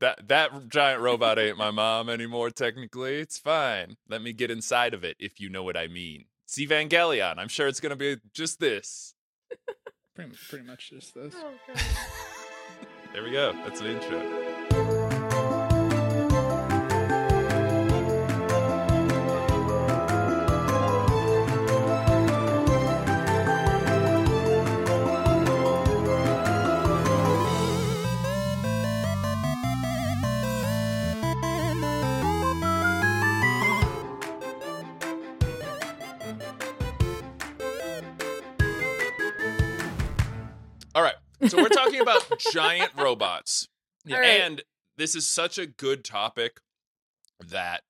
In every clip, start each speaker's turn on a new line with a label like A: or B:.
A: that that giant robot ain't my mom anymore. Technically, it's fine. Let me get inside of it, if you know what I mean. It's Evangelion. I'm sure it's gonna be just this.
B: Pretty, pretty much just this.
C: Oh, God.
A: There we go. That's an intro. All right. So we're talking about giant robots.
B: Yeah.
C: All right.
A: And this is such a good topic that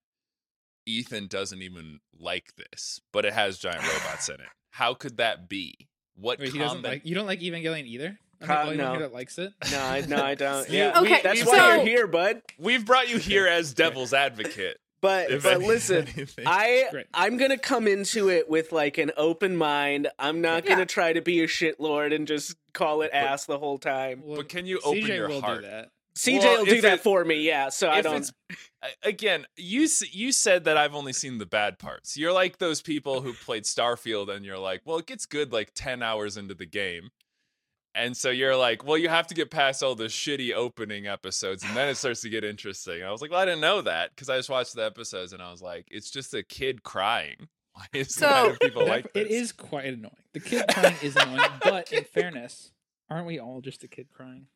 A: Ethan doesn't even like this, but it has giant robots in it. How could that be? What
B: Wait, he doesn't
A: common?
B: like. You don't like Evangelion either. I'm
D: Uh,
B: the only one
D: no.
B: here that likes it.
D: No, I, no, I don't.
A: You-
D: Yeah, we-
C: Okay,
D: that's
A: we
D: why
A: were-
D: you're here, bud.
A: We've brought you here as devil's advocate.
D: But
A: if
D: but
A: any-
D: listen,
A: anything.
D: I
B: Right.
D: I'm gonna come into it with like an open mind. I'm not gonna
C: Yeah.
D: try to be a shitlord and just call it ass the whole time.
B: Well,
A: But can you open
B: CJ
A: your
B: will
A: heart?
B: do that.
D: CJ
A: Well,
D: will do
A: if
D: that
A: it-
D: for me, yeah. So I
A: If
D: don't.
A: it's- a- again, you s- you said that I've only seen the bad parts. You're like those people who played Starfield, and you're like, well, it gets good like ten hours into the game, and so you're like, well, you have to get past all the shitty opening episodes, and then it starts to get interesting. And I was like, well, I didn't know that because I just watched the episodes, and I was like, it's just a kid crying. Why is
C: So-
A: why do people
B: That-
A: like this?
B: it is quite annoying. The kid crying is annoying, but in fairness, aren't we all just a kid crying?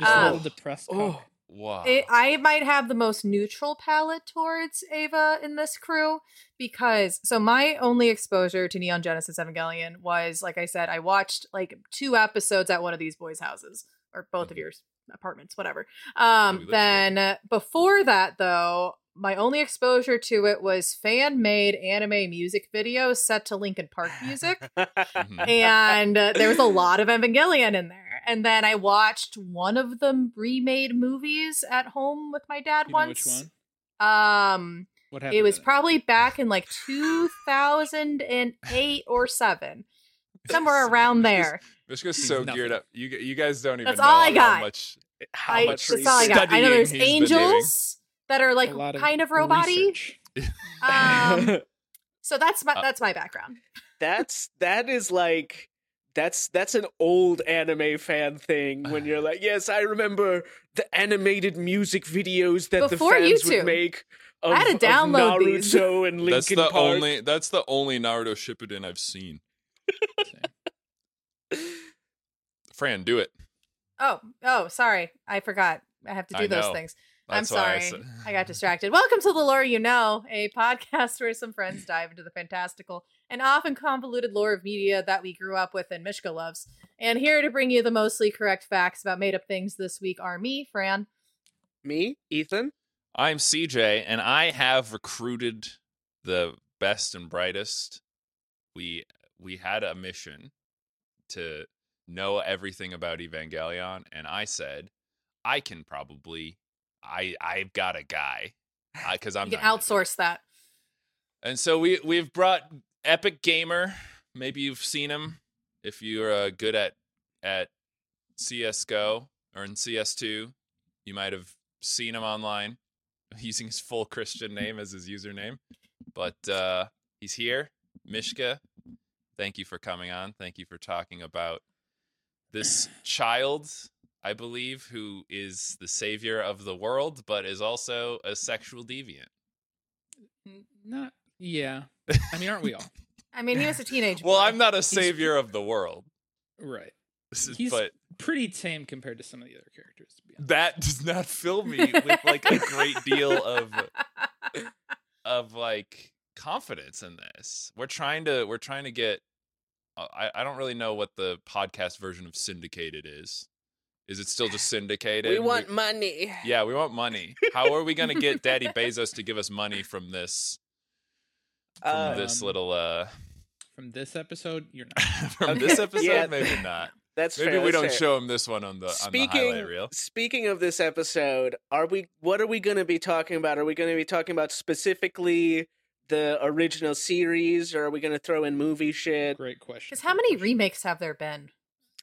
B: Just a
C: Um,
B: little depressed.
D: oh,
B: Oh,
A: wow.
C: It, I might have the most neutral palette towards Ava in this crew because so my only exposure to Neon Genesis Evangelion was like I said I watched like two episodes at one of these boys' houses or both of
A: Mhm.
C: yours apartments whatever.
A: we
C: Um
A: lived
C: then uh, before that though my only exposure to it was fan-made anime music videos set to Linkin Park music
A: Mhm.
C: and uh, there was a lot of Evangelion in there. And then I watched one of the remade movies at home with my dad
B: you know
C: once.
B: which one?
C: Um,
B: What happened?
C: it
B: to
C: was
B: that?
C: probably back in like 2008 or seven, somewhere around there.
A: This goes
B: Means
A: so
B: nothing.
A: geared up. You g- you guys don't even
C: That's
A: know
C: all I
A: how
C: got.
A: much
D: how
C: I,
D: much
C: that's all I got. I know
A: studying
C: there's
A: he's been doing.
C: angels that are like
B: A lot
C: kind of robot-y.
B: research.
C: Um, so that's my that's my background.
D: that's that is like that's that's an old anime fan thing when you're like, yes, I remember the animated music videos that
C: Before
D: the fans
C: YouTube.
D: would make. Of,
C: I had to download
D: of Naruto
C: these.
D: and Linkin
A: that's the
D: Park.
A: only that's the only Naruto Shippuden I've seen.
B: Same.
A: Fran, do it.
C: Oh, oh, sorry, I forgot. I have to do
A: I
C: those
A: know.
C: things. I'm
A: That's why
C: sorry. I, got distracted. Welcome to The Lore You Know, a podcast where some friends dive into the fantastical and often convoluted lore of media that we grew up with and Mishka loves. And here to bring you the mostly correct facts about made up things this week are me, Fran.
D: me, Ethan.
A: I'm CJ, and I have recruited the best and brightest. We we had a mission to know everything about Evangelion, and I said I can probably. I I've got a guy because I'm
C: you can
A: not gonna do it."
C: outsource that.
A: And so we we've brought Epic Gamer. Maybe you've seen him if you're uh, good at at CS:GO or in CS2. You might have seen him online using his full Christian name as his username. But uh, he's here, Mishka. Thank you for coming on. Thank you for talking about this child, I believe, who is the savior of the world, but is also a sexual deviant.
B: N- Not. Yeah. I mean, aren't we all?
C: I mean, he was a teenage
A: Well,
C: boy.
A: I'm not a savior of the world,
B: Right.
A: This is-
B: He's-
A: but
B: Pretty tame compared to some of the other characters. To be honest.
A: that does not fill me with like a great deal of of like confidence in this. We're trying to we're trying to get. uh, I I don't really know what the podcast version of syndicated is. Is it still just syndicated?
D: money.
A: yeah, we want money. How are we going to get Daddy Bezos to give us money from this from
D: Uh,
A: this
B: Um,
A: little uh
B: From this episode, you're not.
A: from
D: Okay,
A: this episode?
D: yeah.
A: Maybe not.
D: that's
A: Maybe
D: fair,
A: we
D: that's
A: don't
D: fair.
A: show him this one on the on the highlight reel.
D: Speaking of this episode, are we? What are we going to be talking about? Are we going to be talking about specifically the original series, or are we going to throw in movie shit?
B: Great question.
C: Because how
B: great
C: many
B: question.
C: remakes have there been?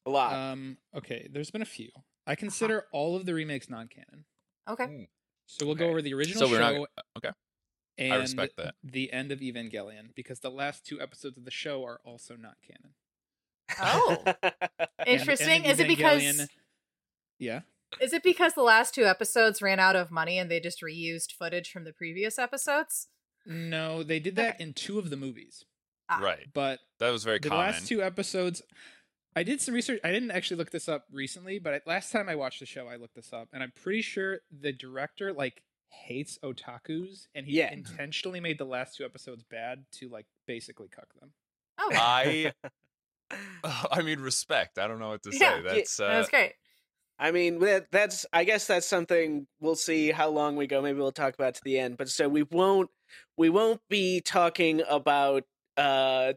D: A lot.
B: Um. Okay. There's been a few. I consider all of the remakes non-canon.
C: Okay.
B: So we'll go
A: Okay.
B: over the original
A: So we're not- uh,
B: show.
A: okay.
B: And
A: respect that.
B: The end of Evangelion because the last two episodes of the show are also not canon.
C: Oh,
B: And the end of
C: interesting. Is it because
B: Evangelion- Yeah.
C: is it because the last two episodes ran out of money and they just reused footage from the previous episodes?
B: No, they did that in two of the movies,
C: Ah.
A: Right.
B: but
A: That was very
B: the
A: common.
B: last two episodes i did some research i didn't actually look this up recently but I, last time i watched the show i looked this up and i'm pretty sure the director like hates otakus and he
D: Yeah.
B: intentionally made the last two episodes bad to like basically cuck them
C: Oh, wow.
A: I Oh, I mean respect. I don't know what to say.
C: Yeah.
A: That's uh,
C: that was great.
D: I mean, that, that's. I guess that's something we'll see how long we go. Maybe we'll talk about to the end. But so we won't. We won't be talking about uh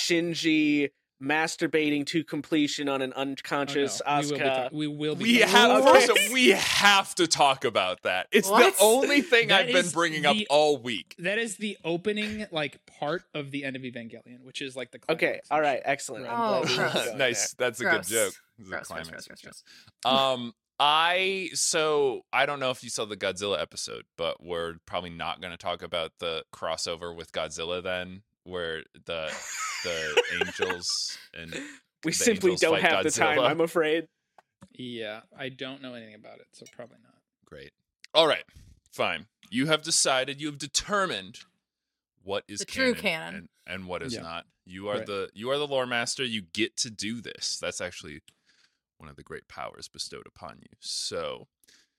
D: Shinji masturbating to completion on an
B: Oh, no.
D: unconscious
B: we will be,
D: Asuka.
B: talk- we will be
A: we
B: talking-
A: have
D: What?
A: first of- we have to talk about that. It's
C: What?
A: the only thing
B: That
A: I've been
B: is
A: bringing up
B: the-
A: all week.
B: that is the opening like part of the end of evangelion which is like the
D: okay.
B: climax of
D: All
B: the
D: right.
B: show.
D: Excellent. I'm
C: Oh,
D: glad we
C: gross.
D: got going
A: nice. That's a
C: Gross.
A: good joke. This is a
C: Gross, gross,
A: climax
C: gross, gross,
A: joke.
C: gross.
A: Um, I so I don't know if you saw the Godzilla episode, but we're probably not going to talk about the crossover with Godzilla then, where the the angels and
D: there. We
A: The
D: simply
A: angels
D: don't
A: fight
D: have the time.
A: Godzilla.
D: I'm afraid.
B: yeah i don't know anything about it so probably not
A: great. All right, fine. You have decided. You have determined what is
C: The true
A: canon
C: canon.
A: and, and what is
B: Yeah.
A: not. You are
B: Right.
A: the you are the lore master. You get to do this. That's actually one of the great powers bestowed upon you. So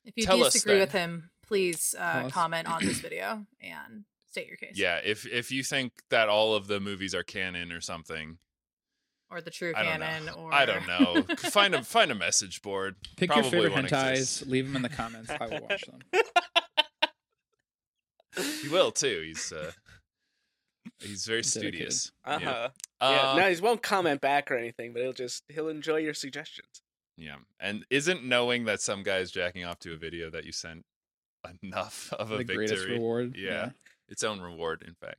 C: If you
A: Tell us
C: disagree
A: then.
C: with him, please uh,
B: Tell us.
C: comment on this video and state your case.
A: yeah, if if you think that all of the movies are canon or something,
C: Or the true
A: I don't
C: canon.
A: know.
C: Or
A: I don't know. find a find a message board.
B: pick
A: Probably
B: your favorite
A: won't
B: hentais
A: exist.
B: leave them in the comments i will watch them
A: He will too. He's uh, he's very
B: Dedicated. Uh-huh.
A: studious.
C: Uh-huh.
A: Yeah.
D: Uh huh.
A: Uh,
D: yeah. No, he won't comment back or anything, but he'll just he'll enjoy your suggestions.
A: yeah. And isn't knowing that some guy's jacking off to a video that you sent enough of a
B: the greatest
A: victory?
B: reward
A: Yeah. Its own reward, in fact.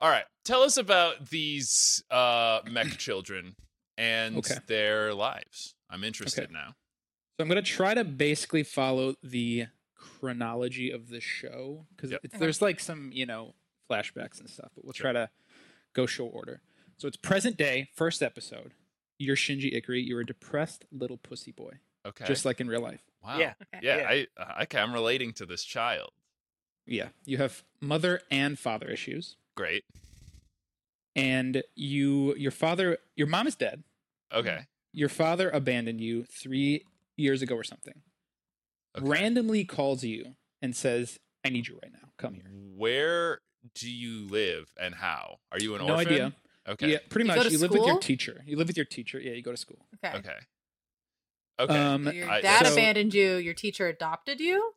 A: All right. Tell us about these uh, mech children and
B: Okay.
A: their lives. I'm interested now.
B: So I'm gonna try to basically follow the chronology of the show because
A: Yep.
C: Okay.
B: there's like some you know flashbacks and stuff, but we'll
A: Sure.
B: try to go show order. So it's present day, first episode. You're Shinji Ikari. You're a depressed little pussy boy,
A: Okay.
B: just like in real life.
A: wow.
D: Yeah.
C: Okay.
A: Yeah.
D: Yeah.
A: I okay. I'm relating to this child.
B: Yeah, you have mother and father issues,
A: Great.
B: and you your father your mom is dead.
A: Okay.
B: Your father abandoned you three years ago or something.
A: okay.
B: Randomly calls you and says, "I need you right now. Come here."
A: Where do you live and how? Are you an
B: no
A: orphan?
B: idea.
A: Okay.
B: Yeah, pretty
C: You go
B: much.
C: to
B: You live with your
C: school?
B: teacher. You live with your teacher. Yeah, you go to school.
C: Okay.
A: Okay. Okay.
B: Um,
C: So your
A: I-
C: dad
B: so-
C: abandoned you. Your teacher adopted you.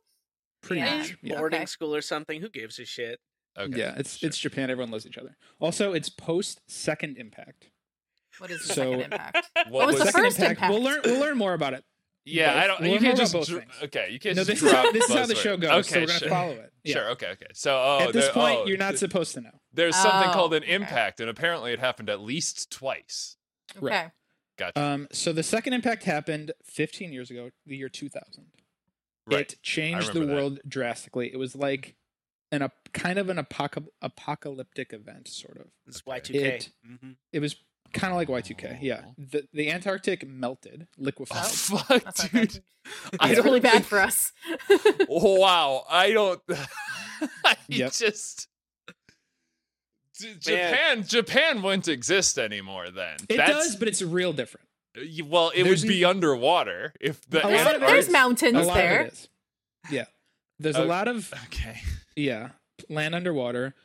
B: pretty
C: Yeah.
B: much. Yeah.
D: Boarding
C: Okay.
D: school or something. Who gives a shit?
A: okay.
B: yeah, it's
A: sure.
B: it's Japan. Everyone loves each other. Also, it's post Second Impact.
C: What is the
B: So-
C: second impact?
A: what,
C: was the
A: was
B: second
C: first impact?
B: We'll learn. We'll learn more about it.
A: Yeah, I don't.
B: We'll
A: You
B: learn
A: can't
B: about
A: just.
B: both
A: dr-
B: things.
A: okay, you can't
B: no,
A: just
B: this is
A: drop.
B: how, this is how the
A: buzzword.
B: show goes. so
A: Okay,
B: we're gonna
A: sure.
B: follow it. Yeah.
A: Sure. Okay. Okay. So, oh,
B: at this
A: there-
B: point,
A: oh,
B: you're not
A: th-
B: supposed to know.
A: there's something
C: Oh,
A: called an
C: okay.
A: impact, and apparently it happened at least twice.
C: Okay.
B: Right.
A: Gotcha.
B: Um. So the Second Impact happened 15 years ago, the year 2000.
A: right.
B: It changed the
A: remember that.
B: world drastically. It was like an a kind of an apoca- apocalyptic event, sort of.
D: It's
A: Okay.
D: Y2K.
B: It-
D: Mhm.
B: It was kind of like Y2K. Yeah.
A: Aw.
B: The the Antarctic melted, liquefied.
A: Oh, fuck,
C: That's not
A: dude.
C: good.
A: I
C: It's
A: don't
C: really bad
A: think-
C: for us.
A: Wow. I don't. I
B: Yep.
A: just. J- Japan, Japan wouldn't exist anymore. Then
B: It
A: That's-
B: does, but it's real different.
A: Y- Well, it
B: There's
A: would be underwater if the uh,
B: A lot
C: There's-
B: of it
A: Antarctic-
C: there's
B: is-
C: mountains
B: a lot of
C: there.
B: it is. Yeah. There's a
A: Okay.
B: lot of
A: Okay.
B: yeah, land underwater.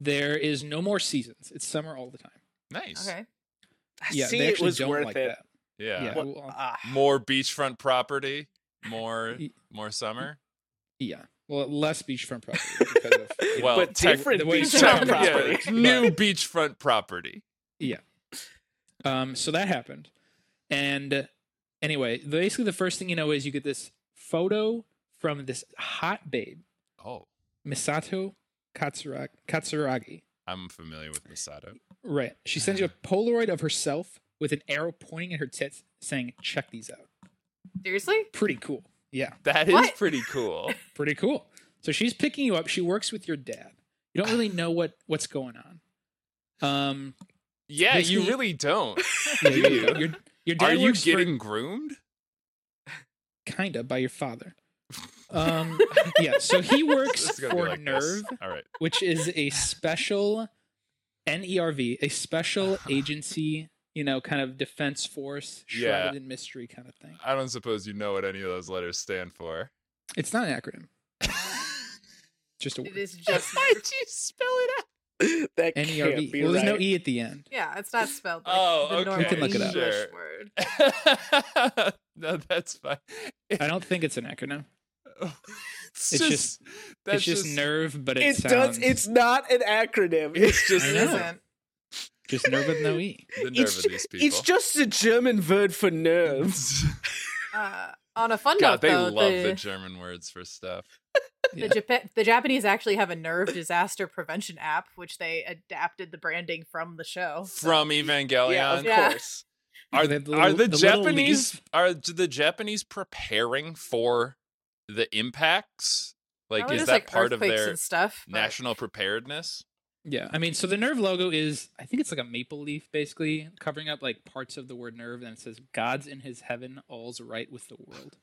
B: There is no more seasons. It's summer all the time.
A: Nice.
C: Okay.
B: Yeah,
D: See,
B: they
D: it
B: actually
D: was
B: don't
D: worth
B: like
D: it.
B: that.
A: Yeah.
B: Yeah.
D: What-
B: well,
D: Ah.
A: More beachfront property, more
B: Y-
A: more summer.
B: yeah. Well, less beachfront property because of you know,
A: Well,
D: but
A: tech-
D: different
B: the way
D: beachfront
B: it's done. Yeah.
D: property.
A: Yeah, new beachfront property.
B: Um, so that happened. And uh, anyway, basically the first thing you know is you get this photo from this hot babe,
A: Oh,
B: Misato Katsuragi. Katsuragi.
A: I'm familiar with Misato.
B: Right. She sends you a Polaroid of herself with an arrow pointing at her tits saying, check these out.
C: Seriously?
B: Pretty cool. Yeah,
A: That is
C: What?
A: pretty cool.
B: pretty cool. So she's picking you up. She works with your dad. You don't really know what what's going on. Um,
A: Yeah, you
B: Basically-
A: really don't.
B: yeah,
A: Do
B: your-
A: you?
B: your, your dad
A: Are you
B: works for-
A: getting groomed?
B: kind of by your father. Um, yeah, so he works
A: This is gonna be
B: for
A: like this.
B: Nerve,
A: All right.
B: which is a special NERV, a special
A: Uh-huh.
B: agency, you know, kind of defense force, shrouded
A: Yeah.
B: in mystery kind of thing.
A: I don't suppose you know what any of those letters stand for.
B: It's not an acronym, just a
C: It
B: word.
C: is just
A: you spell it out?
D: that can't
B: NERV.
D: be
B: Well, there's no
D: right.
B: e at the end.
C: yeah, it's not spelled. Like
A: Oh,
C: the
A: okay,
C: normal
B: You can look it up.
C: English
A: sure.
C: word.
A: no, that's fine.
B: I don't think it's an acronym.
A: It's,
B: It's
A: just, that's
B: it's just, nerve, but it,
D: It
B: sounds
D: does. It's not an acronym. It's
A: just
B: I
C: It
B: know.
C: isn't.
B: just nerve with no e.
A: the nerve
D: it's
A: of
D: ju-
A: these people.
D: it's just a German word for nerve.
C: Uh, on a fun
A: God,
C: note,
A: they
C: though,
A: love the...
C: the,
A: German words for stuff.
B: Yeah.
C: the, Japa- the Japanese actually have a nerve disaster prevention app, which they adapted the branding from the show.
A: From Evangelion,
D: Yeah, of
C: Yeah.
D: course.
A: are,
B: They have
A: are
B: little-
A: the,
B: little
A: Japanese
B: leaf.
A: are the Japanese preparing for the impacts? Like,
C: Probably
A: is
C: just,
A: that part of
C: earthquakes
A: their
C: and stuff? but-
A: national preparedness?
B: Yeah, I mean, so the nerve logo is, I think it's like a maple leaf, basically covering up like parts of the word nerve, and it says "God's in His heaven, all's right with the world."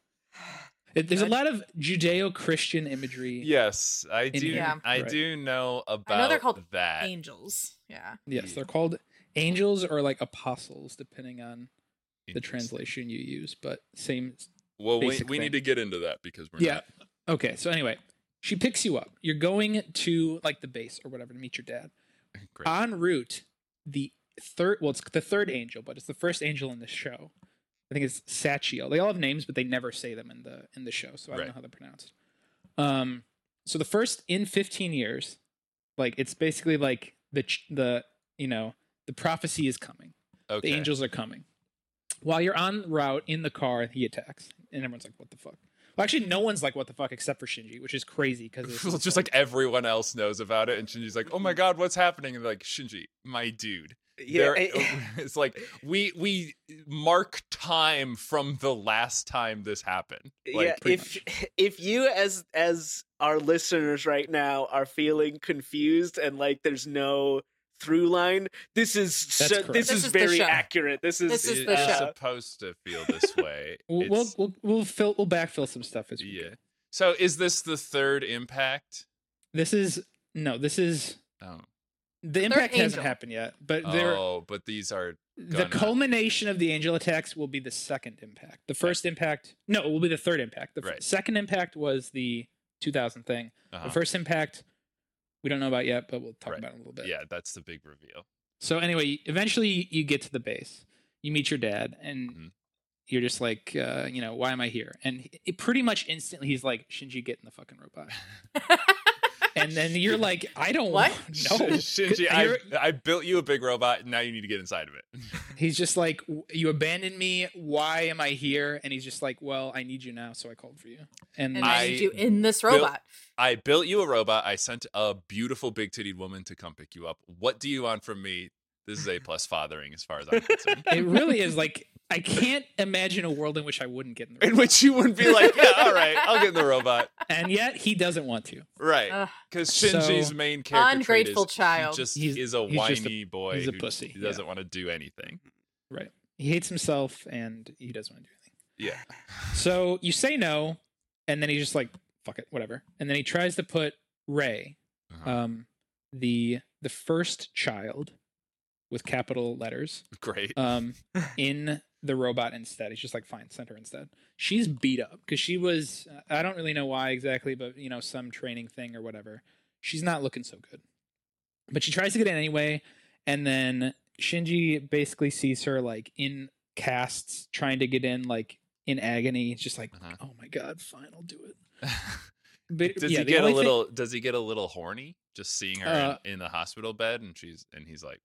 B: It, there's a lot of Judeo-Christian imagery.
A: Yes, I
B: In
A: do.
C: Yeah.
A: I
B: Right.
A: do know about
C: they're called
A: that.
C: angels. Yeah.
B: Yes, they're called angels or like apostles, depending on the
A: Interesting.
B: translation you use, but same.
A: Well, we,
B: basic
A: we
B: thing.
A: need to get into that because we're
B: Yeah.
A: not.
B: Okay, so anyway, she picks you up. You're going to like the base or whatever to meet your dad.
A: Great.
B: en route the third well it's the third angel but it's the first angel in the show i think it's sachio they all have names but they never say them in the in the show so i don't
A: Right.
B: know how they're pronounced um so the first in 15 years like it's basically like the ch- the you know the prophecy is coming
A: okay.
B: the angels are coming while you're on route in the car he attacks and everyone's like what the fuck well actually no one's like what the fuck except for shinji which is crazy because
A: Well, just like everyone else knows about it, and Shinji's like, "Oh my god, what's happening?" And they're like, "Shinji, my dude."
D: Yeah,
A: They're-
B: oh,
D: I-
A: it's like we we mark time from the last time this happened. Like,
D: yeah.
B: pretty
D: If if you as as our listeners right now are feeling confused and like there's no through line, this is
B: That's
D: so,
B: correct.
D: this,
C: This
D: is,
C: is the
D: very
C: show.
D: accurate. This is
C: This is
A: it-
C: the
A: it's
D: uh,
C: show.
A: supposed to feel this way.
B: we'll, we'll
A: It's-
B: we'll we'll fill we'll backfill some stuff as we go.
A: yeah. So, is this the third impact?
B: This is no, this is
A: Oh,
B: the impact hasn't
C: angel.
B: happened yet, but there
A: oh but these are
B: the
A: gonna-
B: culmination of the angel attacks will be the second impact. The first impact, no, it will be the third impact. The f-
A: Right.
B: second impact was the 2000 thing.
A: uh-huh.
B: The first impact we don't know about yet, but we'll talk
A: Right.
B: about it in a little bit.
A: Yeah, that's the big reveal.
B: So anyway, eventually you get to the base. You meet your dad, and
A: Mhm.
B: you're just like, uh, you know, why am I here? And he- it pretty much instantly he's like, Shinji, get in the fucking robot. and then you're like, I don't
C: What?
B: know.
A: Shinji, I,
B: You're-
A: I built you a big robot, and now you need to get inside of it.
B: He's just like, "W- you abandoned me. Why am I here? And he's just like, well, I need you now, so I called for you. And
C: And
A: Mm. I
C: I need you in this
A: built-
C: robot.
A: I built you a robot. I sent a beautiful big titted woman to come pick you up. What do you want from me? This is A plus fathering as far as I'm concerned.
B: it really is like, I can't imagine a world in which I wouldn't get in the
A: In
B: robot.
A: which you wouldn't be like, yeah, all right, I'll get in the robot.
B: and yet he doesn't want to.
A: Right.
C: Ugh.
A: Because
B: So-
A: Shinji's main character
C: Ungrateful
A: trait
C: child.
A: is he just
B: He's-
A: is a
B: he's just a-
A: whiny boy
B: he's a
A: who
B: pussy,
A: who doesn't want to do anything.
B: He hates himself and he doesn't want to do anything.
A: Yeah.
B: So you say no, and then he's just like, fuck it, whatever. And then he tries to put Ray,
A: Uh-huh.
B: um, the the first child with capital letters,
A: Great.
B: um, in the robot instead. He's just like, fine, send her instead. She's beat up because she was I don't really know why exactly, but you know, some training thing or whatever. She's not looking so good. But she tries to get in anyway, and then Shinji basically sees her like in casts trying to get in like in agony. It's just like,
A: Uh-huh.
B: oh my god, fine, I'll do it. But
A: does
B: yeah,
A: he
B: the
A: get a
B: only thing-
A: little does he get a little horny just seeing her
B: Uh,
A: in, in the hospital bed and she's and he's like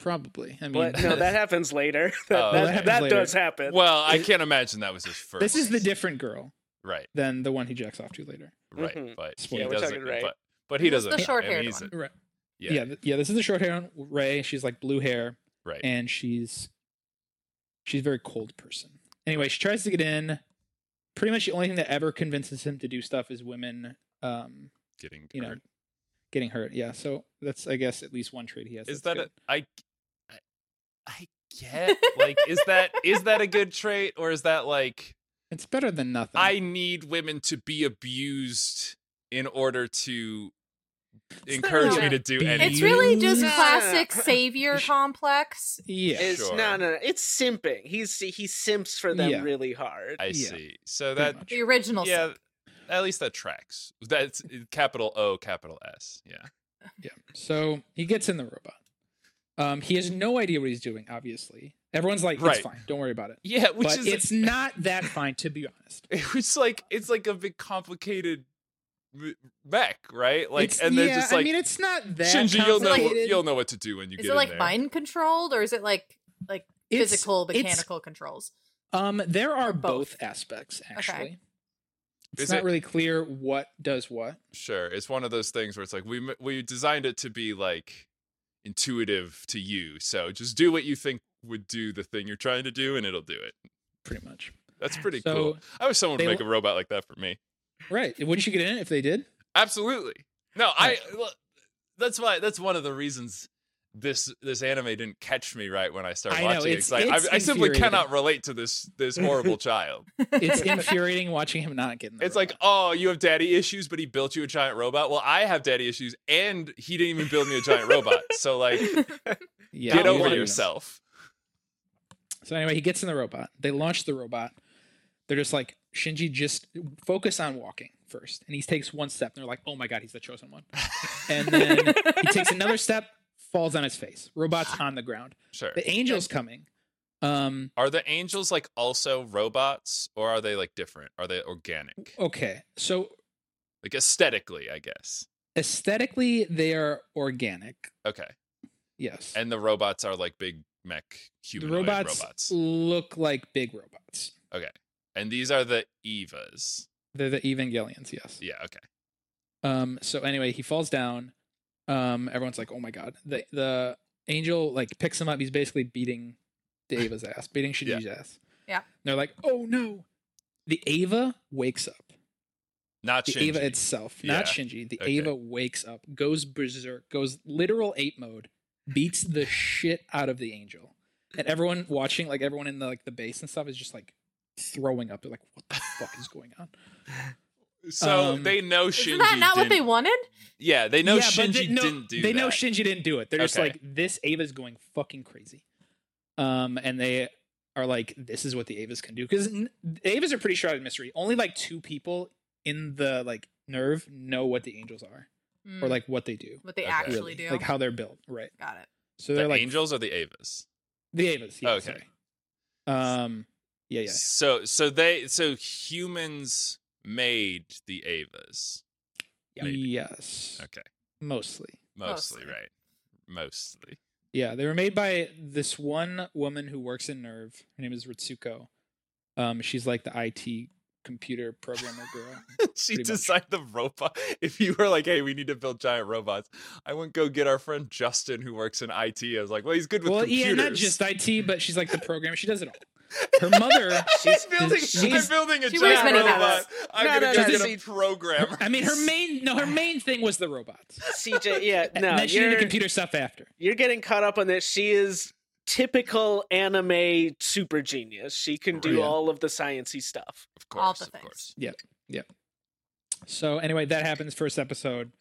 B: probably. I mean,
D: But no, that happens later. That,
A: Oh,
D: that,
A: okay.
D: that
B: Happens
D: does happen.
A: Well, I can't imagine that was his first
B: this is the different girl
A: Right.
B: than the one he jacks off to later.
A: Right.
C: Mm-hmm.
D: Mhm.
A: But he
B: Yeah,
D: we're
A: doesn't
D: talking right.
A: but, but he
C: This is
A: doesn't
C: the
A: know.
C: short-haired
A: I mean, he's-
C: one.
B: Right.
A: Yeah,
B: yeah, th- yeah. This is the short hair on Ray. She's like blue hair.
A: right.
B: and she's she's a very cold person. Anyway, she tries to get in. pretty much the only thing that ever convinces him to do stuff is women um
A: Getting
B: you know
A: hurt.
B: getting hurt yeah so that's i guess at least one trait he has
A: is
B: that's
A: that
B: good.
A: a, I, I I get like is that is that a good trait or is that like
B: it's better than nothing
A: I need women to be abused in order to
D: not
A: encourage
C: really
A: me to do
B: abuse.
A: anything?
C: It's really just
D: Yeah.
C: classic savior complex.
B: yeah
D: it's
A: sure.
D: no, no, no. It's simping. He's he simps for them
B: Yeah.
D: really hard.
A: I
B: Yeah.
A: see. So
B: pretty
A: that
B: much.
C: The original.
A: yeah,
C: Yeah.
A: at least that tracks. That's eh, capital O, capital S. Yeah.
B: Yeah. So he gets in the robot. Um, he has no idea what he's doing, obviously. Everyone's like,
A: Right.
B: it's fine. Don't worry about it.
A: Yeah, which
B: but
A: is
B: it's not that fine, to be honest.
A: it's like it's like a big complicated m- mech, right? Like
B: It's-
A: and they're
B: yeah,
A: just like
B: I mean, it's not that
A: Shinji, you'll know
B: complicated.
A: you'll know what to do when you
C: Is
A: get
C: it
A: in
C: like
A: there.
C: mind controlled or is it like
B: It's-
C: physical
B: it's-
C: mechanical controls?
B: um, there are both,
C: Both.
B: aspects actually. It's
A: Is
B: not
A: it-
B: really clear what does what.
A: Sure, it's one of those things where it's like we m- we designed it to be like intuitive to you, so just do what you think would do the thing you're trying to do, and it'll do it.
B: Pretty much.
A: That's pretty
B: So,
A: cool. I wish someone would
B: they
A: make a
B: l-
A: robot like that for me.
B: Right. Wouldn't you get in it if they did?
A: Absolutely. No, I. look, That's why. That's one of the reasons this this anime didn't catch me right when I started
B: I know,
A: watching it.
B: it's-
A: 'cause I,
B: it's
A: I, I simply
B: infuriating.
A: cannot relate to this this horrible child.
B: It's infuriating watching him not get in the
A: It's like,
B: robot.
A: oh, you have daddy issues, but he built you a giant robot. Well, I have daddy issues, and he didn't even build me a giant robot. So like,
B: yeah,
A: get
B: you
A: over
B: wouldn't.
A: yourself.
B: So anyway, he gets in the robot. They launch the robot. They're just like, Shinji, just focus on walking first. And he takes one step and they're like, oh my God, he's the chosen one. And then he takes another step, falls on his face. Robot's on the ground.
A: Sure.
B: The angel's coming. Um,
A: Are the angels like also robots, or are they like different? Are they organic?
B: okay. So
A: Like aesthetically, I guess.
B: aesthetically, they are organic.
A: Okay.
B: Yes.
A: And the robots are like big mech
B: the
A: humanoid
B: robots,
A: robots.
B: look like big robots.
A: And these are the Evas.
B: They're the Evangelions, yes.
A: Yeah, okay.
B: Um, so anyway, he falls down. Um, everyone's like, "Oh my god!" The the angel like picks him up. He's basically beating the Ava's ass, beating Shinji's ass.
C: Yeah.
B: And they're like, "Oh no!" The Ava wakes up.
A: Not
B: The
A: Shinji.
B: Ava itself, not
A: Yeah.
B: Shinji. The
A: Okay.
B: Ava wakes up, goes berserk, goes literal ape mode, beats the shit out of the angel, and everyone watching, like everyone in the like the base and stuff, is just like throwing up. They're like, "What the fuck is going on?"
A: so
B: um,
A: they know Shinji.
C: Isn't that not what they
A: didn't-
C: wanted?
A: Yeah, they know
B: Yeah, but
A: Shinji
B: they- no,
A: didn't do
B: They
A: that.
B: know Shinji didn't do it. They're just
A: Okay.
B: like, this Ava's going fucking crazy. Um, and they are like, this is what the Avas can do because Avas are pretty shrouded in mystery. Only like two people in the like nerve know what the angels are
C: Mm,
B: or like what they do,
C: what they
A: Okay.
C: actually
B: really.
C: do.
B: like how they're built, right?
C: Got it.
B: So
A: the
B: they're like
A: angels or the Avas?
B: the Avas. Yeah,
A: Okay.
B: sorry. Um. Yeah. Yeah.
A: So so they so humans made the Avas.
B: yeah.
A: Maybe.
B: Yes.
A: Okay.
B: Mostly.
A: Mostly,
C: Mostly.
A: right. Mostly.
B: Yeah, they were made by this one woman who works in Nerve. Her name is Ritsuko. Um, she's like the IT computer programmer girl.
A: she
B: Pretty much.
A: designed the robot. If you were like, "Hey, we need to build giant robots," I wouldn't go get our friend Justin who works in IT. I was like, "Well, he's good with
B: well,
A: computers."
B: yeah, not just IT, but she's like the programmer. She does it all. Her mother,
A: she's building.
B: she's-
A: I'm building a
C: she wears
A: giant
C: many
A: robot.
C: hats.
A: I'm
D: No,
A: gonna
D: no,
A: go
D: no,
A: get a
D: she-
A: programmer.
B: I mean, her main no, her main thing was the robots.
D: CJ, yeah, no,
B: and then she did the
D: you're
B: computer stuff after.
D: you're getting caught up on this. She is typical anime super genius. She can do
B: Yeah.
D: all of the sciencey stuff.
A: Of course,
C: All the
A: of
C: things.
A: course.
B: So anyway, that happens first episode.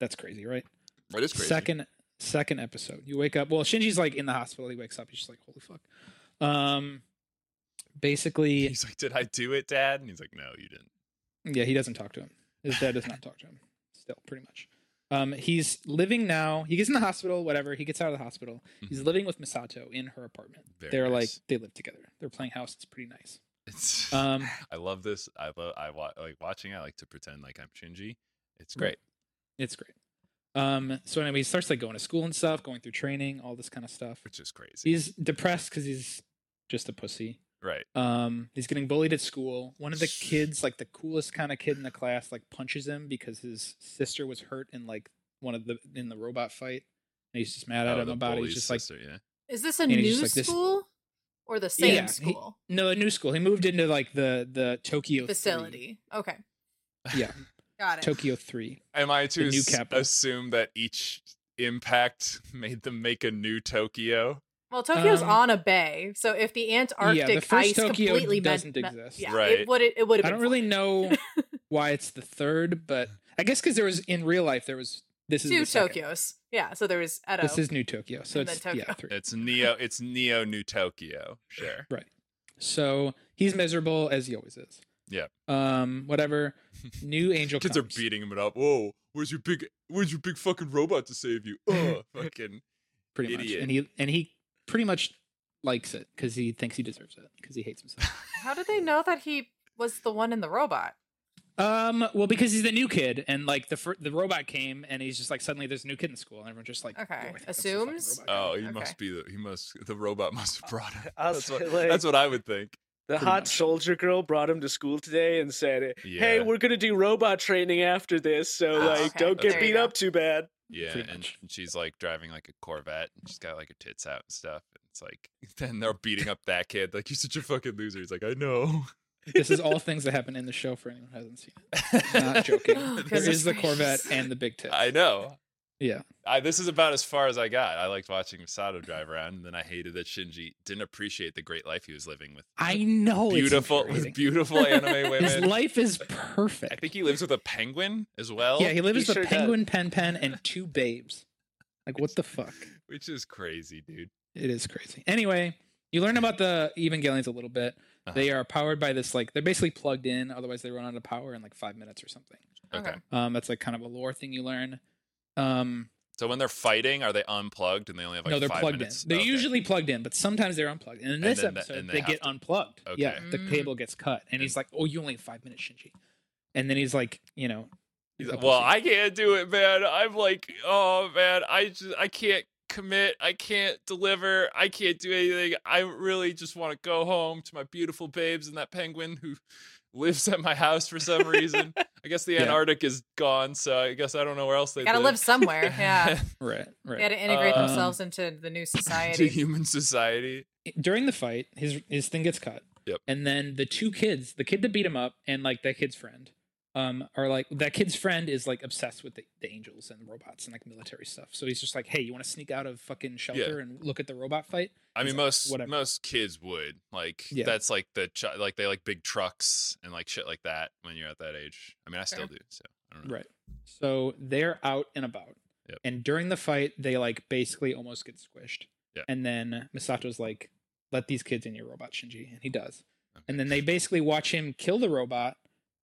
B: That's crazy, right?
A: What is crazy?
B: Second second episode. You wake up. Well, Shinji's like in the hospital. He wakes up. He's just like, holy fuck. Um, basically,
A: He's like, "Did I do it, Dad?" And he's like, "No, you didn't."
B: Yeah, he doesn't talk to him. His dad does not talk to him. Still, pretty much. Um, he's living now. He gets in the hospital. Whatever. He gets out of the hospital. He's living with Misato in her apartment.
A: Mm-hmm. Very
B: They're
A: nice.
B: like they live together. They're playing house. It's pretty nice.
A: It's,
B: Um,
A: I love this. I love. I wa- like watching. it, I like to pretend like I'm Shinji. It's great.
B: it's great. Um, so anyway, he starts like going to school and stuff, going through training, all this kind of stuff.
A: Which is crazy.
B: He's depressed because he's just a pussy.
A: right.
B: Um, he's getting bullied at school. One of the kids, like the coolest kind of kid in the class, like punches him because his sister was hurt in like one of the in the robot fight. And he's just mad at
A: Oh,
B: him
A: the
B: about it.
A: bully's
B: He's just like,
A: sister, yeah.
C: Is this a
B: And he's just
C: new
B: like, this-
C: school? or the same
B: Yeah, he-
C: school
B: No, a new school. He moved into like the the Tokyo three.
C: facility. Okay,
B: Yeah,
C: got it.
B: Tokyo three.
A: Am I to
B: The new
A: s-
B: capital.
A: assume that each impact made them make a new Tokyo?
C: Well, Tokyo's
B: Um,
C: on a bay, so if the Antarctic
B: the first
C: ice
B: Tokyo
C: completely meant-
B: doesn't
C: me-
B: exist.
C: yeah,
A: Right.
C: it would it would have.
B: I don't really know why it's the third, but I guess because there was in real life there was this is
C: two
B: the second.
C: Tokyos. Yeah, so there was Edo.
B: This is New Tokyo, so
C: And
B: it's
C: then Tokyo.
B: yeah three.
A: It's Neo. It's Neo New Tokyo. Sure.
B: So he's miserable as he always is.
A: Yeah.
B: Um. Whatever. New angel.
A: Kids are
B: comes.
A: beating him up. Whoa, where's your big, where's your big fucking robot to save you? Oh, fucking.
B: pretty
A: Idiot.
B: much, and he and he pretty much likes it because he thinks he deserves it because he hates himself.
C: How did they know that he was the one in the robot?
B: um. Well, because he's the new kid, and like the fir- the robot came, and he's just like suddenly there's a new kid in school, and everyone's just like,
C: Okay.
B: "Whoa, I think that's the fucking
C: Assumes?
B: robot guy."
A: Oh, he
C: Okay.
A: must be the. He must. The robot must have brought him.
D: I'll
A: That's
D: say,
A: what,
D: like,
A: that's what I would think.
D: the
B: pretty
D: hot
B: much.
D: soldier girl brought him to school today and said, "Hey,
A: Yeah.
D: we're gonna do robot training after this, so
C: Ah,
D: like
C: okay.
D: don't
A: There
D: get
A: you
D: beat
C: go.
D: up too bad."
A: Yeah,
B: Pretty
A: and
B: much.
A: she's like driving like a Corvette. And she's got like her tits out and stuff. It's like then they're beating up that kid. Like you're such a fucking loser. He's like, I know.
B: this is all things that happen in the show for anyone who hasn't seen it. Not joking.
C: Oh,
A: This
B: There
C: goodness
B: is the
C: gracious.
B: Corvette and the big tip.
A: I know.
B: Yeah.
A: I, this is about as far as I got. I liked watching Masato drive around, and then I hated that Shinji didn't appreciate the great life he was living with
B: I know. it's
A: beautiful
B: infuriating.
A: with beautiful anime
B: His
A: women.
B: life is
A: I
B: perfect.
A: think he lives with a penguin as well.
B: yeah, he lives
D: he
B: with
D: sure
B: a
D: does.
B: penguin, pen, pen, and two babes. Like what the fuck?
A: which is crazy, dude.
B: It is crazy. Anyway, you learn about the Evangelions a little bit.
A: Uh-huh.
B: They are powered by this like they're basically plugged in, otherwise they run out of power in like five minutes or something.
A: Okay.
B: Um, that's like kind of a lore thing you learn. Um,
A: So when they're fighting, are they unplugged and they only have like
B: no, they're
A: five
B: plugged
A: minutes?
B: in. They're
A: Okay.
B: usually plugged in, but sometimes they're unplugged. And in
A: And
B: this
A: then the-
B: episode,
A: and they
B: they,
A: have
B: get
A: to-
B: unplugged.
A: Okay. Mm-hmm.
B: Yeah, the
C: Mm.
B: cable gets cut, and he's like, "Oh, you only have five minutes, Shinji." And then he's like, you know,
A: He's
B: a
A: like, well,
B: pussy.
A: I can't do it, man. I'm like, oh man, I just I can't commit. I can't deliver. I can't do anything. I really just want to go home to my beautiful babes and that penguin who lives at my house for some reason. I guess the
B: Yeah.
A: Antarctic is gone, so I guess I don't know where else they
C: Gotta live
A: live.
C: somewhere. Yeah,
B: right,
C: they
B: right.
C: had to integrate
A: Um,
C: themselves into the new
A: to
C: society.
A: human society.
B: during the fight, his his thing gets cut.
A: Yep.
B: And then the two kids, the kid that beat him up, and like that kid's friend, um, are like that kid's friend is like obsessed with the, the angels and robots and like military stuff. So he's just like, hey, you want to sneak out of fucking shelter and look at the robot fight?
A: I
B: He's
A: mean,
B: like,
A: most
B: "Whatever."
A: most kids would like.
B: Yeah.
A: That's like the chi- like they like big trucks and like shit like that when you're at that age. I mean, I still
C: Sure.
A: do. So I don't know.
B: Right. So they're out and about.
A: Yep.
B: And during the fight, they like basically almost get squished.
A: Yeah.
B: And then Misato's like, let these kids in your robot, Shinji. And he does.
A: Okay.
B: And then they basically watch him kill the robot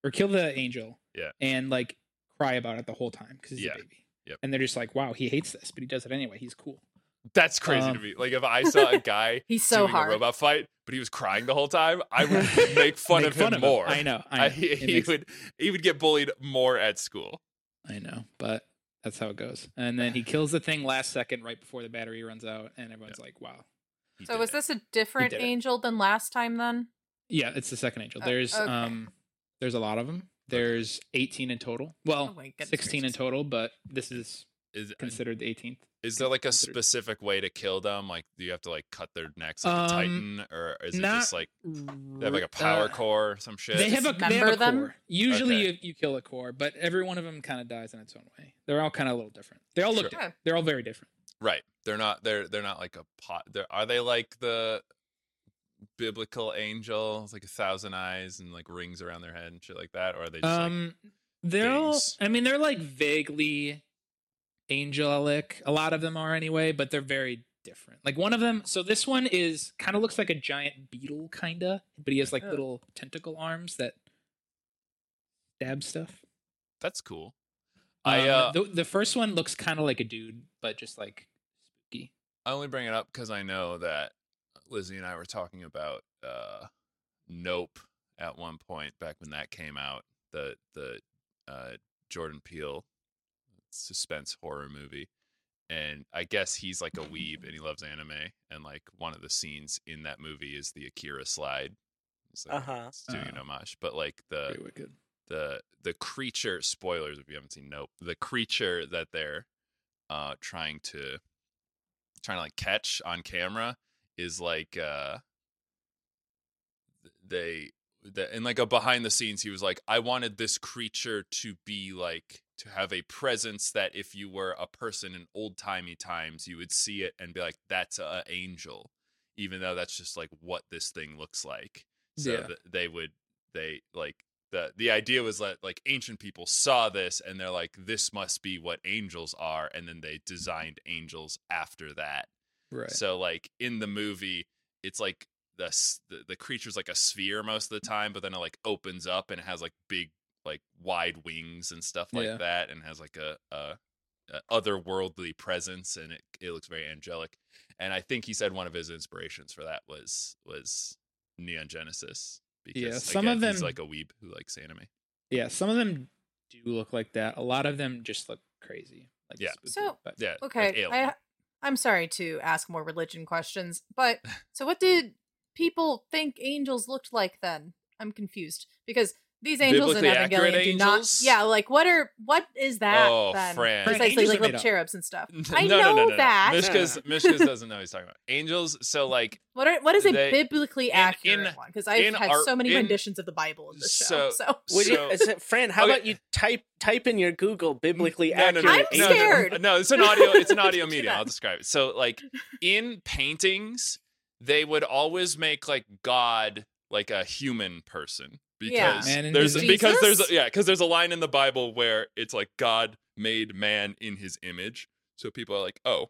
B: or kill the angel.
A: Yeah.
B: And like cry about it the whole time because he's
A: Yeah.
B: a baby.
A: Yep.
B: And they're just like, wow, he hates this, but he does it anyway. He's cool.
A: That's crazy to
B: Um,
A: me. Like if I saw a guy
C: He's so
A: doing
C: hard.
A: a robot fight, but he was crying the whole time, I would make fun
B: Make
A: of him more.
B: I know. I know.
A: he,
B: It
A: he
B: makes-
A: would he would get bullied more at school.
B: I know, but that's how it goes. And then he kills the thing last second right before the battery runs out. And everyone's like, wow,
A: He
C: so
A: did
C: was
A: it.
C: this a different
B: did it.
C: angel than last time? Then
B: Yeah, it's the second angel.
C: Oh,
B: There's
C: okay.
B: um there's a lot of them. There's 18 in total.
C: Oh
B: Well,
C: my goodness
B: 16 in
C: gracious.
B: total, but this is
A: is,
B: considered the 18th.
A: is there like a
B: considered-
A: specific way to kill them? Like do you have to like cut their necks like a
B: Um,
A: titan or is it
B: not
A: just like they have like a power
B: Uh,
A: core or some shit?
B: They have a, they have
C: Dismember
B: a
C: them?
B: core. Usually
A: Okay.
B: you, you kill a core, but every one of them kind of dies in its own way. They're all kind of a little different. They all look
A: Sure.
B: different. They're all very different.
A: right. They're not they're they're not like a pot they're, are they like the biblical angel with, like a thousand eyes and like rings around their head and shit like that? Or are they just like
B: Um they're all
A: things.
B: I mean they're like vaguely angelic. A lot of them are anyway, but they're very different. Like one of them, so this one is kind of looks like a giant beetle kinda, but he has like
C: Oh.
B: little tentacle arms that stab stuff.
A: that's cool. I
B: Um,
A: uh,
B: the, the first one looks kind of like a dude, but just like spooky.
A: I only bring it up because I know that uh, Lizzie and I were talking about uh, Nope at one point back when that came out. The the uh, Jordan Peele suspense horror movie, and I guess he's like a weeb and he loves anime. And like one of the scenes in that movie is the Akira slide. It's like
D: Uh-huh.
A: it's doing an
B: Uh.
A: homage, but like the
B: Pretty wicked.
A: the the creature spoilers if you haven't seen nope the creature that they're uh trying to trying to like catch on camera is like uh they that in like a behind the scenes he was like i wanted this creature to be like to have a presence that if you were a person in old timey times you would see it and be like that's a angel even though that's just like what this thing looks like so
B: Yeah.
A: th- they would they like the the idea was that like ancient people saw this and they're like this must be what angels are and then they designed angels after that
B: Right.
A: so like in the movie, it's like the s- the, the creature's like a sphere most of the time, but then it like opens up and it has like big like wide wings and stuff like
B: Yeah.
A: that, and has like a, a, a otherworldly presence, and it it looks very angelic. And I think he said one of his inspirations for that was was Neon Genesis because
B: Yeah, some of
A: again, he's
B: them-
A: like a weeb who likes anime.
B: yeah, some of them do look like that. A lot of them just look crazy. Like
A: Yeah.
B: spooky,
C: So-
B: but
A: Yeah, like
C: Okay.
A: Alien.
C: I I'm sorry to ask more religion questions, but so what did people think angels looked like then? I'm confused because these angels in
A: Biblically accurate
C: Evangelion do not.
A: angels?
C: Yeah, like what are what is that?
A: Oh,
C: then?
A: Fran.
B: Fran,
C: Precisely,
B: angels
C: like
B: are made
C: little
B: up.
C: cherubs and stuff.
A: N-
C: I know that.
A: Mishka's, Mishka's doesn't know what he's talking about. Angels. So like
C: What are what is a
A: They-
C: biblically
A: in-
C: accurate
A: in-
C: one? Because I've
A: in
C: had
A: our-
C: so many
A: in-
C: renditions of the Bible in this show. So,
A: so-
D: Would you,
A: so-
D: is it, Fran, how
A: Okay.
D: about you type type in your Google biblically
A: No, no,
D: accurate?
A: no, no,
C: I'm
A: no,
D: angel?
C: scared.
A: No, no, it's an audio. It's an audio
C: Do
A: medium. I'll
C: not.
A: describe it. So, like in paintings, they would always make like God like a human person
C: Yeah.
A: because
B: Man in
A: there's
B: his
A: because
C: Jesus?
A: there's a, yeah because there's a line in the Bible where it's like God made man in His image. So people are like, oh,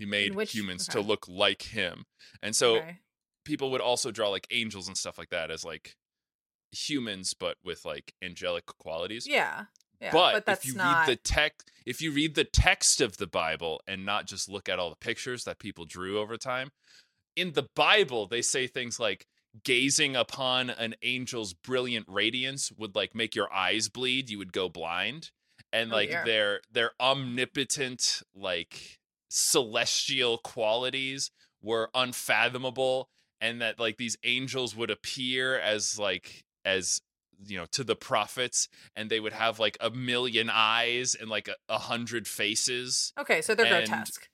A: He made
C: which-
A: humans to
C: okay.
A: look like Him, and so
C: okay.
A: people would also draw like angels and stuff like that as like humans but with like angelic qualities
C: yeah, yeah,
A: but,
C: but, that's
A: if you
C: not.
A: read the text, if you read the text of the Bible and not just look at all the pictures that people drew over time, in the Bible they say things like gazing upon an angel's brilliant radiance would like make your eyes bleed, you would go blind, and
C: Oh,
A: like
C: dear.
A: their their omnipotent like celestial qualities were unfathomable and that like these angels would appear as like as you know to the prophets and they would have like a million eyes and like a, a hundred faces.
C: okay, so they're
A: and-
C: grotesque.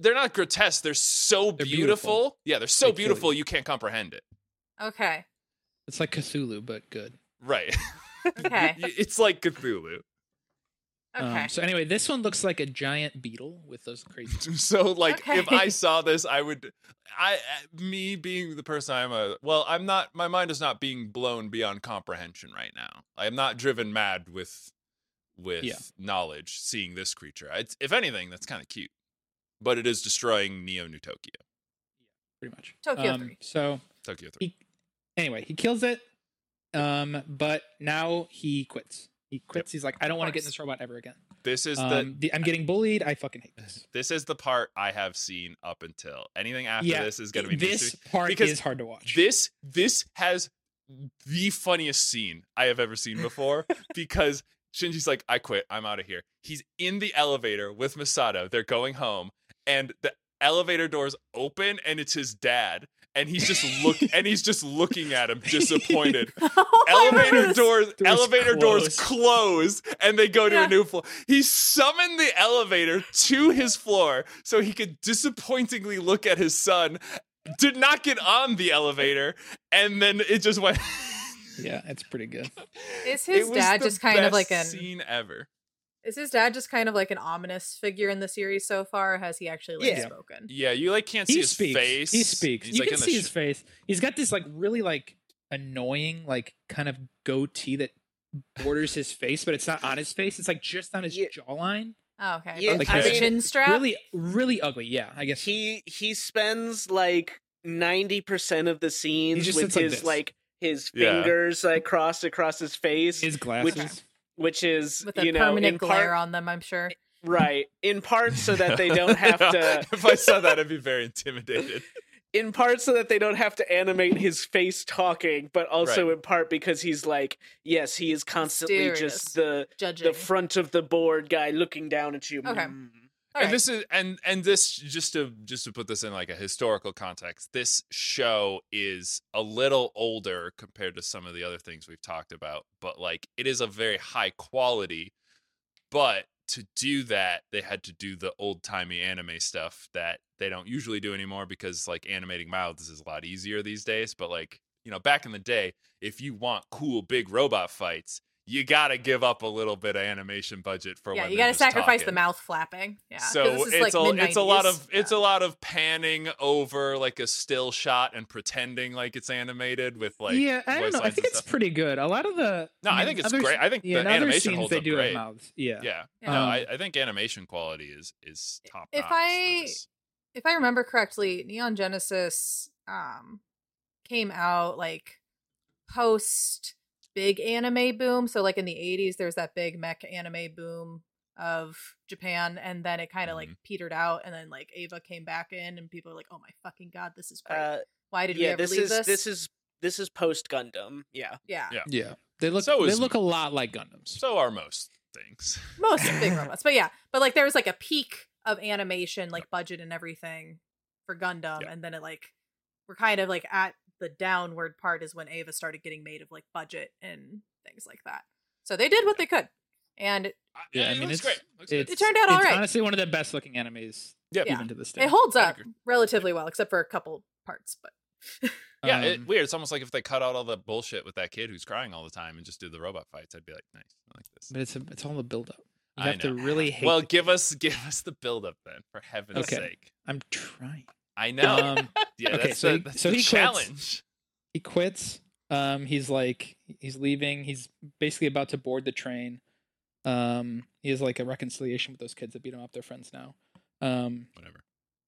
A: They're not grotesque. They're so
B: They're
A: beautiful.
B: beautiful.
A: Yeah, they're so
B: They kill
A: beautiful
B: you.
A: you can't comprehend it.
C: Okay,
B: it's like Cthulhu, but good.
A: Right.
C: okay,
A: it's like Cthulhu.
C: okay.
B: Um, so anyway, this one looks like a giant beetle with those crazy.
A: So like if
C: Okay.
A: I saw this I would I uh, me being the person I'm a well I'm not my mind is not being blown beyond comprehension right now. I am not driven mad with with
B: Yeah.
A: knowledge seeing this creature. It's, if anything that's kind of cute. But it is destroying Neo Newtopia.
B: pretty much.
C: Tokyo
B: Um,
C: three.
B: So
A: Tokyo 3.
B: he, anyway, he kills it. Um, but now he quits. He quits. He's like, I don't want to get in
C: course.
B: this robot ever again.
A: This is the
B: Um, the, I'm getting bullied. I fucking hate this.
A: this is the part I have seen up until anything after
B: Yeah,
A: this is gonna be
B: this
A: this
B: part
A: because
B: is hard to watch.
A: this this has the funniest scene I have ever seen before because Shinji's like I quit I'm out of here he's in the elevator with Masato they're going home and the elevator doors open and it's his dad and he's just look and he's just looking at him disappointed
C: Oh, I remember
A: elevator
C: this.
A: doors,
B: Doors
A: elevator doors close and they go to
C: Yeah.
A: a new floor he summoned the elevator to his floor so he could disappointingly look at his son did not get on the elevator and then it just went
B: Yeah, it's pretty good.
C: Is
A: It
C: his
A: was
C: dad
A: the
C: just kind of
A: best
C: like an
A: scene ever
C: is his dad just kind of like an ominous figure in the series so far? Or has he actually like
D: Yeah.
C: spoken?
A: yeah you like can't see
B: he
A: his
B: speaks.
A: face
B: He speaks.
A: He's
B: you
A: like
B: can
A: in the
B: see his
A: sh-
B: face. He's got this like really like annoying like kind of goatee that borders his face, but it's not on his face. It's like just on his
D: Yeah.
B: jawline.
C: Oh, okay.
D: Yeah,
C: like
B: I
C: his
B: mean,
C: chin strap.
B: Really, really ugly. Yeah, I guess.
D: he he spends like 90% of the scenes
B: just
D: with
B: sits like
D: his
B: this.
D: like his
A: Yeah.
D: fingers like crossed across his face
B: his glasses.
D: which is
C: with a
D: you know in
C: permanent glare
D: part
C: on them, I'm sure.
D: right in part so that they don't have to
A: if I saw that I'd be very intimidated
D: in part so that they don't have to animate his face talking but also in part because he's like yes he is constantly
C: Mysterious.
D: just the
C: Judging.
D: the front of the board guy looking down at you
C: Okay.
D: Mm.
C: All
A: and
C: right.
A: this is and and this just to just to put this in like a historical context this show is a little older compared to some of the other things we've talked about but like it is a very high quality but to do that they had to do the old-timey anime stuff that they don't usually do anymore because like animating mouths is a lot easier these days but like you know, back in the day, if you want cool big robot fights, you gotta give up a little bit of animation budget for
C: yeah,
A: when
C: you
A: they're
C: gotta
A: just
C: sacrifice
A: talking.
C: the mouth flapping. Yeah. 'cause
A: So
C: this is,
A: it's
C: like,
A: a it's a lot
C: mid-nineties.
A: of it's
C: Yeah.
A: a lot of panning over like a still shot and pretending like it's animated with like
B: yeah, I
A: voice
B: don't know. I
A: lines
B: think
A: and
B: it's
A: stuff.
B: pretty good. A lot of the
A: No, I think it's great. I think
B: yeah,
A: the
B: in other
A: animation
B: scenes
A: holds
B: they
A: up
B: do
A: great.
B: have mouths. Yeah,
A: Yeah,
C: Yeah.
A: no,
B: Um,
A: I, I think animation quality is is top.
C: If
A: notch for
C: I-
A: this.
C: if I remember correctly, Neon Genesis um came out like post big anime boom. So like in the 80s there was that big mech anime boom of Japan and then it kind of
D: Mm-hmm.
C: like petered out and then like Ava came back in and people were like, "Oh my fucking god, this is great.
D: Uh,
C: Why did we
D: yeah,
C: ever
D: this
C: leave
D: is
C: this?"
D: this is this is post Gundam. Yeah.
C: yeah.
A: Yeah.
B: yeah. They look
A: So
B: they
A: is-
B: look a lot like Gundams.
A: so are most things.
C: Most big robots. But yeah, but like there was like a peak of animation like budget and everything for Gundam
A: Yeah.
C: and then it like we're kind of like at the downward part is when Ava started getting made of like budget and things like that. So they did what they could. And
A: I-
B: Yeah, I
A: it
B: mean,
A: looks
B: it's-
A: great. Looks good.
B: It's-
C: turned out all
B: it's
C: right.
B: Honestly, one of the best looking animes
A: Yep.
C: Yeah.
B: even to this day.
C: it holds
A: I
C: up
A: agree.
C: relatively well except for a couple parts, but
A: Yeah,
B: Um,
A: it, weird. It's almost like if they cut out all the bullshit with that kid who's crying all the time and just did the robot fights, I'd be like, nice, I like this.
B: But it's a, it's all the buildup. You
A: I
B: have to
A: know.
B: really hate.
A: well,
B: the-
A: give us give us the build up then, for heaven's
B: Okay.
A: sake.
B: I'm trying.
A: I know.
B: Um,
A: yeah,
B: okay,
A: that's
B: so
A: the,
B: he-
A: that's
B: so
A: the
B: he quits.
A: challenge.
B: he quits. Um, he's like he's leaving. He's basically about to board the train. Um, he has like a reconciliation with those kids that beat him up. They're friends now. Um,
A: Whatever.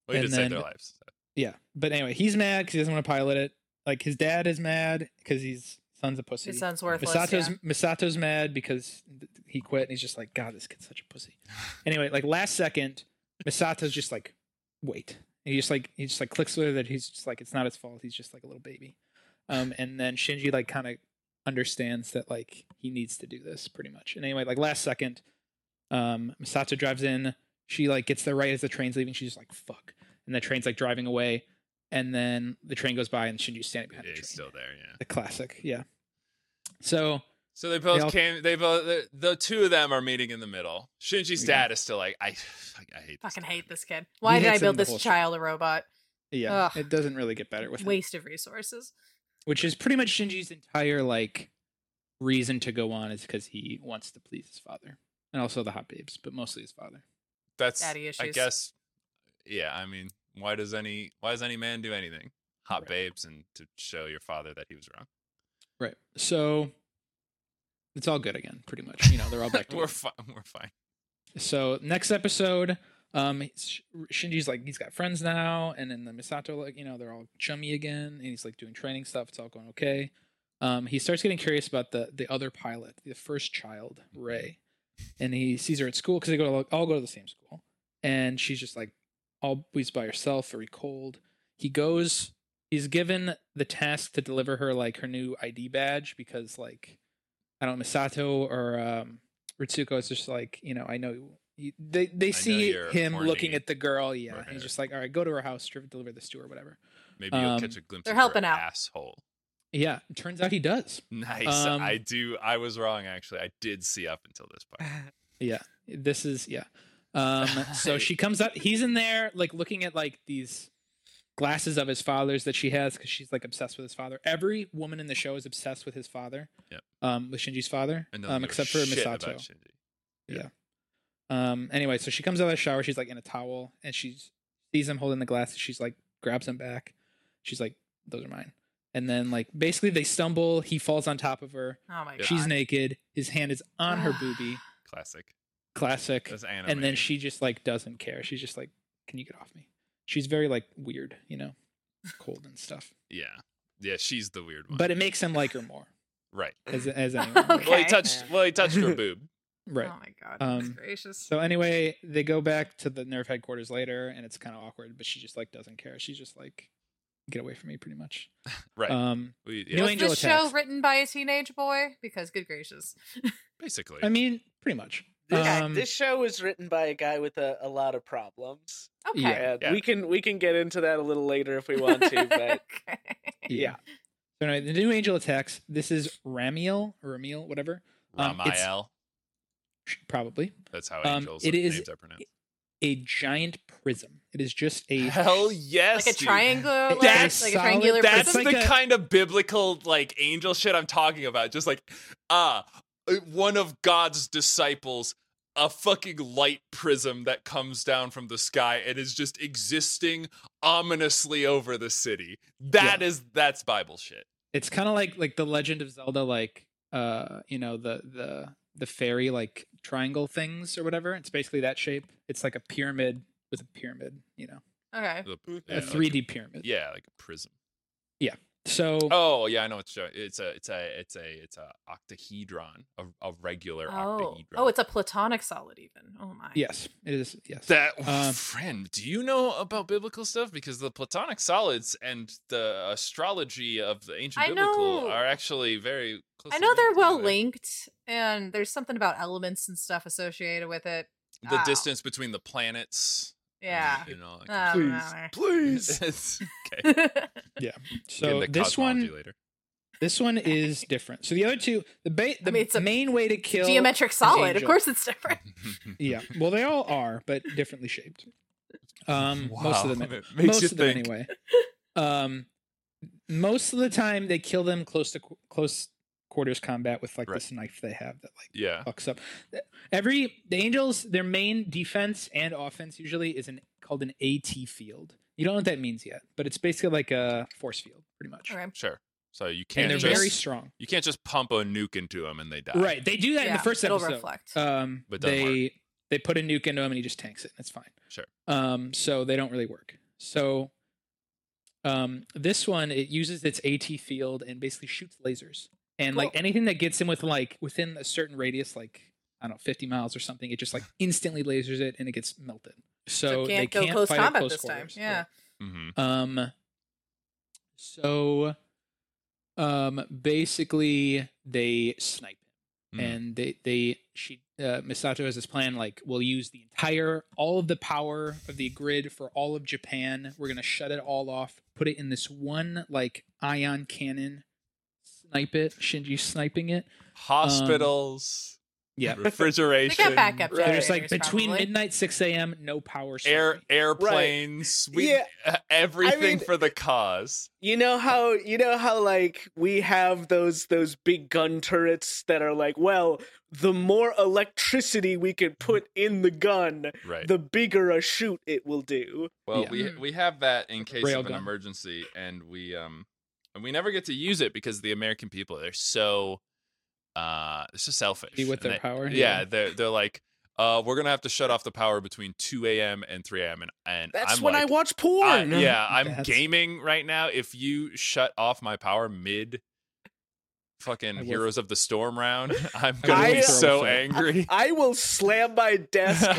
A: Well, he
B: And
A: did save
B: then-
A: their lives. so.
B: yeah, but anyway, he's mad because he doesn't want to pilot it. Like his dad is mad because he's son's a pussy.
C: his son's worthless.
B: Misato's
C: yeah.
B: Misato's mad because th- he quit and he's just like, God, this kid's such a pussy. anyway, like last second, Misato's just like, wait. And he just like he just like clicks with her that he's just like it's not his fault. He's just like a little baby. Um, and then Shinji like kind of understands that like he needs to do this pretty much. And anyway, like last second, um, Misato drives in. She like gets there right as the train's leaving. She's just like fuck, and the train's like driving away. And then the train goes by and Shinji's standing
A: Yeah,
B: behind the train.
A: he's still there, yeah.
B: the classic, yeah. So
A: So they both
B: all-
A: came. They both the, the two of them are meeting in the middle. Shinji's
B: Yeah.
A: dad is still like, I, I hate this.
C: Fucking
A: guy.
C: hate this kid. Why did
B: hates
C: I
B: him
C: build
B: the
C: this
B: whole show.
C: child a robot?
B: yeah,
C: Ugh.
B: it doesn't really get better with him.
C: Waste of resources.
B: which is pretty much Shinji's entire like reason to go on is because he wants to please his father and also the hot babes, but mostly his father.
A: That's
C: Daddy
A: I
C: issues.
A: guess. Yeah, I mean, why does any why does any man do anything? Hot babes and to show your father that he was wrong.
B: Right. So it's all good again, pretty much. You know, they're all back
A: we're
B: together.
A: fine. We're fine.
B: so next episode, um, Sh- Shinji's like he's got friends now, and then the Misato like you know they're all chummy again, and he's like doing training stuff. It's all going okay. Um, he starts getting curious about the the other pilot, the first child, Ray, and he sees her at school because they go to, all go to the same school, and she's just like always by herself, very cold. He goes. He's given the task to deliver her like her new ID badge because like I don't know, Misato or um, Ritsuko is just like you know I know you, they they see
A: you're
B: him
A: horny
B: looking at the girl yeah
A: for
B: and he's
A: her.
B: just like all right go to her house dri- deliver this to her whatever
A: Maybe you'll
B: Um,
A: catch a glimpse.
C: they're
A: of her
C: helping out.
A: Asshole.
B: yeah it turns out he does
A: Nice.
B: Um,
A: I do. I was wrong actually. I did see up until this part.
B: yeah this is yeah um so she comes up he's in there like looking at like these glasses of his father's that she has because she's like obsessed with his father every woman in the show is obsessed with his father
A: Yep.
B: um with shinji's father
A: And doesn't
B: um
A: give a
B: except for
A: shit about
B: misato
A: Shinji.
B: Um, anyway, so she comes out of the shower. She's like in a towel, and she sees him holding the glasses. She's like grabs him back. She's like, "Those are mine." And then like basically they stumble. He falls on top of her.
C: Oh my god.
B: She's naked. His hand is on her boobie.
A: Classic.
B: Classic.
A: That's anime.
B: And then she just like doesn't care. She's just like, "Can you get off me?" She's very like weird, you know, cold and stuff.
A: Yeah. Yeah. She's the weird one.
B: But it makes him like her more
A: right.
B: as as anyone.
C: Okay.
A: Well, he touched.
D: Oh, Yeah.
A: Well, he touched her boob.
B: Right.
C: Oh my god.
B: Um,
C: goodness gracious.
B: So anyway, they go back to the nerve headquarters later, and it's kind of awkward. But she just like doesn't care. She's just like, get away from me, pretty much.
A: Right.
B: Um,
A: we,
B: New
A: yeah,
C: was
B: Angel
C: this show
B: Attacks.
C: written by a teenage boy? Because good gracious,
A: basically.
B: I mean, pretty much.
D: This,
B: Um,
D: this show is written by a guy with a, a lot of problems.
C: okay,
B: Yeah.
D: And
A: Yeah.
D: We can we can get into that a little later if we want to, but
C: Okay.
D: yeah.
B: So anyway, the new angel attacks. This is Ramiel, or Ramiel, whatever. um, it's-
A: Ramiel.
B: Probably.
A: That's how
B: um,
A: angels
B: it
A: are-
B: is-
A: names are pronounced.
B: a giant prism. It is just a
A: Hell yes.
C: Like a
A: dude.
C: triangle, like,
B: That's
C: like a
B: solid-
C: triangular
A: That's
C: prism.
B: like
A: the
B: a-
A: kind of biblical like angel shit I'm talking about. Just like ah, one of God's disciples, a fucking light prism that comes down from the sky and is just existing ominously over the city. That is that's Bible shit.
B: it's kind of like like the legend of zelda like uh you know the the the fairy like triangle things or whatever it's basically that shape it's like a pyramid with a pyramid you know
C: okay.
A: The-
D: Mm.
A: yeah,
B: Mm-hmm. a
A: like-
B: 3d pyramid
A: yeah, like a prism.
B: so
A: Oh yeah, I know it's it's a it's a it's a it's a octahedron, a, a regular
C: Oh.
A: octahedron.
C: oh, it's a platonic solid even. Oh my.
B: yes it is yes
A: That
B: Um,
A: friend, do you know about biblical stuff? Because the Platonic solids and the astrology of the ancient
C: I
A: biblical
C: know.
A: are actually very. close.
C: I know they're well linked, and there's something about elements and stuff associated with it.
A: The
B: Ah.
C: Wow.
A: distance between the planets. and,
C: Yeah.
A: you know, like-
B: Uh.
C: Oh,
D: Please.
C: no.
A: It's- okay. we'll get
B: so
A: into
B: this
A: cosmology
B: one
A: later.
B: this one is different so the other two the ba- the
C: mean, it's a
B: main way to kill
C: Geometric solid. Of
B: angel.
C: course, it's different.
B: yeah well they all are but differently shaped um most
A: Wow,
B: of them
A: it makes
B: most
A: you
B: of them
A: think.
B: anyway. Um, most of the time they kill them close to qu- close quarters combat with like
A: Right.
B: this knife they have that like
A: Yeah.
B: fucks up. Th- Every the angels their main defense and offense usually is an called an AT field. You don't know what that means yet, but it's basically like a force field, pretty much.
C: Okay.
A: Sure. So you
B: And
A: can't
B: they're
A: just
B: very strong.
A: you can't just pump a nuke into them and they die.
B: Right, they do that in
C: Yeah,
B: the first
C: it'll
B: episode.
C: reflect.
B: Um,
A: But doesn't
B: they they put a nuke into him and he just tanks it. That's fine.
A: Sure.
B: Um, so they don't really work. So, um, this one it uses its AT field and basically shoots lasers and like
C: Cool.
B: anything that gets him with like within a certain radius, like I don't know, fifty miles or something, it just like instantly lasers it and it gets melted. So,
C: can't
B: they
C: go
B: can't
C: close
B: fight at
C: combat
B: close
C: this time.
B: quarters.
C: Yeah.
B: Right.
A: Mm-hmm.
B: Um so um basically they snipe him.
A: Mhm.
B: And they they she uh, Misato has this plan like we'll use the entire all of the power of the grid for all of Japan. We're going to shut it all off, put it in this one like ion cannon, snipe it, Shinji sniping it.
A: Hospitals.
B: yeah. They
A: Refrigeration.
C: backup
A: right.
B: There's like
C: Generators,
B: between
C: probably.
B: midnight 6 a.m. no power
A: air
B: sorry.
A: airplanes we
D: Yeah.
A: uh, everything
D: mean-
A: for the cause
D: You know how you know how like we have those those big gun turrets that are like, well, the more electricity we can put in the gun,
A: Mm-hmm. right
D: the bigger a shoot it will do.
A: well
B: Yeah. Mm.
A: we we have that in case of an
B: Railgun.
A: emergency and we um and we never get to use it because the american people they're so uh they're so selfish
B: Be with
A: And
B: their
A: they-
B: power,
A: yeah,
B: yeah.
A: they're they're like uh we're gonna have to shut off the power between 2 a.m and 3 a.m and and
D: That's
A: I'm
D: when
A: like,
D: I watch
A: I-
D: porn.
A: yeah, I'm
B: That's-
A: gaming right now. If you shut off my power mid
B: I
A: fucking
B: will-
A: Heroes of the Storm round, I'm
B: I
A: gonna
D: will
A: be
D: throw a
A: so
B: fit.
A: angry.
D: I will slam my desk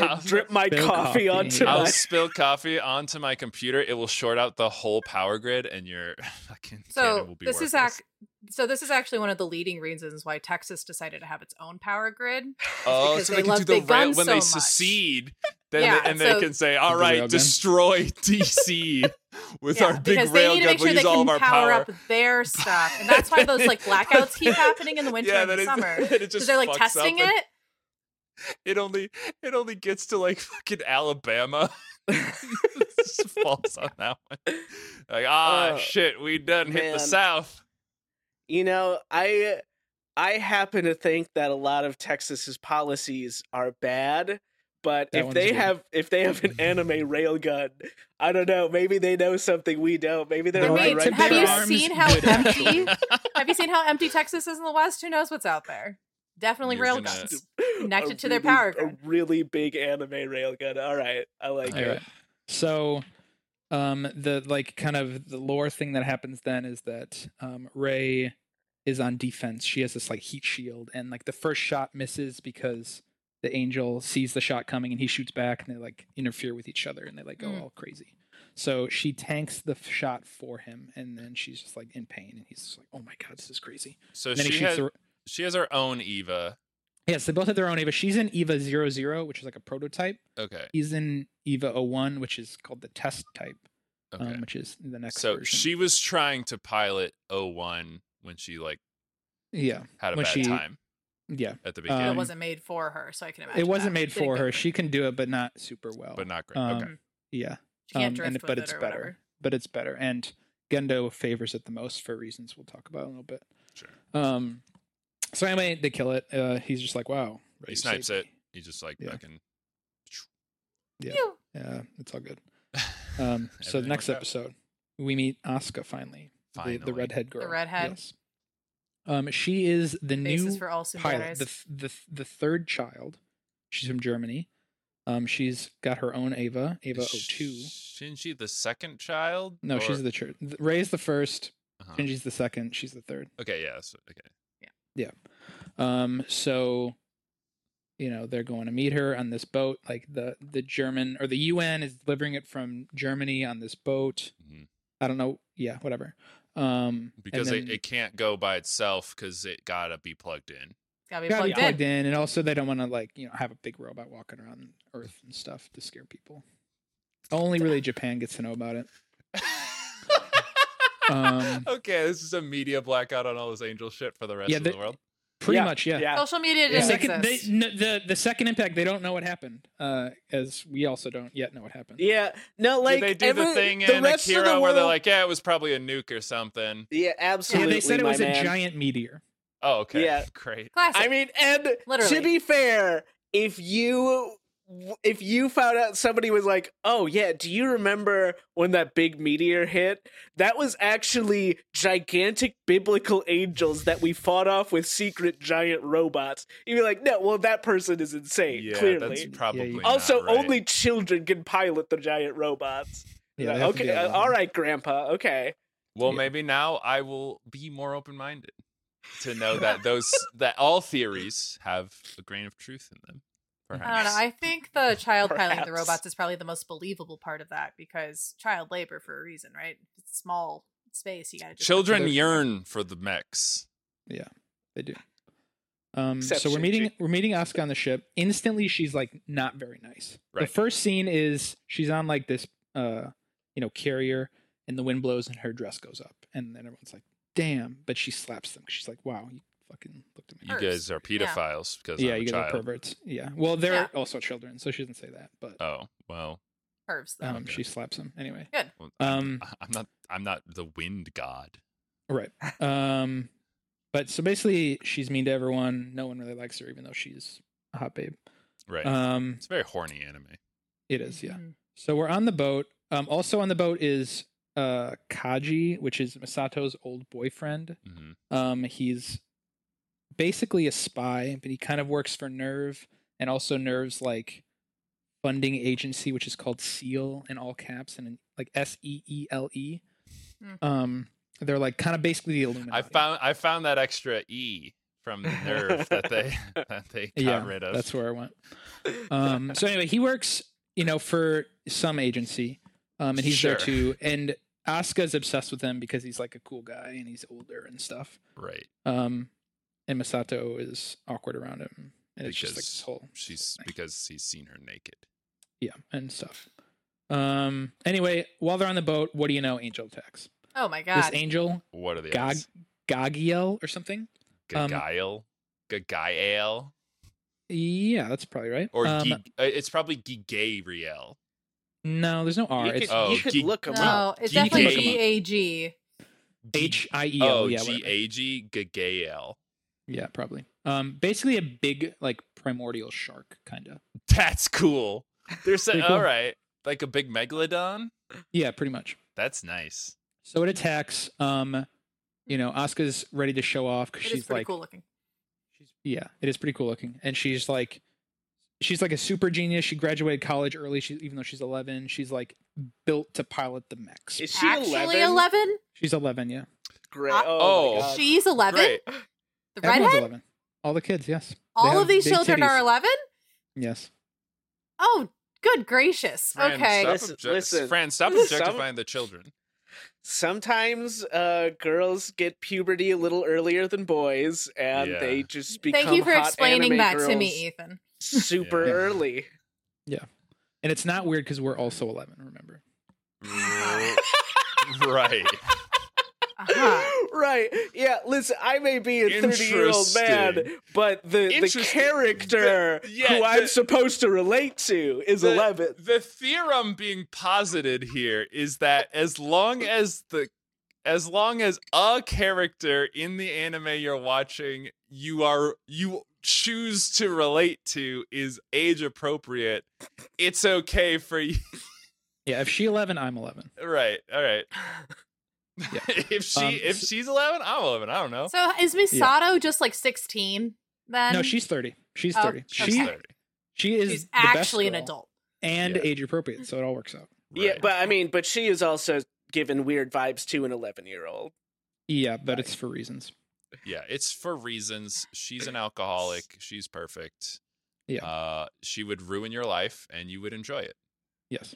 D: and drip my
B: Spill
D: coffee
B: coffee.
D: onto
A: I'll
D: my
A: spill coffee onto my computer. It will short out the whole power grid, and your fucking cannon
C: So
A: will be
C: this is
A: worthless.
C: ac- so this is actually one of the leading reasons why Texas decided to have its own power grid.
A: oh,
C: because
A: so
C: they
A: they,
C: love
A: can do the
C: big
A: rail
C: guns
A: when
C: so
A: they
C: much.
A: secede. Then
C: Yeah,
A: they, and
C: so-
A: they can say, "All
B: The
A: right,
B: railgun.
A: destroy DC with
C: Yeah,
A: our big
C: because they need to
A: railgun.
C: make sure
A: We'll
C: they
A: use all
C: can
A: of our
C: power
A: power."
C: up their stuff, and that's why those like blackouts keep happening in the winter
A: yeah,
C: and
A: then
C: the
A: it,
C: summer
A: then it
C: because
A: just
C: they're like
A: fucks up
C: testing
A: and-
C: it.
A: it only it only gets to like fucking Alabama. It just falls on that one. Like ah
D: Uh,
A: shit, we done hit the
D: man.
A: South.
D: You know, I I happen to think that a lot of Texas's policies are bad, but
B: That
D: if
B: one's
D: they
B: good.
D: have if they have an anime railgun, I don't know. Maybe they know something we don't. Maybe they're
B: The
D: all
C: Wait,
B: right
D: right
B: to
C: have
B: bear
C: you
D: there.
B: arms,
C: seen how
B: good
C: empty?
B: actually.
C: have you seen how empty Texas is in the West? Who knows what's out there? Definitely
A: You're gonna-
C: railguns.
D: A
C: Connected to their
D: really-
C: power
D: A
C: grid.
D: really big anime railgun. All right, I like
B: All
D: it.
B: right. So, um, the like kind of the lore thing that happens then is that um, Ray is on defense. She has this like heat shield, and like the first shot misses because the angel sees the shot coming and he shoots back, and they like interfere with each other, and they like go
C: Mm.
B: all crazy. So she tanks the f- shot for him, and then she's just like in pain, and he's just like, "Oh my god, this is crazy."
A: So
B: And then he
A: she
B: shoots
A: has
B: the
A: she has her own Eva.
B: Yes, they both have their own Eva. She's in Eva 00, which is like a prototype.
A: Okay.
B: He's in Eva 01, which is called the test type.
A: Okay.
B: um, which is the next
A: so
B: version.
A: she was trying to pilot 01 when she like
B: yeah
A: had a
B: When
A: bad
B: she-
A: time.
B: Yeah,
A: at the
C: But
A: beginning,
B: Um,
C: it wasn't made for her, so I can imagine.
B: it wasn't
C: that.
B: made
C: She didn't
B: for
C: go
B: her.
C: for
B: She
C: it.
B: can do it, but not super well.
A: but not great.
B: um,
A: okay.
B: yeah,
C: She can't
B: Um,
C: drift
B: and-
C: with
B: but
C: it
B: it's
C: or
B: better.
C: whatever.
B: but it's better. And Gendo favors it the most for reasons we'll talk about in a little bit.
A: Sure.
B: Um, so anyway, they kill it. Uh, he's just like, wow.
A: He
B: you
A: snipes
B: saved
A: it. He's just like
B: Yeah.
A: fucking.
B: Yeah.
C: Phew.
B: me." Yeah, it's all good. Um, so the
A: Everything
B: next
A: worked out.
B: episode, we meet Asuka finally, The,
A: Finally.
B: the redhead girl.
C: redhead.
B: Yes. Um, she is the
C: Basis
B: new
C: for all sumo
B: pilot,
C: guys.
B: the, th- the th- the third child. She's from Germany. Um, she's got her own Ava, Ava
A: Is
B: O2.
A: Shinji the second child?
B: No,
A: Or-
B: she's the church. Ray's the first,
A: uh-huh.
B: Shinji's the second, she's the third.
A: Okay, yeah. So, okay.
B: Um, so you know they're going to meet her on this boat. Like the the German or the UN is delivering it from Germany on this boat.
A: Mhm.
B: I don't know. Yeah, whatever. Um, and
A: Because
B: then-
A: it, it can't go by itself because it gotta be plugged in.
C: Gotta be
B: gotta
C: plugged,
B: be plugged
C: in.
B: in, and also they don't want to like you know have a big robot walking around Earth and stuff to scare people. Only really Japan gets to know about it. Um,
A: okay, this is a media blackout on all this angel shit for the rest
B: Yeah,
A: of
B: the-
A: the world.
B: Pretty
D: Yeah,
B: much, yeah.
D: yeah.
C: Social media
B: The
C: didn't
B: second, they,
C: exist.
B: no, the the second impact, they don't know what happened, uh, as we also don't yet know what happened.
D: Yeah, no, like
A: Did they do the
D: every-
A: thing
D: the
A: in
D: rest of
A: Akira
D: the world,
A: where they're like, yeah, it was probably a nuke or something.
D: yeah,
B: Yeah,
D: absolutely.
B: they said it
D: my
B: was
D: man.
B: a giant meteor.
A: Oh, okay.
D: Yeah.
A: Great.
C: Classic.
D: I mean, and
C: Literally.
D: to be fair, if you if you found out somebody was like, "Oh yeah, do you remember when that big meteor hit? That was actually gigantic biblical angels that we fought off with secret giant robots." You'd be like, "No, well that person is insane,
A: Yeah, that's
D: clearly."
A: probably.
B: you-
A: not
D: Also,
A: right.
D: only children can pilot the giant robots.
B: Yeah, they have to
D: okay,
B: be
D: uh,
B: alone.
D: all right, grandpa. Okay.
A: Well,
B: Yeah.
A: maybe now I will be more open-minded to know that those that all theories have a grain of truth in them. Perhaps.
C: I don't know. I think the child piloting the
D: Perhaps.
C: robots is probably the most believable part of that because child labor for a reason, right? It's small space. You gotta just
A: Children
B: They're-
A: yearn for the mechs.
B: They do. Um,
D: Except
B: so we're
D: Shinji.
B: meeting we're meeting Asuka on the ship. Instantly, she's like not very nice. The
A: Right.
B: first scene is she's on like this, uh, you know, carrier, and the wind blows and her dress goes up, and then everyone's like, "Damn!" But she slaps them. 'cause She's like, "Wow, you fucking looked at me."
A: You
C: Pervs.
A: guys are
C: Yeah.
A: pedophiles because
B: yeah,
A: I'm
B: you
A: a
B: guys are
A: child.
B: perverts. Yeah. Well, they're
C: Yeah.
B: also children, so she doesn't say that, but
A: Oh well,
C: curves though.
B: um,
A: okay.
B: she slaps him anyway.
A: well,
B: Um,
A: I- I'm not. I'm not the wind god.
B: Right. Um, but so basically, she's mean to everyone. No one really likes her, even though she's a hot babe.
A: Right.
B: Um,
A: it's a very horny anime.
B: it is, yeah.
C: Mhm.
B: So we're on the boat. Um, also on the boat is uh Kaji, which is Misato's old boyfriend.
A: hmm
B: Um, he's basically a spy, but he kind of works for Nerve and also Nerve's like funding agency, which is called SEAL in all caps and in, like S E E L E.
C: Mhm.
B: Um, they're like kind of basically the Illuminati.
A: I found. I found that extra e from the nerve that they that they got
B: yeah,
A: rid of.
B: That's where I went. Um, so anyway, he works, you know, for some agency, um, and he's there
A: Sure.
B: too. And Asuka's obsessed with him because he's like a cool guy and he's older and stuff.
A: right.
B: Um, and Masato is awkward around him, and it's just like
A: Because
B: this whole
A: She's because he's seen her naked.
B: yeah and stuff. Um, anyway, while they're on the boat, what do you know? Angel attacks
C: Oh my
B: this
C: god.
B: angel
A: What are the
B: Gog
A: odds?
B: Gogiel or something. um,
A: Gagail, Gagail,
B: Yeah, that's probably right.
A: or
B: um,
A: Gi- uh, it's probably Gigariel.
B: no, there's no R.
D: you could,
B: It's
A: Oh,
D: you could
A: geek.
D: look them up.
C: No, it's
A: Gee,
C: definitely
B: gee.
C: G A G.
B: H I E
A: Oh,
B: L. Yeah,
A: G
B: whatever.
A: A G Gagail.
B: Yeah, probably. Um, basically a big like primordial shark kind of.
A: That's cool. They're saying,
B: Pretty cool.
A: all right, like a big megalodon.
B: Yeah, pretty much.
A: That's nice.
B: So it attacks. Um, you know, Asuka's ready to show off because
C: It is
B: she's
C: pretty
B: like,
C: cool looking.
B: yeah, it is pretty cool looking, and she's like, she's like a super genius. She graduated college early. She even though she's eleven, she's like built to pilot the mechs.
D: Is she
C: Actually
D: 11?
C: eleven?
B: She's eleven. Yeah,
D: Great.
C: Uh,
D: Oh,
A: oh,
D: my God.
C: She's eleven?
A: Great.
C: The
B: everyone's
C: redhead?
B: eleven. All the kids, yes,
C: All
B: have
C: of these
B: big
C: children are
B: titties.
C: eleven?
B: yes.
C: Oh good gracious.
A: Fran,
C: okay.
A: Stop
D: Listen-
A: obje-
D: listen.
A: Fran, stop
D: Some-
A: objectifying the children.
D: sometimes uh, girls get puberty a little earlier than boys, and
A: Yeah.
D: they just become
C: Thank you for
D: hot
C: explaining
D: anime
C: that to
D: girls
C: me, Ethan.
D: Super
A: Yeah.
D: early.
B: And it's not weird because we're also eleven. Remember?
A: right.
C: Uh-huh.
D: right. Yeah. Listen, I may be a thirty-year-old man,
A: Interesting.
D: but the the
A: Interesting.
D: character
A: The- yeah,
D: who I'm
A: the-
D: supposed to relate to is
A: the-
D: eleven.
A: The theorem being posited here is that as long as the as long as a character in the anime you're watching you are you choose to relate to is age appropriate, it's okay for you.
B: Yeah, if she eleven, I'm eleven.
A: Right, all right. if she
B: Um,
A: if
B: s-
A: she's 11, I'm 11. I don't know.
C: So is Misato just like 16 then?
B: no, she's thirty. She's
C: Um, Oh,
B: thirty.
A: She's
B: She
A: 30.
B: she is
C: She's
B: the best
C: actually an
B: girl
C: adult.
B: and
A: Yeah.
B: age appropriate, so it all works out.
D: Yeah,
A: Right.
D: but I mean, but she is also given weird vibes to an eleven-year-old.
B: Yeah, but it's for reasons.
A: yeah, it's for reasons. She's an alcoholic. She's perfect.
B: Yeah.
A: Uh, she would ruin your life and you would enjoy it.
B: Yes.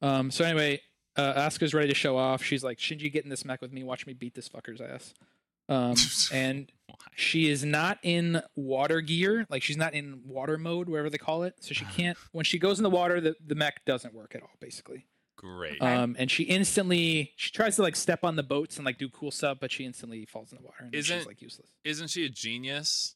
B: Um. So anyway, uh, Asuka's ready to show off. She's like, Shinji, get in this mech with me. Watch me beat this fucker's ass. Um. and she is not in water gear. Like she's not in water mode, whatever they call it. So she can't. When she goes in the water, the the mech doesn't work at all, basically.
A: Great.
B: Um. And she instantly she tries to like step on the boats and like do cool stuff, but she instantly falls in the water and then she's
A: Isn't-
B: like useless.
A: Isn't she a genius?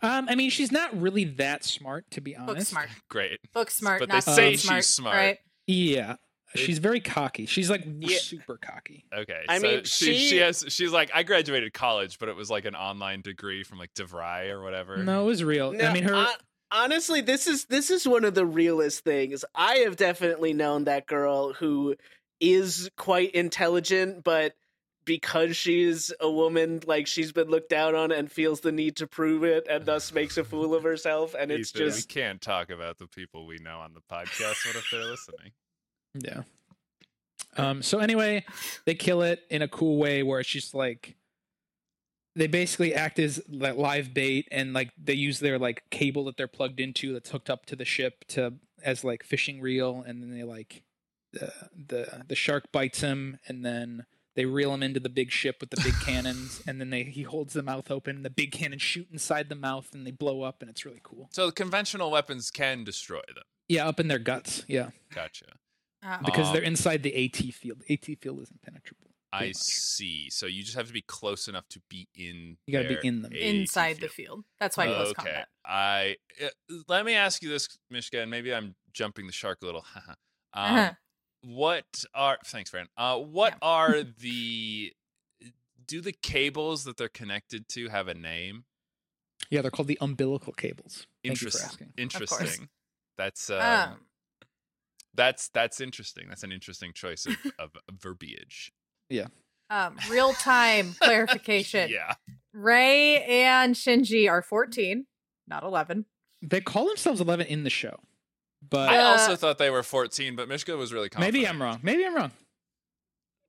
B: Um. I mean, she's not really that smart, to be honest.
C: Book smart.
A: Great.
C: Book smart.
A: But they
C: not book
B: say
C: smart,
A: she's smart.
C: Right?
B: Yeah.
A: It-
B: She's very cocky. She's like
D: Yeah.
B: super cocky.
A: Okay.
D: I
A: so
D: mean,
A: she,
D: she-
A: she has she's like I graduated college, but it was like an online degree from like DeVry or whatever.
B: No, it was real. I
D: No,
B: mean, her.
D: hon- honestly, this is this is one of the realest things. I have definitely known that girl who is quite intelligent, but because she's a woman, like she's been looked down on and feels the need to prove it, and thus makes a fool of herself. And it's
A: Ethan,
D: just
A: we can't talk about the people we know on the podcast. What if they're listening?
B: yeah. Um. So anyway, they kill it in a cool way where it's just like they basically act as like live bait and like they use their like cable that they're plugged into that's hooked up to the ship to as like fishing reel and then they like the the the shark bites him and then they reel him into the big ship with the big cannons and then they he holds the mouth open and the big cannons shoot inside the mouth and they blow up and it's really cool.
A: So the conventional weapons can destroy them.
B: Yeah, up in their guts. Yeah,
A: Gotcha.
C: Uh,
B: because
A: Um,
B: they're inside the AT field. AT field is impenetrable. pretty
A: I
B: much.
A: see. So you just have to be close enough to be in.
B: You gotta be
A: their
B: in them.
A: AT
C: inside the field. That's why close
A: okay.
C: combat.
A: I uh, let me ask you this, Mishka, and maybe I'm jumping the shark a little. haha. um,
C: Uh-huh.
A: What are thanks, Fran? Uh, what
C: Yeah.
A: are the do the cables that they're connected to have a name?
B: Yeah, they're called the umbilical cables. Thank you for
A: Interest,
B: asking.
A: interesting. That's um,
C: Um,
A: that's that's interesting. That's an interesting choice of, of verbiage.
C: um, real time clarification.
A: Yeah,
C: Ray and Shinji are 14, not 11.
B: They call themselves Eleven in the show, but
A: I
C: Uh,
A: also thought they were 14, but Mishka was really confident.
B: maybe I'm wrong. Maybe I'm wrong.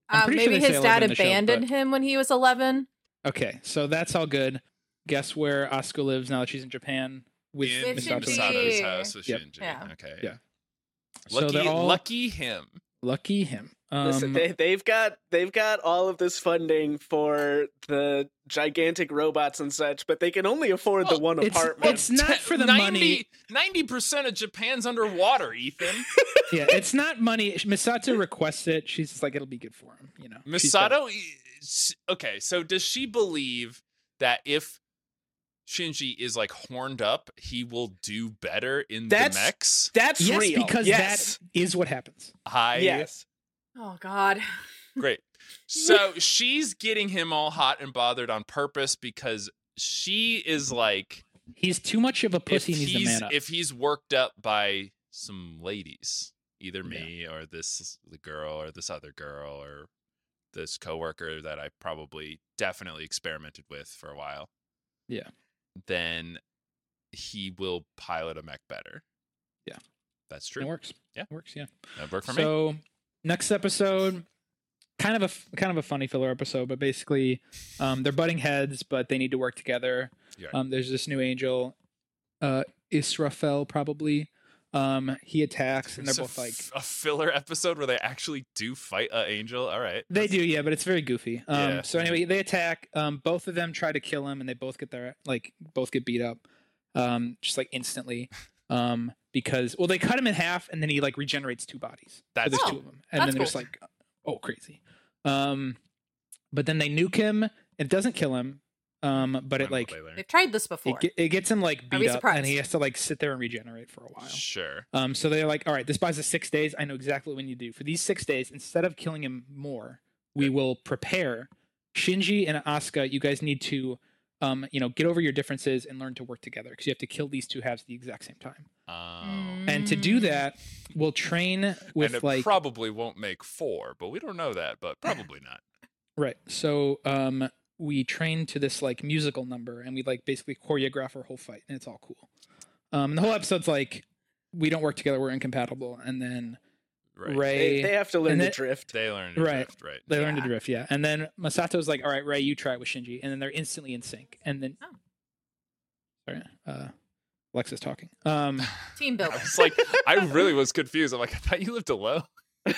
B: I'm
C: Um,
B: pretty sure
C: maybe
B: they say
C: his
B: 11
C: dad
B: in the show,
C: abandoned
B: but-
C: him when he was 11.
B: Okay, so that's all good. Guess where Asuka lives now that she's in Japan with
A: in
C: With
B: Misato.
C: Shinji.
A: Misato's house with
B: Yep.
A: Shinji.
C: Yeah.
A: Okay.
B: Yeah. So
A: Lucky,
B: they're all
A: lucky him.
B: lucky him. Um,
D: Listen, they, they've got they've got all of this funding for the gigantic robots and such, but they can only afford the
A: Well,
D: one
B: it's-
D: apartment.
B: it's not for the money.
A: Ninety percent of Japan's underwater. Ethan
B: yeah, it's not money. Misato requests it. She's just like, it'll be good for him. You know, She's got-
A: Misato. is- Okay, so does she believe that if Shinji is like horned up, he will do better in
D: That's-
A: the mechs?
D: That's
B: Yes,
D: real.
B: because
D: yes.
B: that is what happens.
A: Hi.
D: yes.
C: Oh, God.
A: Great. So she's getting him all hot and bothered on purpose because she is like,
B: He's too much of a
A: if
B: pussy and he's a
A: he's
B: man up.
A: if he's worked up by some ladies, either me or this the girl or this other girl or this coworker that I probably definitely experimented with for a while.
B: Yeah.
A: Then he will pilot a mech better.
B: Yeah.
A: That's
B: It
A: true.
B: works.
A: Yeah.
B: It works, yeah.
A: That worked for me.
B: So next episode, kind of a f- kind of a funny filler episode, but basically, um, they're butting heads, but they need to work together.
A: Yeah.
B: Um, there's this new angel, uh, Israfel probably. Um, he attacks, and they're
A: It's a
B: both like
A: f- a filler episode where they actually do fight a angel. All right.
B: they do, yeah, but it's very goofy. Um,
A: Yeah.
B: so anyway, they attack. Um, both of them try to kill him, and they both get their like both get beat up, um, just like instantly. Um, because well, they cut him in half, and then he like regenerates two bodies. So
A: That's
B: there's
C: Oh,
B: two of them, and then
C: that's cool.
B: there's like, oh, crazy. Um, but then they nuke him. It doesn't kill him, um, but it
A: I'm a
B: like
A: whaler.
C: They've tried this before.
B: it, ge- it gets him like
C: Are
B: beat
C: we
B: up,
C: surprised?
B: and he has to like sit there and regenerate for a while.
A: Sure.
B: Um, so they're like, all right, this buys us six days. I know exactly what we need to do. For these six days, instead of killing him more, we will prepare. Shinji and Asuka, you guys need to, um, you know, get over your differences and learn to work together because you have to kill these two halves at the exact same time.
A: Um,
B: And to
D: Mm.
B: do that, we'll train with
A: and it
B: like
A: probably won't make four, but we don't know that. But probably not.
B: right. So um, we train to this like musical number, and we like basically choreograph our whole fight, and it's all cool. Um, and the whole episode's like, we don't work together, we're incompatible, and then
A: Right.
B: Ray.
D: They, they have to learn
B: and
D: to
B: it-
D: drift.
A: They learned to
B: Right.
A: drift, right?
B: They learn to
C: Yeah.
B: drift, yeah. And then Masato's like, "All right, Ray, you try it with Shinji," and then they're instantly in sync. And then,
C: Oh.
B: sorry, uh, Alexa's talking. Um,
C: Team
A: I
C: building.
A: was like, I really was confused. I'm like, I thought you lived alone. and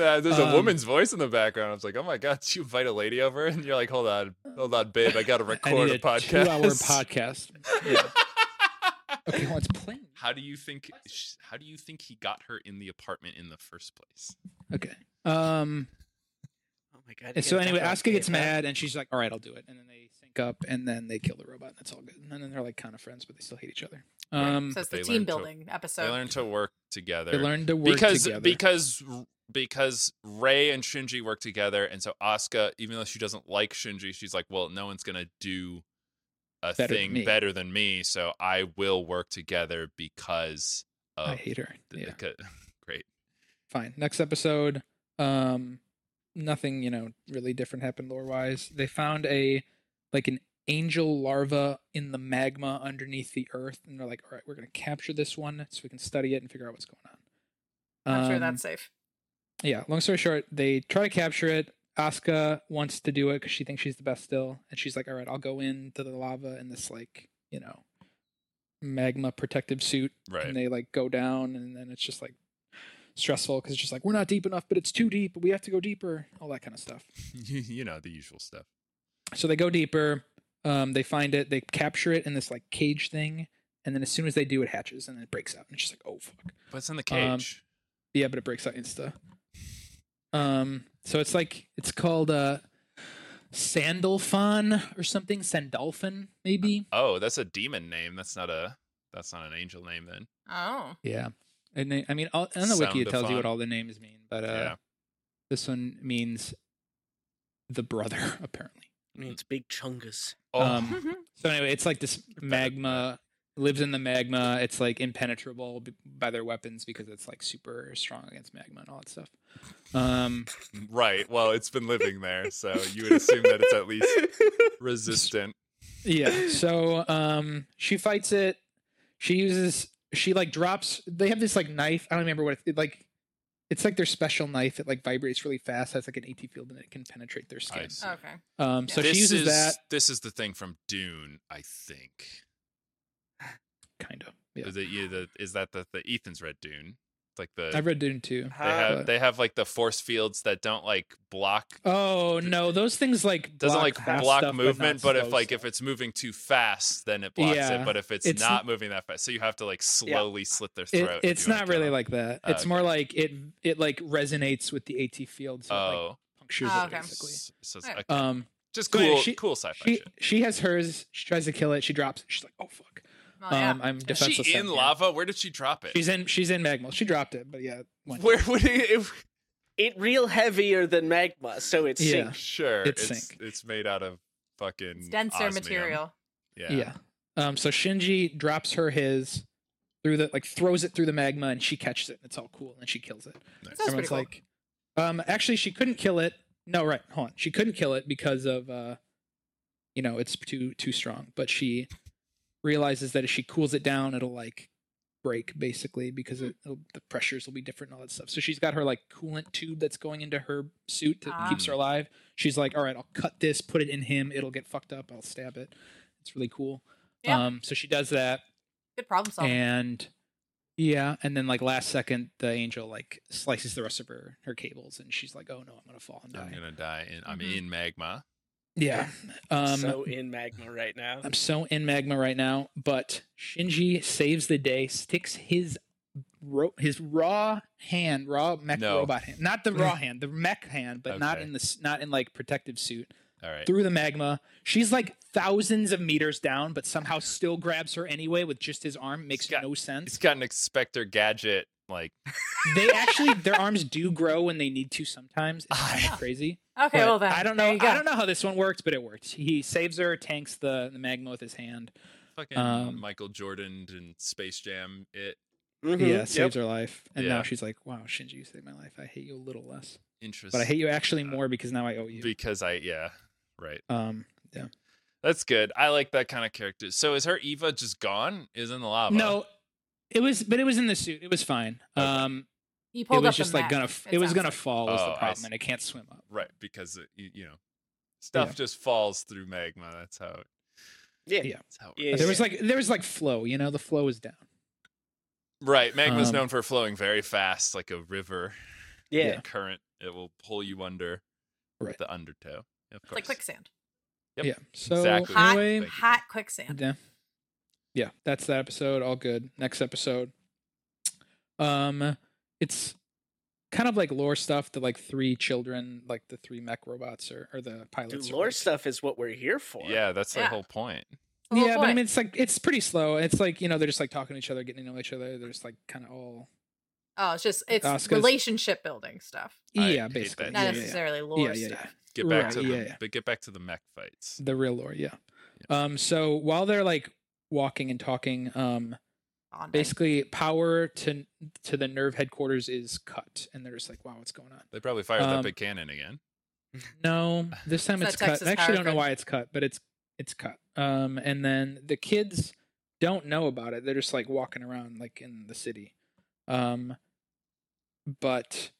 A: uh, there's a
B: Um,
A: woman's voice in the background. I was like, oh my god, did you invite a lady over? And you're like, hold on, hold on, babe, I got to
B: I
A: record
B: need
A: a
B: a
A: podcast.
B: two-hour podcast. Yeah. okay, well, it's plain.
A: How do you think? sh- How do you think he got her in the apartment in the first place?
B: Okay. Um.
D: Oh my god. you
B: And so
D: gotta
B: anyway,
D: talk about
B: Asuka gets
D: K-pop.
B: mad, and she's like, "All right, I'll do it." And then they sync up, and then they kill the robot, and it's all good. And then they're like kind of friends, but they still hate each other.
A: Right.
B: Um.
C: so it's
A: they
C: the
A: learn
C: team
A: to-
C: building
A: they
C: episode.
A: learned to work together.
B: they learn to work
A: because
B: together.
A: because because Ray and Shinji work together, and so Asuka, even though she doesn't like Shinji, she's like, well, no one's gonna do a
B: Better than
A: thing
B: me.
A: better than me, so I will work together because
B: I
A: of
B: hate her.
A: the,
B: Yeah.
A: co- great.
B: fine. Next episode, um, nothing you know really different happened lore wise. They found a like an angel larva in the magma underneath the earth, and they're like, all right, we're gonna capture this one so we can study it and figure out what's going on.
C: I'm sure
B: Um,
C: that's safe.
B: yeah. Long story short, they try to capture it. Asuka wants to do it because she thinks she's the best still, and she's like, all right, I'll go into the lava in this like you know magma protective suit
A: Right.
B: and they like go down and then it's just like stressful because it's just like we're not deep enough but it's too deep we have to go deeper all that kind of stuff
A: you, you know the usual stuff.
B: so they go deeper um, they find it they capture it in this like cage thing and then as soon as they do it hatches and it breaks out and it's just like oh fuck
A: But it's in the
B: Um,
A: cage.
B: yeah but it breaks out insta um so it's like it's called uh sandalfon or something sandalfin maybe
A: oh, that's a demon name. That's not a. That's not an angel name then.
C: Oh.
B: yeah and they, i mean all, on the wiki it tells you
A: Soundafon.
B: what all the names mean but uh
A: yeah.
B: This one means the brother, apparently.
D: I mean, it's big chungus.
A: Oh,
B: Um, so anyway, it's like this
A: Better-
B: magma lives in the magma. It's like impenetrable b- by their weapons because it's like super strong against magma and all that stuff. Um,
A: right. Well, it's been living there, so you would assume that it's at least resistant.
B: yeah. So um, she fights it. She uses. She like drops. They have this like knife. I don't remember what it, it like. It's like their special knife. It like vibrates really fast. Has like an AT field and it can penetrate their skin.
A: see.
C: Okay.
B: Um, so
A: this
B: she uses
A: is
B: that
A: this is the thing from Dune, I think.
B: kind of. Yeah.
A: Is it you the is that the, the Ethan's read Dune? It's like the
B: I've read Dune too.
A: they have
B: but-
A: they have like the force fields that don't like block
B: Oh no, those things like
A: doesn't
B: block
A: like
B: fast
A: block
B: stuff,
A: movement, but,
B: not
A: if
B: slow
A: like
B: stuff.
A: if it's moving too fast, then it blocks
B: Yeah.
A: it. But if it's,
B: It's n-
A: not moving that fast, so you have to like slowly slit their
B: It-
A: throat. if
B: it's
A: you wanna
B: not
A: kill
B: really
A: them.
B: like that.
A: Oh,
B: it's more like it it like resonates with the AT field, so it, like
A: oh,
B: punctures
C: Oh,
B: it
C: okay.
B: basically.
A: s- so it's,
C: Alright.
A: okay.
B: Um,
A: just
B: so
A: cool,
B: anyway, she-
A: cool sci-fi.
B: she
A: shit.
B: she has hers. She tries to kill it. She drops. It. She's like, oh fuck.
C: Well, yeah.
B: Um, I'm
A: Is
B: defenseless.
A: she in
B: now. Yeah.
A: lava? Where did she drop it?
B: She's in she's in magma. She dropped it, but yeah, it went
A: Where would it? if-
D: It real heavier than magma, so it's
B: Yeah.
D: sinks.
A: sure,
B: It's
A: it's
B: sink.
A: it's made out of fucking
C: It's denser
A: osmium.
C: material.
A: Yeah.
B: Yeah. Um. So Shinji drops her his through the like throws it through the magma, and she catches it. and It's all cool, and she kills it.
A: Nice.
C: That's pretty
B: Everyone's
C: cool.
B: like, um, actually, she couldn't kill it. No, right. Hold on. She couldn't kill it because of, uh, you know, it's too too strong. But she realizes that if she cools it down, it'll like break basically because it, it'll, the pressures will be different and all that stuff. So she's got her like coolant tube that's going into her suit that keeps
C: Ah.
B: her alive. She's like, all right, I'll cut this, put it in him. It'll get fucked up. I'll stab it. It's really cool.
C: Yeah.
B: Um, so she does that
C: Good problem solving.
B: and yeah and then like last second the angel like slices the rest of her her cables and she's like oh no i'm gonna fall and die
A: I'm gonna die, and I'm
B: Mm-hmm.
C: Mhm.
A: in magma.
B: yeah um uh,
D: so in magma right now.
B: i'm so in magma right now but shinji saves the day sticks his ro- his raw hand, raw mech
A: No.
B: robot hand, not the raw hand, the mech hand, but not
A: Okay.
B: in the s- not in like protective suit
A: All right.
B: through the magma. She's like thousands of meters down, but somehow still grabs her anyway with just his arm. Makes
A: Scott-
B: no sense.
A: He's got an Inspector Gadget. Like,
B: they actually their arms do grow when they need to sometimes. It's
A: Ah,
B: kind of crazy.
C: Okay,
B: But
C: well then.
B: I don't
C: There
B: know.
C: you go.
B: I don't know how this one worked, but it worked. He saves her, tanks the, the magma with his hand.
A: fucking
B: Um,
A: Michael Jordan and Space Jam. It
D: Mhm,
B: Yeah,
D: yep.
B: saves her life, and
A: Mm-hmm. Yeah.
B: now she's like, "Wow, Shinji, you saved my life. I hate you a little less,
A: interests
B: but I hate you
A: uh,
B: actually more because now I owe you."
A: because I yeah right.
B: Um,
A: That's good. I like that kind of character. So is her Eva just gone? Is in the lava?
B: no, it was, but it was in the suit. It was fine. Um,
C: He pulled
B: it was
C: up
B: just
C: the
B: like
C: map,
B: gonna, f- it was
C: sounds
B: gonna
C: like.
B: fall was
A: Oh,
B: the
A: I
B: problem,
A: see.
B: and it can't swim up.
A: Right, because it, you, you know stuff
B: Yeah.
A: just falls through magma. That's how. it-
D: Yeah.
B: Yeah.
A: That's how.
D: Yeah.
A: works.
B: There was like, there was like flow. You know, the flow was down.
A: Right, magma's
B: Um,
A: known for flowing very fast, like a river
D: Yeah.
B: Yeah.
A: current. It will pull you under with
B: Right.
A: the undertow. Of
C: It's
A: course.
C: like quicksand.
A: Yep.
B: Yeah. So
A: Exactly.
C: Hot,
B: anyway,
A: Thank you.
C: hot quicksand.
B: Yeah. Yeah, that's that episode. All good. Next episode. Um it's kind of like lore stuff that like three children, like the three mech robots or, or the
D: Dude,
B: pilots. are,
D: lore
B: like-
D: stuff is what we're here for.
A: Yeah, that's the
C: Yeah.
A: whole point.
C: The whole
B: Yeah, but I
C: point.
B: mean it's like it's pretty slow. It's like, you know, they're just like talking to each other, getting to know each other. They're just like kinda all
C: oh, it's just it's
B: Oscar's-
C: relationship building stuff,
A: I
B: Yeah,
A: hate
B: basically.
A: that.
C: not
B: Yeah, yeah, yeah.
C: necessarily lore
B: Yeah, yeah,
C: stuff.
A: Get back
B: Right,
A: to
B: yeah,
A: the
B: yeah.
A: but get back to the mech fights.
B: The real lore, yeah. Um so while they're like walking and talking, um
C: On it.
B: basically power to to the nerve headquarters is cut and they're just like, Wow, what's going on?
A: They probably fired that
B: Um,
A: big cannon again.
B: No, this time
C: It's
B: it's
C: not
B: cut.
C: Texas
B: I actually
C: Power
B: don't know
C: Grid.
B: why it's cut, but it's it's cut. Um, and then the kids don't know about it. They're just like walking around like in the city. Um, but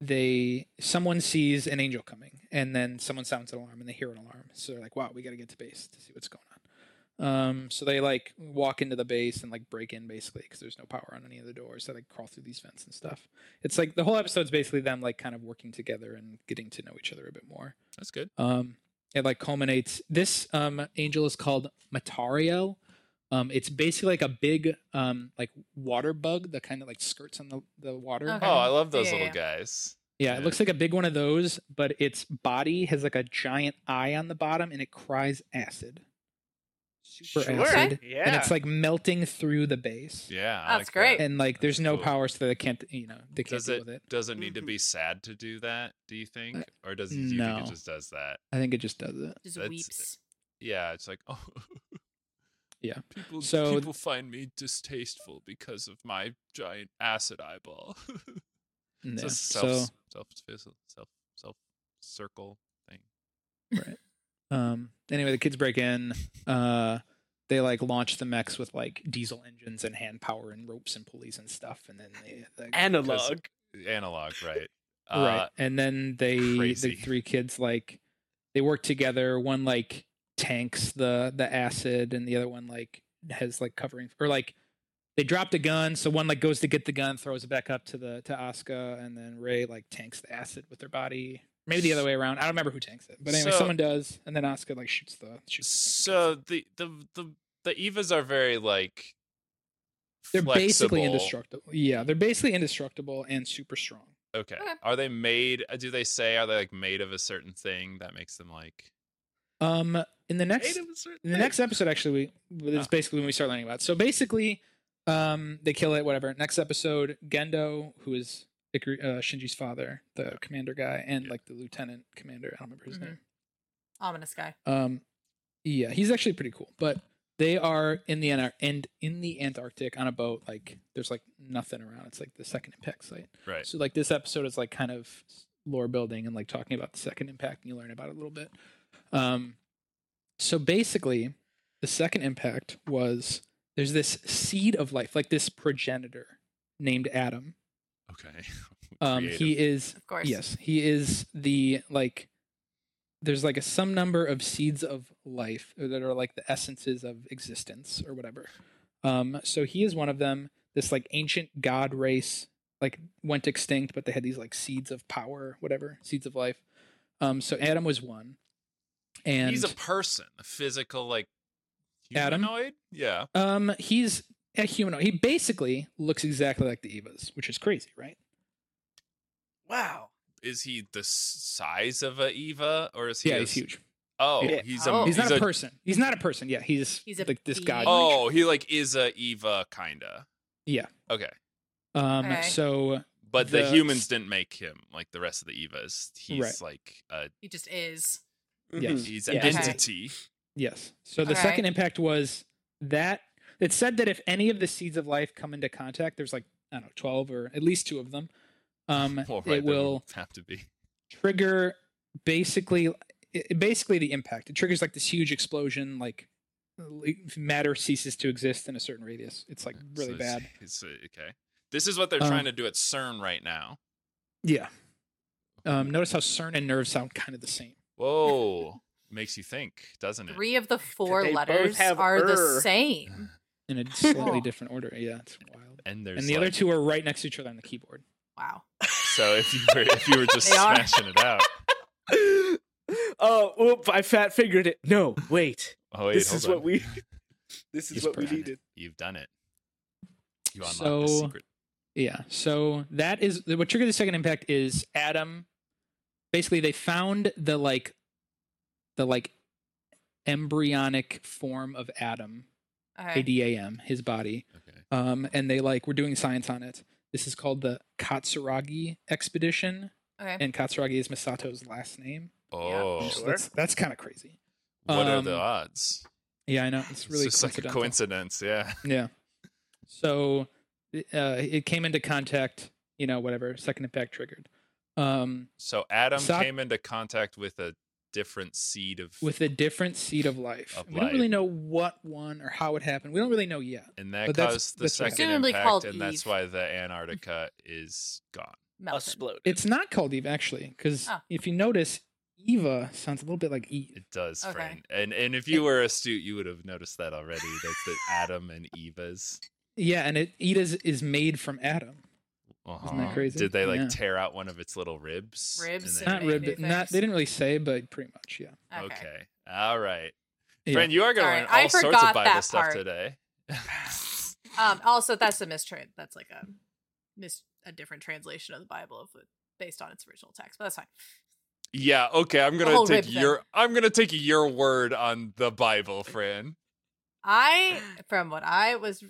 B: they someone sees an angel coming, and then someone sounds an alarm, and they hear an alarm. So they're like, "Wow, we got to get to base to see what's going on." Um, so they like walk into the base and like break in basically because there's no power on any of the doors. So they crawl through these vents and stuff. It's like the whole episode's basically them like kind of working together and getting to know each other a bit more.
A: That's good.
B: Um, it like culminates. This um angel is called Matario. Um, it's basically like a big um like water bug that kind of like skirts on the, the water.
C: Okay.
A: Oh, I love those
C: Yeah,
A: little
C: yeah.
A: guys.
B: Yeah,
A: Yeah.
B: it looks like a big one of those, but its body has like a giant eye on the bottom and it cries acid. Super
D: Sure.
B: acid.
D: Yeah.
B: And it's like melting through the base.
A: Yeah, I
C: That's
A: like that.
C: great.
B: And like there's no
A: Cool.
B: power so they can't you know, they can't
A: Does
B: deal
A: it,
B: with it.
A: does it need to be sad to do that? Do you think, or does do you think
B: Mm-hmm. Uh, no.
A: it just does that?
B: I think it just does it.
C: Just
A: That's-
C: weeps.
A: Yeah, it's like oh,
B: Yeah.
A: People,
B: So-
A: people find me distasteful because of my giant acid eyeball.
B: Yeah.
A: It's a self,
B: So
A: self, self, self circle thing.
B: um anyway, the kids break in. Uh they like launch the mechs with like diesel engines and hand power and ropes and pulleys and stuff and then they, they
D: Analog.
A: Analog, right?
B: right
A: Uh,
B: and then they
A: crazy.
B: the three kids like they work together one like tanks the the acid and the other one like has like covering or like they dropped a gun so one like goes to get the gun throws it back up to the to Asuka and then Ray like tanks the acid with their body maybe the other way around I don't remember who tanks it but anyway
A: So-
B: someone does and then Asuka like shoots the shoots the
A: So
B: tank.
A: the the the the Evas are very like
B: they're basically
A: flexible.
B: indestructible yeah they're basically indestructible and super strong
A: Okay.
C: Okay.
A: Are they made? uh, Do they say are they like made of a certain thing that makes them like
B: um in the next
A: made of a certain?
B: In the next episode, actually, we it's
A: Ah.
B: basically when we start learning about. It. So basically, um, they kill it. Whatever. Next episode, Gendo, who is Ikari- uh, Shinji's father, the commander guy, and
A: Yeah. Mm-hmm.
B: like the lieutenant commander. I don't remember his
C: Mhm.
B: name.
C: Ominous guy.
B: Um, yeah, he's actually pretty cool. But they are in the Anar- and in the Antarctic on a boat. Like there's like nothing around. It's like the second impact site.
A: Right.
B: So like this episode is like kind of lore building and like talking about the second impact and you learn about it a little bit. Um so basically the second impact was there's this seed of life, like this progenitor named Adam.
A: Okay.
B: Um he
A: Creative.
B: is
C: Of course.
B: yes, he is the like there's like a some number of seeds of life that are like the essences of existence or whatever. Um so he is one of them. This like ancient god race like went extinct, but they had these like seeds of power, whatever, seeds of life. Um so Adam was one. And
A: he's a person, a physical like
B: Adam?
A: humanoid. Yeah.
B: um he's a humanoid. He basically looks exactly like the Evas, which is crazy, right?
D: Wow.
A: Is he the s- size of a Eva or is he?
B: yeah,
A: a
B: he's
A: s-
B: huge.
A: Oh,
D: Yeah.
A: he's a.
C: Oh.
B: He's, not a,
A: a
B: person. He's not a person. Yeah, he's
C: He's a
B: like this
C: being.
B: god.
A: Oh, he like is a Eva kinda.
B: Yeah.
A: Okay.
B: Um,
C: Okay.
B: so
A: But the,
B: The-
A: humans didn't make him like the rest of the Evas. He's
B: Right.
A: like a
C: He just is.
D: Mm-hmm.
B: Yes.
A: he's an
B: Yeah.
C: Okay.
A: entity.
B: yes. So the
C: Okay.
B: second impact was that it said that if any of the seeds of life come into contact, there's like I don't know, twelve or at least two of them. Um,
A: Well, right,
B: it
A: that would
B: will
A: have to be.
B: trigger basically it, basically the impact. It triggers like this huge explosion, like like, matter ceases to exist in a certain radius. It's like really
A: So it's-
B: bad.
A: It's, uh, okay. This is what they're
B: Um,
A: trying to do at CERN right now.
B: Yeah. Um, notice how CERN and nerve sound kind of the same.
A: Whoa. Makes you think, doesn't it?
C: Three of the four
D: They both
C: letters
D: have
C: are the
D: er.
C: same.
B: in a slightly
C: Cool.
B: different order. Yeah, it's wild.
A: And there's
B: And the other
A: like-
B: two are right next to each other on the keyboard.
C: Wow.
A: So if you were if you were just
C: They are.
A: smashing it out.
D: oh, oop, I fat figured it. No, wait.
A: Oh wait,
D: this
A: hold
D: is
A: on.
D: what we This is
B: He's
D: what we
B: perfect.
D: needed.
A: You've done it. You unlocked the
B: So-
A: secret.
B: Yeah. So that is what triggered the second impact is Adam. Basically, they found the like, the like, embryonic form of Adam,
C: Okay.
B: ADAM, his body.
A: Okay.
B: Um, and they like were doing science on it. This is called the Katsuragi expedition,
C: Okay.
B: and Katsuragi is Misato's last name.
A: Oh,
B: So that's that's kind of crazy.
A: what are the
B: um,
A: odds?
B: Yeah, I know. It's really
A: it's just like a
B: coincidental.
A: coincidence. Yeah.
B: Yeah. So uh, it came into contact, you know, whatever, second impact triggered. Um,
A: So Adam
B: So-
A: came into contact with a different seed of,
B: with a different seed of life.
A: Of
B: we don't really
A: life.
B: know what one or how it happened. We don't really know yet.
A: and that
B: but that's-
A: caused the
B: that's what- Mm-hmm.
A: second
C: Presumably
A: impact,
C: called
A: and that's
C: Eve.
A: why the Antarctica is gone.
C: Melton.
D: Exploded.
B: It's not called Eve, actually, because
C: Ah.
B: if you notice, Eva sounds a little bit like Eve.
A: It does,
C: Okay.
A: friend. And and if you were astute, you would have noticed that already. That the Adam and Eva's.
B: Yeah, and it Eda's is made from Adam.
A: Uh-huh.
B: that crazy?
A: Did they like
B: Yeah.
A: tear out one of its little ribs? and
C: Ribs
B: Not
C: and
A: then-
C: They
B: ribbed.
C: do
B: Not
C: things.
B: they didn't really say, but pretty much, yeah.
C: Okay.
A: Okay. All right.
B: Yeah.
A: Friend, you are going to
C: Sorry,
A: learn
C: I
A: all sorts of
C: forgot
A: Bible
C: that
A: stuff
C: part.
A: today.
C: Um, also, that's a mistrad. That's like a mis- a different translation of the Bible of the- based on its original text, but that's fine.
A: yeah, okay. I'm gonna
C: whole
A: take
C: rib thing.
A: your I'm gonna take your word on the Bible, friend.
C: I, from what I was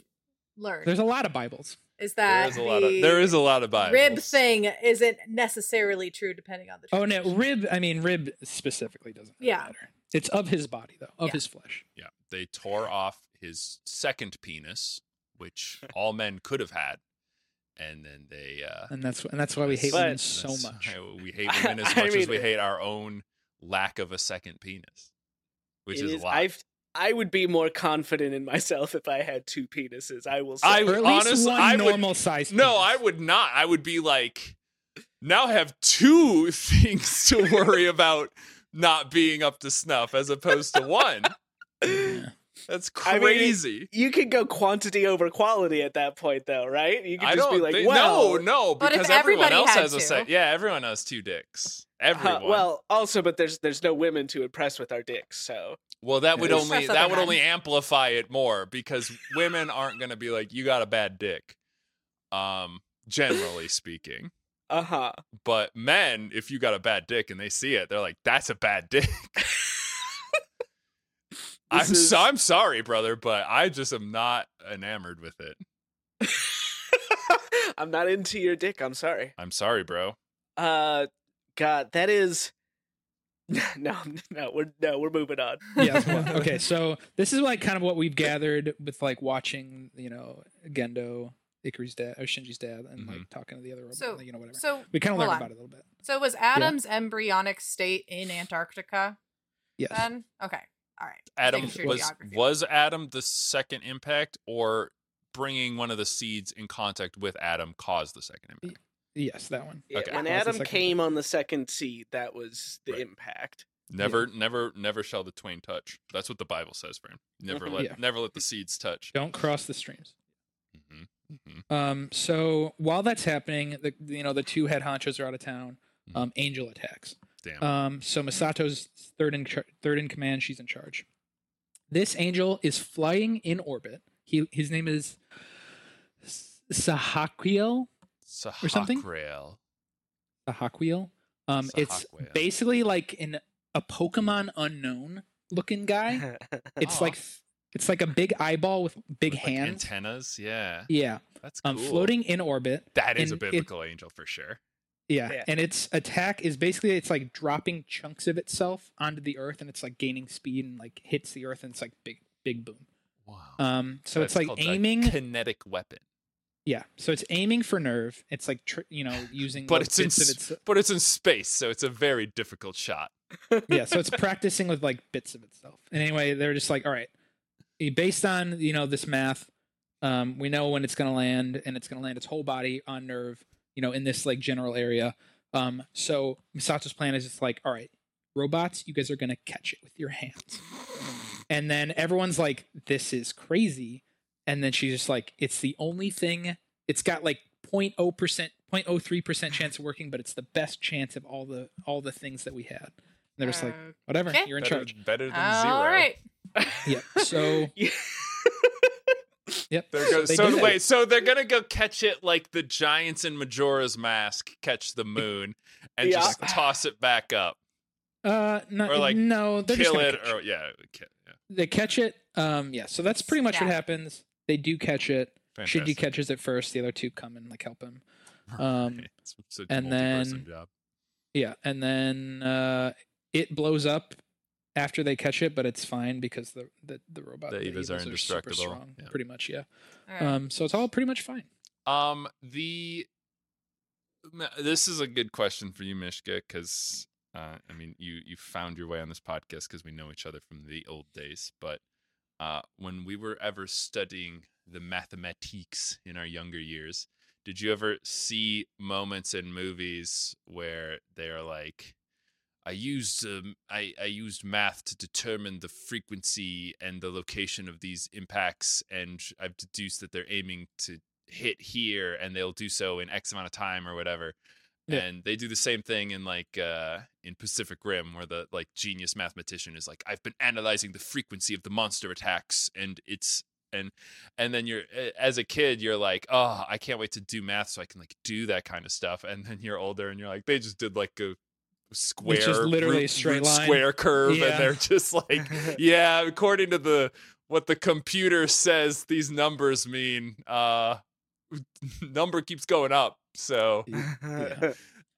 C: learned,
B: There's a lot of Bibles.
C: is
A: There
C: that
A: is a lot of there
C: the
A: is a lot of Bible.
C: rib thing isn't necessarily true depending on the.
B: Oh no,
C: translation.
B: rib. I mean, rib specifically doesn't really
C: Yeah.
B: matter. It's of his body though, of
C: Yeah.
B: his flesh.
A: Yeah. They tore off his second penis, which all men could have had. And then they uh
B: and that's and that's why we hate
A: that's-
B: women so
D: But-
A: that's
B: much.
A: why We hate women as
D: I
A: much as
D: mean-
A: we hate our own lack of a second penis. Which
D: It
A: is,
D: is-
A: a lot.
D: I've I would be more confident in myself if I had two penises. I will say.
A: I-
B: Or at least
A: honest-
B: one
A: I would-
B: normal size.
A: No, I
B: penis.
A: would not. I would be like, now have two things to worry about not being up to snuff as opposed to one.
B: Yeah.
A: That's
D: I mean,
A: crazy.
D: you could go quantity over quality at that point, though, right? You could
A: I
D: just
A: don't
D: be like,
A: think,
D: well,
A: no, no,
C: But if
A: because everyone
C: everybody
A: else
C: had
A: has a
C: two.
A: set. Yeah, everyone has two dicks.
D: huh,
A: Everyone. well,
D: uh-huh, well, also, but there's there's no women to impress with our dicks, so
A: that would
D: Yeah.
A: only
C: Express
A: that
C: other
A: would
C: men.
A: only amplify it more because women aren't going to be like, you got a bad dick. Um, generally speaking.
D: uh huh.
A: But men, if you got a bad dick and they see it, they're like, "That's a bad dick." I'm
D: This is-
A: so, I'm sorry, brother, but I just am not enamored with it.
D: I'm not into your dick. I'm sorry.
A: I'm sorry, bro.
D: Uh, God, that is. No, no, we're no, we're moving on.
B: yeah, that's what- okay, so this is like kind of what we've gathered with like watching, you know, Gendo, Ikari's dad, or Shinji's dad, and like talking to the other robot,
C: So-
B: you know, whatever.
C: So,
B: we kind of
C: hold
B: learned
C: on.
B: about it a little bit.
C: so was Adam's embryonic state in Antarctica
B: Yes.
C: then? Okay. All right.
A: Adam
C: Thanks for your
A: was
C: geography.
A: was Adam the second impact, or bringing one of the seeds in contact with Adam caused the second impact?
B: yes, that one.
D: Yeah,
A: Okay.
D: When
B: Well, that's the
D: Adam
B: second
D: came on the second seed, that was the
A: Right.
D: impact.
A: Never, never, never shall the twain touch. That's what the Bible says, friend. Never let
B: Yeah.
A: never let the seeds touch.
B: Don't cross the streams.
A: hmm hmm
B: Um, so while that's happening, the you know the two head honchos are out of town.
A: Mhm.
B: Um, Angel attacks.
A: Damn.
B: Um, so Misato's third in char- third in command. She's in charge. This angel is flying in orbit. He his name is S- Sahakiel.
A: Sahak
B: Or something?
A: Rail.
B: Sahakiel. Um, it's
A: Sahakiel.
B: basically like an a Pokemon unknown looking guy. It's
A: Aw.
B: like it's like a big eyeball with
A: Oh. With,
B: big
A: like,
B: hands.
A: antennas. Yeah,
B: yeah,
A: that's cool.
B: um, floating in orbit.
A: That is a
B: and it-
A: biblical angel for sure.
B: Yeah.
D: Yeah.
B: And its attack is basically it's like dropping chunks of itself onto the earth and it's like gaining speed and like hits the earth and it's like big big boom.
A: Wow.
B: Um so it's like
A: called a
B: aiming
A: kinetic weapon,
B: yeah. So it's aiming for nerve. It's like tr- you know using
A: but
B: like,
A: it's in
B: bits of
A: s- but it's in space, so it's a very difficult shot.
B: yeah, so it's practicing with like bits of itself. And anyway, they're just like, all right, eh, based on you know this math, um, we know when it's gonna land, and it's gonna land its whole body on nerve, you know, in this like general area. Um, so Misato's plan is just like, all right, robots, you guys are gonna catch it with your hands. And then everyone's like, this is crazy. And then she's just like, it's the only thing. It's got like 0.0%, 0.03% chance of working, but it's the best chance of all the all the things that we had. And they're just like, whatever,
C: Uh, Okay.
B: you're in
A: Better,
B: charge.
A: better than zero.
C: All right.
B: Yep. So,
D: Yeah.
B: yep.
A: There goes.
B: They
A: So
B: do that.
A: wait, so they're gonna go catch it like the giants in Majora's Mask catch the moon and
D: Yeah.
A: just toss it back up,
B: Uh, no,
A: Or, like,
B: no, they're just
A: kill
B: gonna
A: it,
B: catch
A: or yeah, ki- yeah.
B: they catch it. Um, yeah. So that's pretty much what
C: Stab.
B: happens. They do catch it. Shinji
A: Fantastic.
B: catches it first. The other two come and like help him. Um,
A: It's such a
B: and
A: multi-person
B: then-
A: job.
B: Yeah, and then uh, it blows up after they catch it, but it's fine because the the, the robot
A: The Evas are
B: super
A: indestructible,
B: strong,
A: yeah.
B: pretty much. Yeah.
C: All right.
B: Um, so it's all pretty much fine.
A: Um, the m- this is a good question for you, Mishka, because uh, I mean, you you found your way on this podcast because we know each other from the old days. But uh, when we were ever studying the mathematiques in our younger years, did you ever see moments in movies where they're like? I used um, I, I used math to determine the frequency and the location of these impacts, and I've deduced that they're aiming to hit here and they'll do so in x amount of time or whatever
B: Yeah.
A: and they do the same thing in like uh in pacific rim where the like genius mathematician is like i've been analyzing the frequency of the monster attacks and it's and and then you're a- as a kid you're like oh i can't wait to do math so i can like do that kind of stuff and then you're older and you're like they just did like a square
B: literally a
A: root-
B: straight
A: root
B: line.
A: square curve
B: Yeah.
A: and they're just like yeah according to the what the computer says these numbers mean uh number keeps going up so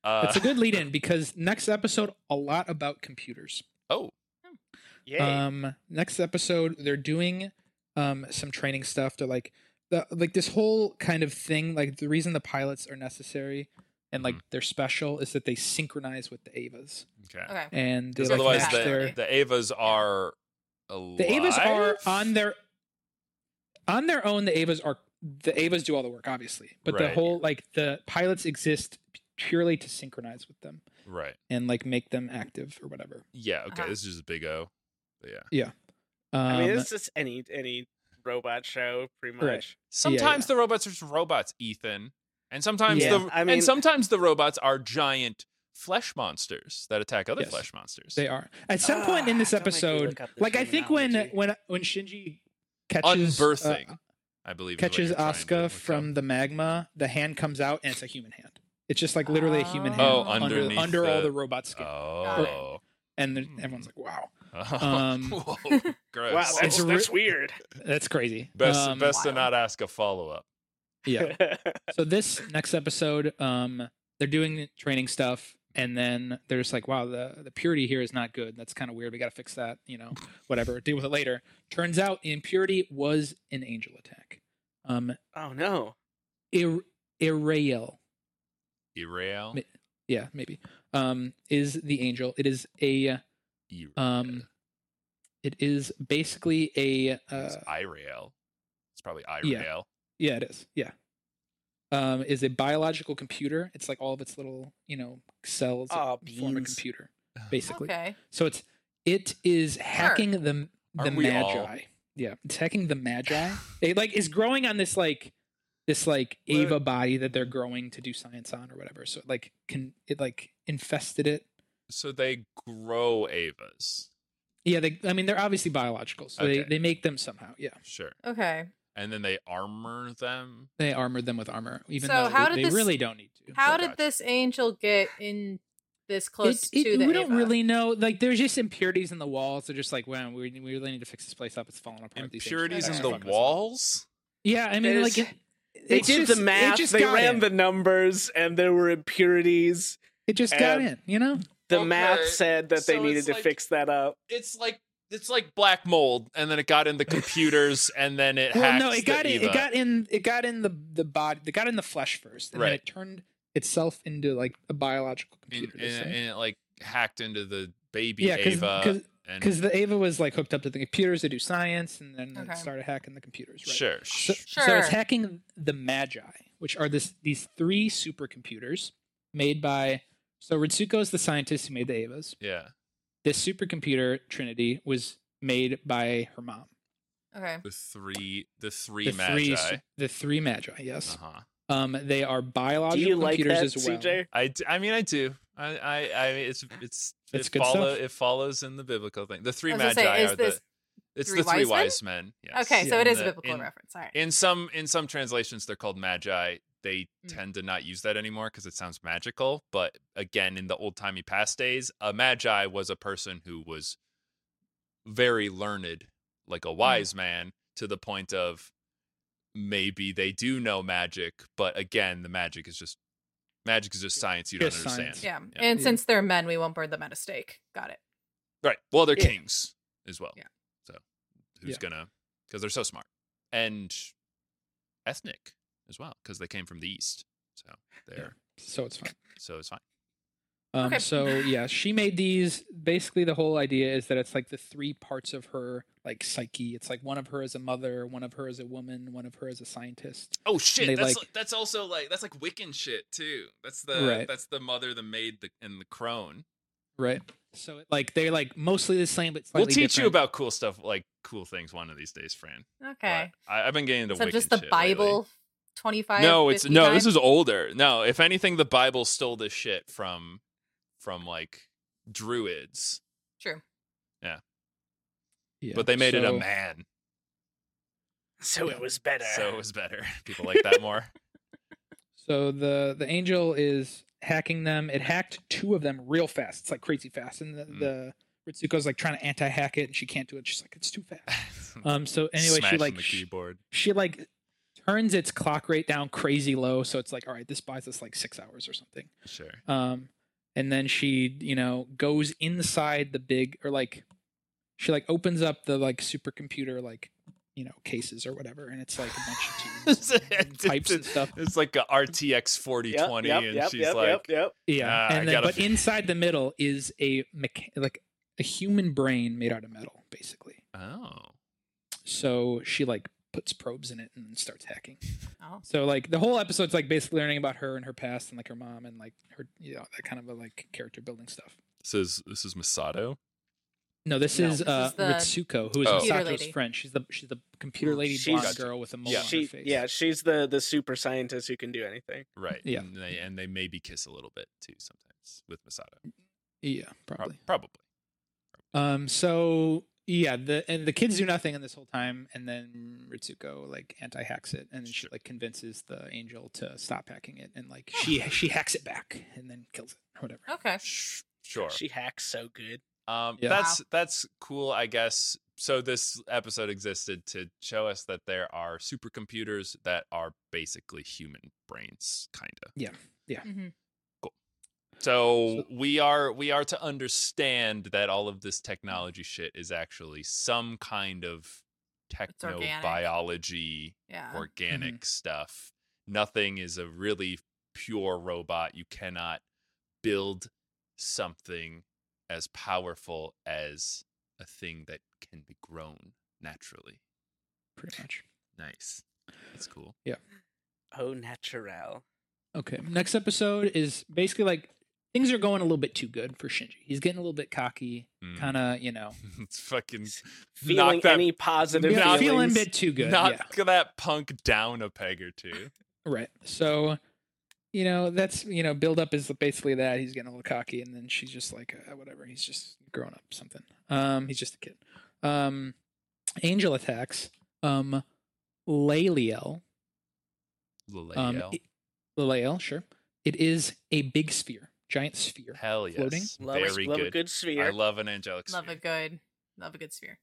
A: uh
B: it's a good lead in because next episode a lot about computers.
A: oh
D: yeah.
B: Um, next episode they're doing um some training stuff. They're like the like this whole kind of thing. Like the reason the pilots are necessary and like
A: Mhm.
B: they're special is that they synchronize with the Avas
A: okay
C: okay.
B: and they,
A: 'Cause
B: like,
A: otherwise
B: match
C: they-
B: their
A: the, the avas are
B: The Avas are
A: alive?
B: on their on their own. The Avas are the Avas do all the work, obviously. But the
A: Right.
B: whole like the pilots exist purely to synchronize with them
A: right
B: and like make them active or whatever.
A: yeah okay
C: Uh-huh.
A: this is just a big o but yeah
B: Um,
D: I mean, it's just any any robot show, pretty much.
B: Right.
A: sometimes the robots are just robots ethan and sometimes
B: Yeah,
A: the
D: I mean-
A: and sometimes the robots are giant flesh monsters that attack other
B: Yes.
A: flesh monsters
B: they are at some point in
D: Ah,
B: this
D: don't make me
B: episode.
D: look up the
B: Like I think when uh,
D: terminology.
B: when when Shinji catches uh,
A: unbirthing i believe is what
B: catches
A: you're trying to
B: Asuka
A: look
B: from
A: up.
B: the magma, the hand comes out and it's a human hand. It's just like literally a human hand
A: Oh,
B: under
A: underneath
B: under all
A: the-
B: the robot skin,
A: oh
B: and then
A: Hmm.
B: everyone's like, "Wow,
A: Um,
B: Um,
A: Whoa, gross.
D: Wow, that's,
B: It's a
D: that's weird.
B: that's crazy."
A: best
B: Um,
A: best to
C: Wow.
A: not ask a follow up.
B: Yeah. so this next episode, um, they're doing training stuff, and then they're just like, "Wow, the the purity here is not good. That's kind of weird. We got to fix that. You know, whatever. Deal with it later." Turns out, the impurity was an angel attack. Um,
D: oh no.
B: ir- Irael,
A: Irael.
B: Mi- yeah, maybe, um, is the angel. It is a,
A: Irael.
B: um, it is basically a,
A: it's
B: uh,
A: Irael. It's probably Irael.
B: yeah. Yeah, it is. Yeah. Um, is a biological computer. It's like all of its little, you know, cells that
A: Ah,
D: Aw,
B: form a
D: beans.
B: computer, basically.
C: Okay.
B: So it's it is hacking the the
A: Aren't we
B: magi.
A: all?
B: Yeah, it's hacking the magi. it like is growing on this like this like
D: Well-
B: Ava body that they're growing to do science on or whatever. So it, like can it like infested it.
A: So they grow Avas.
B: Yeah, they I mean they're obviously biological, so they,
A: Okay.
B: they make them somehow. Yeah.
A: Sure.
C: Okay.
A: and then they armor them.
B: They armored them with armor, even
C: So
B: though
C: how
B: they
C: did this-
B: really don't need to.
C: How
A: Oh,
C: did
A: God.
C: this angel get in this close
B: It- it-
C: to the
B: we don't
C: Ava?
B: really know. Like, there's just impurities in the walls. They're just like, wow, we, we really need to fix this place up. It's falling apart. These ancient
A: Impurities
B: artifacts
A: in
B: are
A: the
B: fucking us up.
A: walls.
B: Yeah, I mean,
D: There's-
B: like it,
D: They
B: it's
D: did
B: just-
D: the
B: it
D: math.
B: just
D: They
B: got
D: ran
B: in.
D: the numbers, and there were impurities.
B: It just got
D: and-
B: in, you know.
D: The
A: Okay,
D: math said that
A: so
D: they
A: it's
D: needed to
A: like-
D: fix that up.
A: It's like it's like black mold, and then it got in the computers, and then it
B: Well,
A: hacked.
B: no, it
A: the E
B: got in.
A: Eva.
B: It got in. It got in the the body. It got in the flesh first, and then
A: Right.
B: it turned itself into like a biological
A: and,
B: computer. this
A: and,
B: thing.
A: and it like hacked into the baby
B: yeah,
A: Ava.
B: because
A: and
B: because the Ava was like hooked up to the computers to do science, and then
C: Okay.
B: it started hacking the computers. Right?
A: sure,
B: So,
A: sh-
B: so it's
C: Sure.
B: hacking the Magi, which are this these three supercomputers made by. So Ritsuko is the scientist who made the Avas.
A: yeah,
B: This supercomputer Trinity was made by her mom.
C: Okay.
A: the three, the three
B: the
A: magi.
B: three su- the three Magi. Yes.
A: uh-huh.
B: Um, they are
D: Do
B: biological
D: you like
B: computers
D: that,
B: as well.
D: CJ?
A: I, d- I mean, I do. I, I, I it's, it's,
B: It's
A: it
B: good
A: follow,
B: stuff.
A: it follows in the biblical thing. The three
C: I was
A: magi
C: gonna say, is
A: are
C: this
A: the, it's
C: three
A: the three
C: wise men?
A: wise men. Yes.
C: Okay, so
B: Yeah,
C: it
A: In
C: is a
A: the-
C: biblical
A: in-
C: reference. All right.
A: In some, in some translations, they're called magi. They
C: Mm.
A: tend to not use that anymore because it sounds magical. But again, in the old timey past days, a magi was a person who was very learned, like a wise man, to the point of maybe they do know magic, but again, the magic is just magic is just science you don't
B: Just
A: understand.
B: science.
C: yeah.
A: yeah.
C: And
B: Yeah.
C: since they're men, we won't burn them at a stake. Got it.
A: Right. Well, they're
D: Yeah.
A: kings as well.
C: Yeah.
A: So who's
B: Yeah.
A: gonna? Because they're so smart and ethnic as well, because they came from the east. So they're
B: So it's fine.
A: so it's fine.
B: Um,
C: Okay.
B: So yeah, she made these. Basically, the whole idea is that it's like the three parts of her like psyche. It's like one of her as a mother, one of her as a woman, one of her as a scientist.
A: Oh shit!
B: they
A: that's
B: like-
A: that's also like that's like Wiccan shit too. That's the
B: Right.
A: that's the mother, the maid, the, and the crone.
B: Right. So it, like they're like mostly the same, but
A: We'll
B: slightly
A: teach you
B: different.
A: about cool stuff, like cool things, one of these days, Fran. But
C: Okay.
A: I, I've been getting into
C: Eh. So
A: Wiccan
C: just the
A: shit lately.
C: Bible, twenty-five.
A: no it's
C: 50
A: no this
C: times?
A: is older no if anything the bible stole this shit from from like druids
C: true.
B: Yeah,
A: but they made it a
B: so-
A: man
D: So it was better.
A: so it was better people like that more
B: So the the angel is hacking them. It hacked two of them real fast. It's like crazy fast, and the,
A: Mm.
B: the Ritsuko's like trying to anti-hack it, and she can't do it. She's like, it's too fast. Um. So anyway,
A: Smashing
B: she like
A: the
B: sh-
A: keyboard
B: she like turns its clock rate down crazy low so it's like all right this buys us like six hours or something
A: sure
B: um and then she you know goes inside the big or like she like opens up the like supercomputer like you know cases or whatever and it's like a bunch of tubes and pipes and stuff
A: it's like a rtx
D: Yep,
A: 4020
D: yep,
A: and
D: yep,
A: she's
D: yep,
A: like
D: yep, yep.
B: yeah
A: Ah, I
B: and then
A: gotta
B: but
A: fi-
B: inside the middle is a mecha- like a human brain made out of metal basically
A: oh
B: so she like puts probes in it and starts hacking
C: Oh.
B: So like the whole episode's like basically learning about her and her past and like her mom and like her you know that kind of a, like character building stuff.
A: this is this is masato
B: No, this
C: No,
B: is
C: this
B: uh
C: is the
B: Ritsuko, who is
A: Oh.
C: computer
B: Masato's
C: lady.
B: friend. She's the she's the computer lady
D: She's-
B: blonde girl with a mole
A: Yeah.
B: on her
D: She,
B: face.
D: yeah, she's the the super scientist who can do anything.
A: right
B: Yeah.
A: and they, and they maybe kiss a little bit too sometimes with masato
B: yeah,
A: Pro-
B: probably.
A: probably
B: Um, so yeah, the and the kids do nothing in this whole time, and then Ritsuko like anti-hacks it, and then she
A: Sure.
B: like convinces the angel to stop hacking it, and like she she hacks it back and then kills it or whatever.
C: Okay.
A: Sh- sure
D: She hacks so good.
A: Um,
B: Yeah.
A: that's that's cool, I guess. So this episode existed to show us that there are supercomputers that are basically human brains, kind of.
C: hmm
A: So we are we are to understand that all of this technology shit is actually some kind of
C: organic.
A: technobiology
B: Uh-huh.
C: Yeah.
B: Mm-hmm.
A: organic stuff. Nothing is a really pure robot. You cannot build something as powerful as a thing that can be grown naturally.
B: Pretty much.
A: Nice. That's cool.
D: Oh, natural.
B: Okay. Next episode is basically like things are going a little bit too good for Shinji. He's getting a little bit cocky,
A: Mm.
B: kind of, you know,
A: it's fucking
D: Feeling
A: knock that
D: any positive
A: Knock-
B: feeling, feeling
D: feelings?
B: a bit too good.
A: knock
B: Yeah.
A: that punk down a peg or two.
B: Right. So, you know, that's, you know, build up is basically that. He's getting a little cocky and then she's just like, uh, whatever. He's just growing up something. Um, he's just a kid. Um, Angel attacks. Um, Laliel.
A: Lalael.
B: Um, it- Lalael, sure. It is a big sphere, giant sphere.
A: Hell yes.
B: floating.
D: Love, a-
A: Very
D: love a
A: good.
D: good sphere.
A: I love an angelic
C: Love a
A: sphere.
C: good, love a good sphere.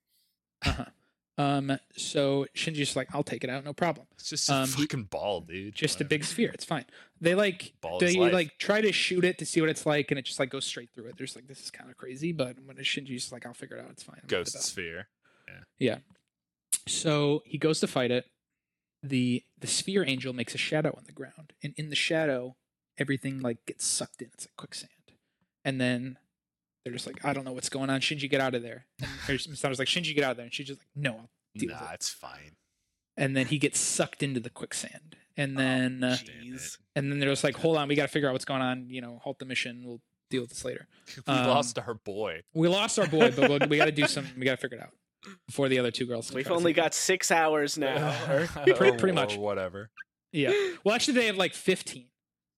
B: Uh-huh. Um, so Shinji's just like, I'll take it out, no problem.
A: It's just a
B: Um, he-
A: fucking ball, dude.
B: Just a
A: Whatever.
B: big sphere, it's fine. They like
A: Ball is
B: they
A: life.
B: like try to shoot it to see what it's like, and it just like goes straight through it. There's like this is kind of crazy, but when Shinji's just like, I'll figure it out, it's fine. I'm not the
A: ghost
B: best."
A: sphere.
B: So he goes to fight it. The the sphere angel makes a shadow on the ground, and in the shadow, everything like gets sucked in. It's like quicksand. And then they're just like, I don't know what's going on. Shinji, get out of there. And or Masato's like, Shinji, get out of there. And she's just like, No. I'll deal with
A: Nah,
B: it."
A: it's fine.
B: And then he gets sucked into the quicksand. And
D: Oh,
B: then uh,
A: Damn
D: Jeez.
B: and then they're just like, Hold on, we gotta figure out what's going on. You know, halt the mission. We'll deal with this later.
A: it. We
B: Um,
A: lost our boy.
B: We lost our boy, but we'll, we gotta do some. We gotta figure it out before the other two girls. can
D: We've
B: try to
D: only
B: figure it out.
D: got six hours now. or-
B: pretty- pretty
A: Or
B: much.
A: whatever.
B: Yeah. Well, actually, they have like 15.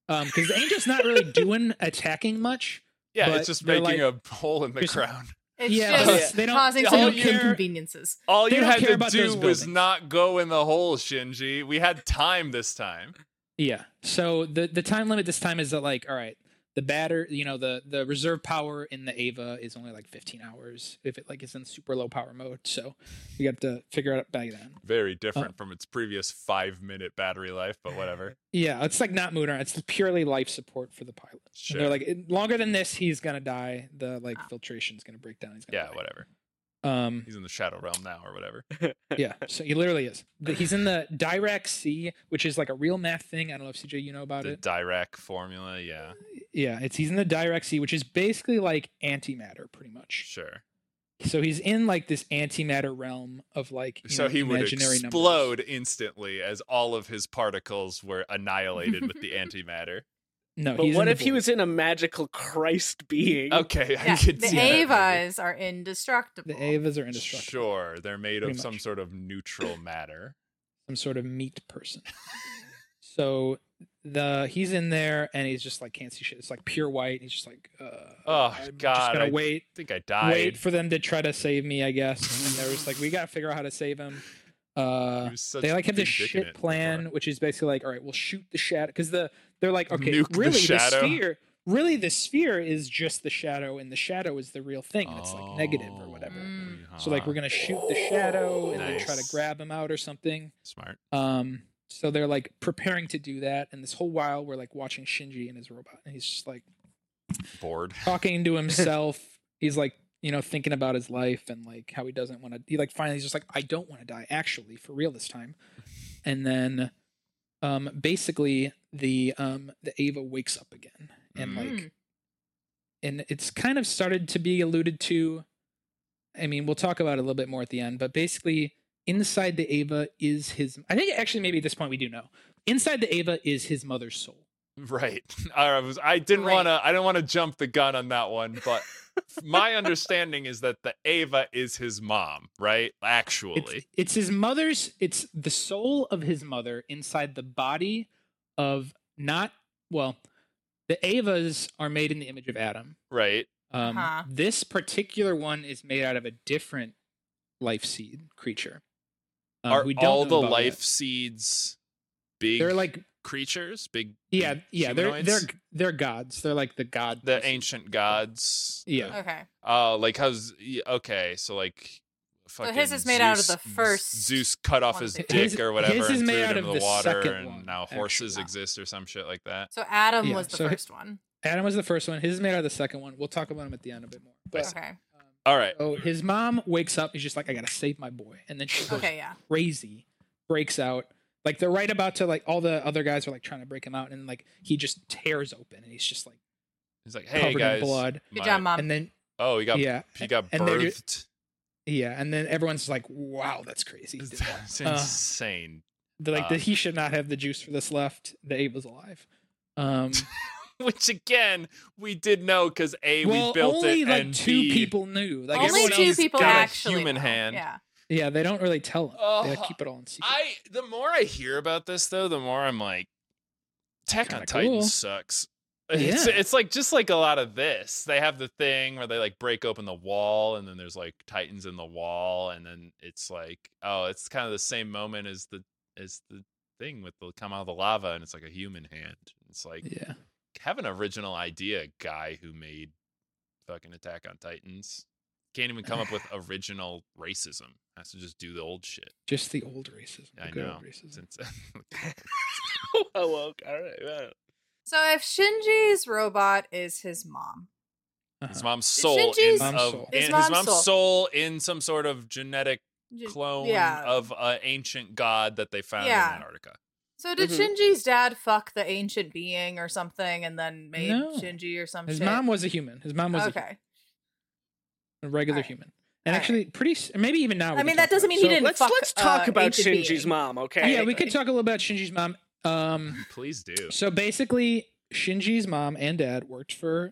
B: Um, because the angel's not really doing attacking much.
A: Yeah,
B: But
A: it's just
B: they're
A: making a hole in the
B: Just-
A: crown.
C: It's
B: yeah,
C: just
B: but they don't.
C: causing
A: the
C: some
A: whole year-
C: inconveniences.
A: All
B: They
A: you
B: don't
A: had
B: care
A: to
B: about those
A: do was
B: buildings.
A: not go in the hole, Shinji. We had time this time.
B: Yeah. So the the time limit this time is that like, all right, the batter, you know, the the reserve power in the Ava is only like 15 hours if it like is in super low power mode. So we have to figure out back then.
A: Very different from its previous five minute battery life, but whatever.
B: Yeah, it's like not Mooner. It's purely life support for the pilot. And
A: Sure.
B: they're like "In- longer than this, he's gonna die. The like filtration's gonna break down. He's gonna
A: yeah,
B: die.
A: whatever.
B: Um,
A: He's in the shadow realm now or whatever.
B: yeah, so he literally is. The- He's in the Dirac C, which is like a real math thing. I don't know if CJ you know about
A: The
B: it.
A: Dirac formula, yeah.
B: Yeah, it's he's in the Dirac C, which is basically like antimatter, pretty much.
A: Sure.
B: So he's in like this antimatter realm of like you
A: So
B: know,
A: he would
B: imaginary numbers.
A: explode instantly as all of his particles were annihilated with the antimatter.
B: No,
D: But
B: he's
D: what
B: in the
D: if he
B: void.
D: was in a magical Christ being?
A: Okay, I
C: Yeah,
A: could
C: the
A: see that maybe.
C: Avas are indestructible.
B: The Avas are indestructible.
A: Sure, they're made of
B: Pretty
A: some
B: much.
A: sort of neutral matter.
B: Some sort of meat person. so the he's in there and he's just like can't see shit. It's like pure white. He's just like, uh,
A: Oh,
B: I'm just
A: God,
B: gonna
A: I
B: wait.
A: I think I died.
B: wait for them to try to save me, I guess. And they were just like, we gotta figure out how to save him. Uh,
A: He was such
B: they like have this
A: big dick in
B: shit
A: it.
B: plan, which is basically like, all right, we'll shoot the shadow because the they're like, okay,
A: Nuke the
B: really the,
A: shadow.
B: sphere, really the sphere is just the shadow, and the shadow is the real thing, and it's like negative or
A: Oh,
B: whatever.
C: Mm.
B: So like, we're gonna shoot the shadow and then try to
A: Nice.
B: grab him out or something.
A: smart.
B: Um, so they're like preparing to do that, and this whole while we're like watching Shinji and his robot, and he's just like
A: Bored.
B: talking to himself. he's like, you know, thinking about his life and like how he doesn't want to. He like finally is just like, I don't want to die actually for real this time. And then, um, basically the um the Ava wakes up again and
C: Hmm.
A: Mm.
B: like, and it's kind of started to be alluded to. I mean, we'll talk about it a little bit more at the end, but basically, inside the Ava is his. I think actually maybe at this point we do know. Inside the Ava is his mother's soul.
A: Right. I was. I didn't
C: Right.
A: want to. I didn't want to jump the gun on that one, but my understanding is that the Ava is his mom, right?
B: It's,
A: Actually,
B: it's his mother's. It's the soul of his mother inside the body of not well. The Avas are made in the image of Adam.
A: right?
B: Um,
C: Uh-huh.
B: This particular one is made out of a different life seed creature. Um,
A: Are
B: we don't
A: all
B: know
A: the
B: about
A: life
B: yet.
A: seeds big
B: They're like
A: creatures? Big
B: yeah yeah they're
A: Humanoids?
B: they're they're gods. They're like the god
A: the
B: person.
A: ancient gods.
B: Yeah.
C: Okay.
A: Oh, like how's y- okay? So like, fucking
C: his is made out of
A: Zeus-
C: the first
A: Zeus cut off
C: one
A: his dick
C: that they-
B: His-
A: or whatever,
B: his is
A: and
B: made
A: threw it
B: out
A: into
B: of
A: the,
B: the
A: water,
B: second
A: and
B: one,
A: now horses
B: actually.
A: exist or some shit like that.
C: So Adam
B: Yeah,
C: was the
B: so-
C: first one.
B: Adam was the first one. His is made out of the second one. We'll talk about him at the end a bit more. But
C: Okay.
B: um,
A: All right,
B: so his mom wakes up. Is just like I gotta save my boy, and then she goes
C: Okay. Yeah.
B: crazy breaks out like they're right about to like all the other guys are like trying to break him out and like he just tears open and he's just like
A: he's like, hey
B: covered
A: guys,
B: in blood
C: Good
A: my-
C: job, mom.
B: and then
A: Oh, he got
B: yeah
A: he got
B: and they're ju-
A: birthed.
B: yeah and then everyone's like wow that's crazy he did that."
A: That's
B: Uh,
A: insane.
B: They're like
A: Uh.
B: that he should not have the juice for this left the ape was alive um
A: Which again, we did know because a
B: well
A: we built
B: only
A: it
B: like
A: and
B: two
A: B,
B: people knew like
C: Only
B: everyone
C: two
B: else
C: people
A: got a
C: actually.
A: human
C: know.
A: hand.
C: Yeah.
B: yeah they don't really tell him they like,
A: Oh,
B: keep it all in secret
A: I the more I hear about this though, the more I'm like, Tech on
B: Kinda
A: Titan
B: cool.
A: sucks. It's,
B: Yeah.
A: it's like just like a lot of this. They have the thing where they like break open the wall, and then there's like titans in the wall, and then it's like, oh, it's kind of the same moment as the is the thing with the come out of the lava and it's like a human hand. It's like
B: Yeah.
A: have an original idea, guy who made fucking Attack on Titans. Can't even come up with original racism. Has to just do the old shit.
B: Just the old racism. the
A: I
B: good
A: know.
B: Old racism.
A: Since
D: oh, well, all right. well.
C: So if Shinji's robot is his mom,
B: Uh-huh.
A: his mom's soul, in,
C: Shinji's-
B: Mom's
A: of-
B: soul.
A: in-
C: His
A: his
C: mom's
A: mom's
C: soul.
A: soul in some sort of genetic
C: J-
A: clone
C: yeah.
A: of an ancient god that they found
C: Yeah.
A: in Antarctica.
C: so did
D: Mhm.
B: Mm-hmm.
C: Shinji's dad fuck the ancient being or something, and then made
B: No.
C: Shinji or some
B: His
C: shit?
B: mom was a human. His mom was a
C: okay.
B: a, regular
C: Alright.
B: human. And
C: Alright.
B: actually, pretty. s- Maybe even now. we
C: I
B: can
C: mean,
B: talk
C: that doesn't
B: about it.
C: mean he didn't
D: let's
C: fuck,
D: let's talk
C: uh,
D: about
C: ancient
D: Shinji's
C: being.
D: mom, okay?
B: Yeah, we
C: Exactly.
B: could talk a little about Shinji's mom. Um,
A: Please do.
B: so basically, Shinji's mom and dad worked for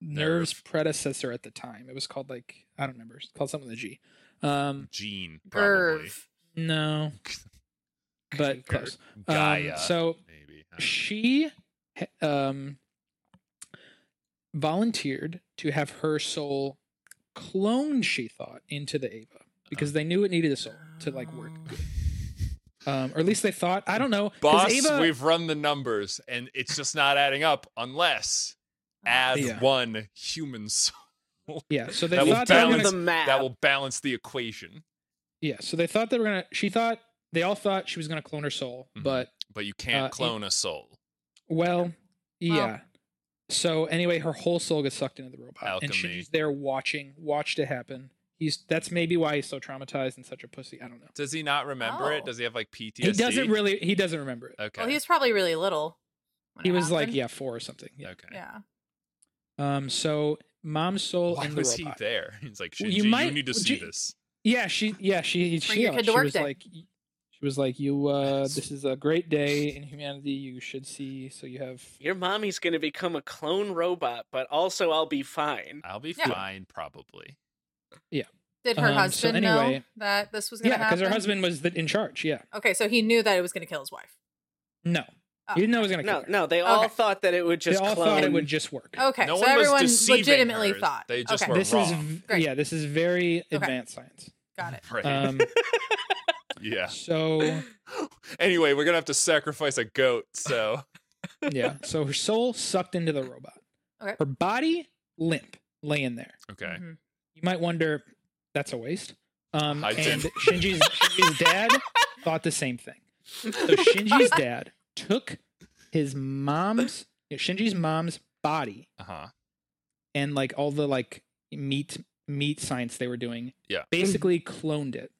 B: Nerve's
A: Nerve.
B: predecessor at the time. It was called like I don't remember. It's called something with a G. Um,
A: Gene, probably.
C: Gerv.
B: no, but close. Um,
A: Gaia.
B: so
A: maybe. I don't know.
B: she um volunteered to have her soul cloned she thought into the ava because they knew it needed a soul to like work um or at least they thought i don't know 'cause
A: Boss,
B: ava
A: we've run the numbers and it's just not adding up unless add
B: Yeah.
A: one human soul.
B: yeah so they
A: that will
B: thought they were
A: balance-
B: gonna,
D: the map.
A: That will balance the equation,
B: yeah so they thought they were gonna she thought they all thought she was gonna clone her soul
A: Mhm.
B: but
A: but you can't
B: Uh, it-
A: clone a soul.
B: well yeah so anyway her whole soul gets sucked into the robot and
A: Alchemy.
B: she's there watching watched it happen he's that's maybe why he's so traumatized and such a pussy i don't know
A: Does he not remember
C: Oh.
A: it? Does he have like PTSD?
B: He doesn't really. He doesn't remember it.
A: Okay.
C: Well, he was probably really little. when
B: he
C: it
B: was like
C: happened.
B: yeah four or something. Yeah.
A: okay.
C: yeah.
B: Um. So mom's soul
A: Why
B: and the
A: was
B: robot.
A: he there? He's like,
B: Well,
A: Shinji,
B: you
A: you,
B: might-
A: need to
B: would
A: see
B: you-
A: this.
B: Yeah. She. Yeah. She.
C: Bring
B: She.
C: your kid to
B: she
C: work
B: was
C: day.
B: like. y- She was like, "You. uh This is a great day in humanity. You should see. So you have.
D: Your mommy's going to become a clone robot, but also I'll be fine.
A: I'll be
C: Yeah.
A: fine, probably.
C: Did her
B: Um, so
C: husband know
B: anyway-
C: that this was going
B: Yeah,
C: to happen?
B: because her husband was the, in charge. Yeah.
C: Okay, so he knew that it was going to kill his wife.
B: No.
C: Oh.
B: He didn't know it was gonna.
D: No,
B: kill her.
D: no, they all
C: Okay.
D: thought that it would
B: They
D: just
B: all
D: clone.
B: thought it would just work.
C: Okay,
A: No one
C: so
A: was
C: everyone
A: deceiving
C: legitimately
A: her.
C: thought.
A: They just
C: okay,
A: were-
B: This is.
A: wrong.
B: v-
C: Great.
B: Yeah. This is very advanced science.
C: got it.
A: Right.
B: Um.
A: yeah.
B: so.
A: Anyway, we're gonna have to sacrifice a goat. So
B: Yeah. So her soul sucked into the robot.
C: Okay.
B: Her body limp, laying there.
A: okay,
C: Mhm.
B: you might wonder that's a waste. Um,
A: I
B: and
A: did.
B: Shinji's, Shinji's dad thought the same thing. So Shinji's dad took his mom's Shinji's mom's body
C: Mm-hmm.
A: uh huh.
B: and like all the like meat meat science they were doing.
A: Yeah.
B: Basically cloned it,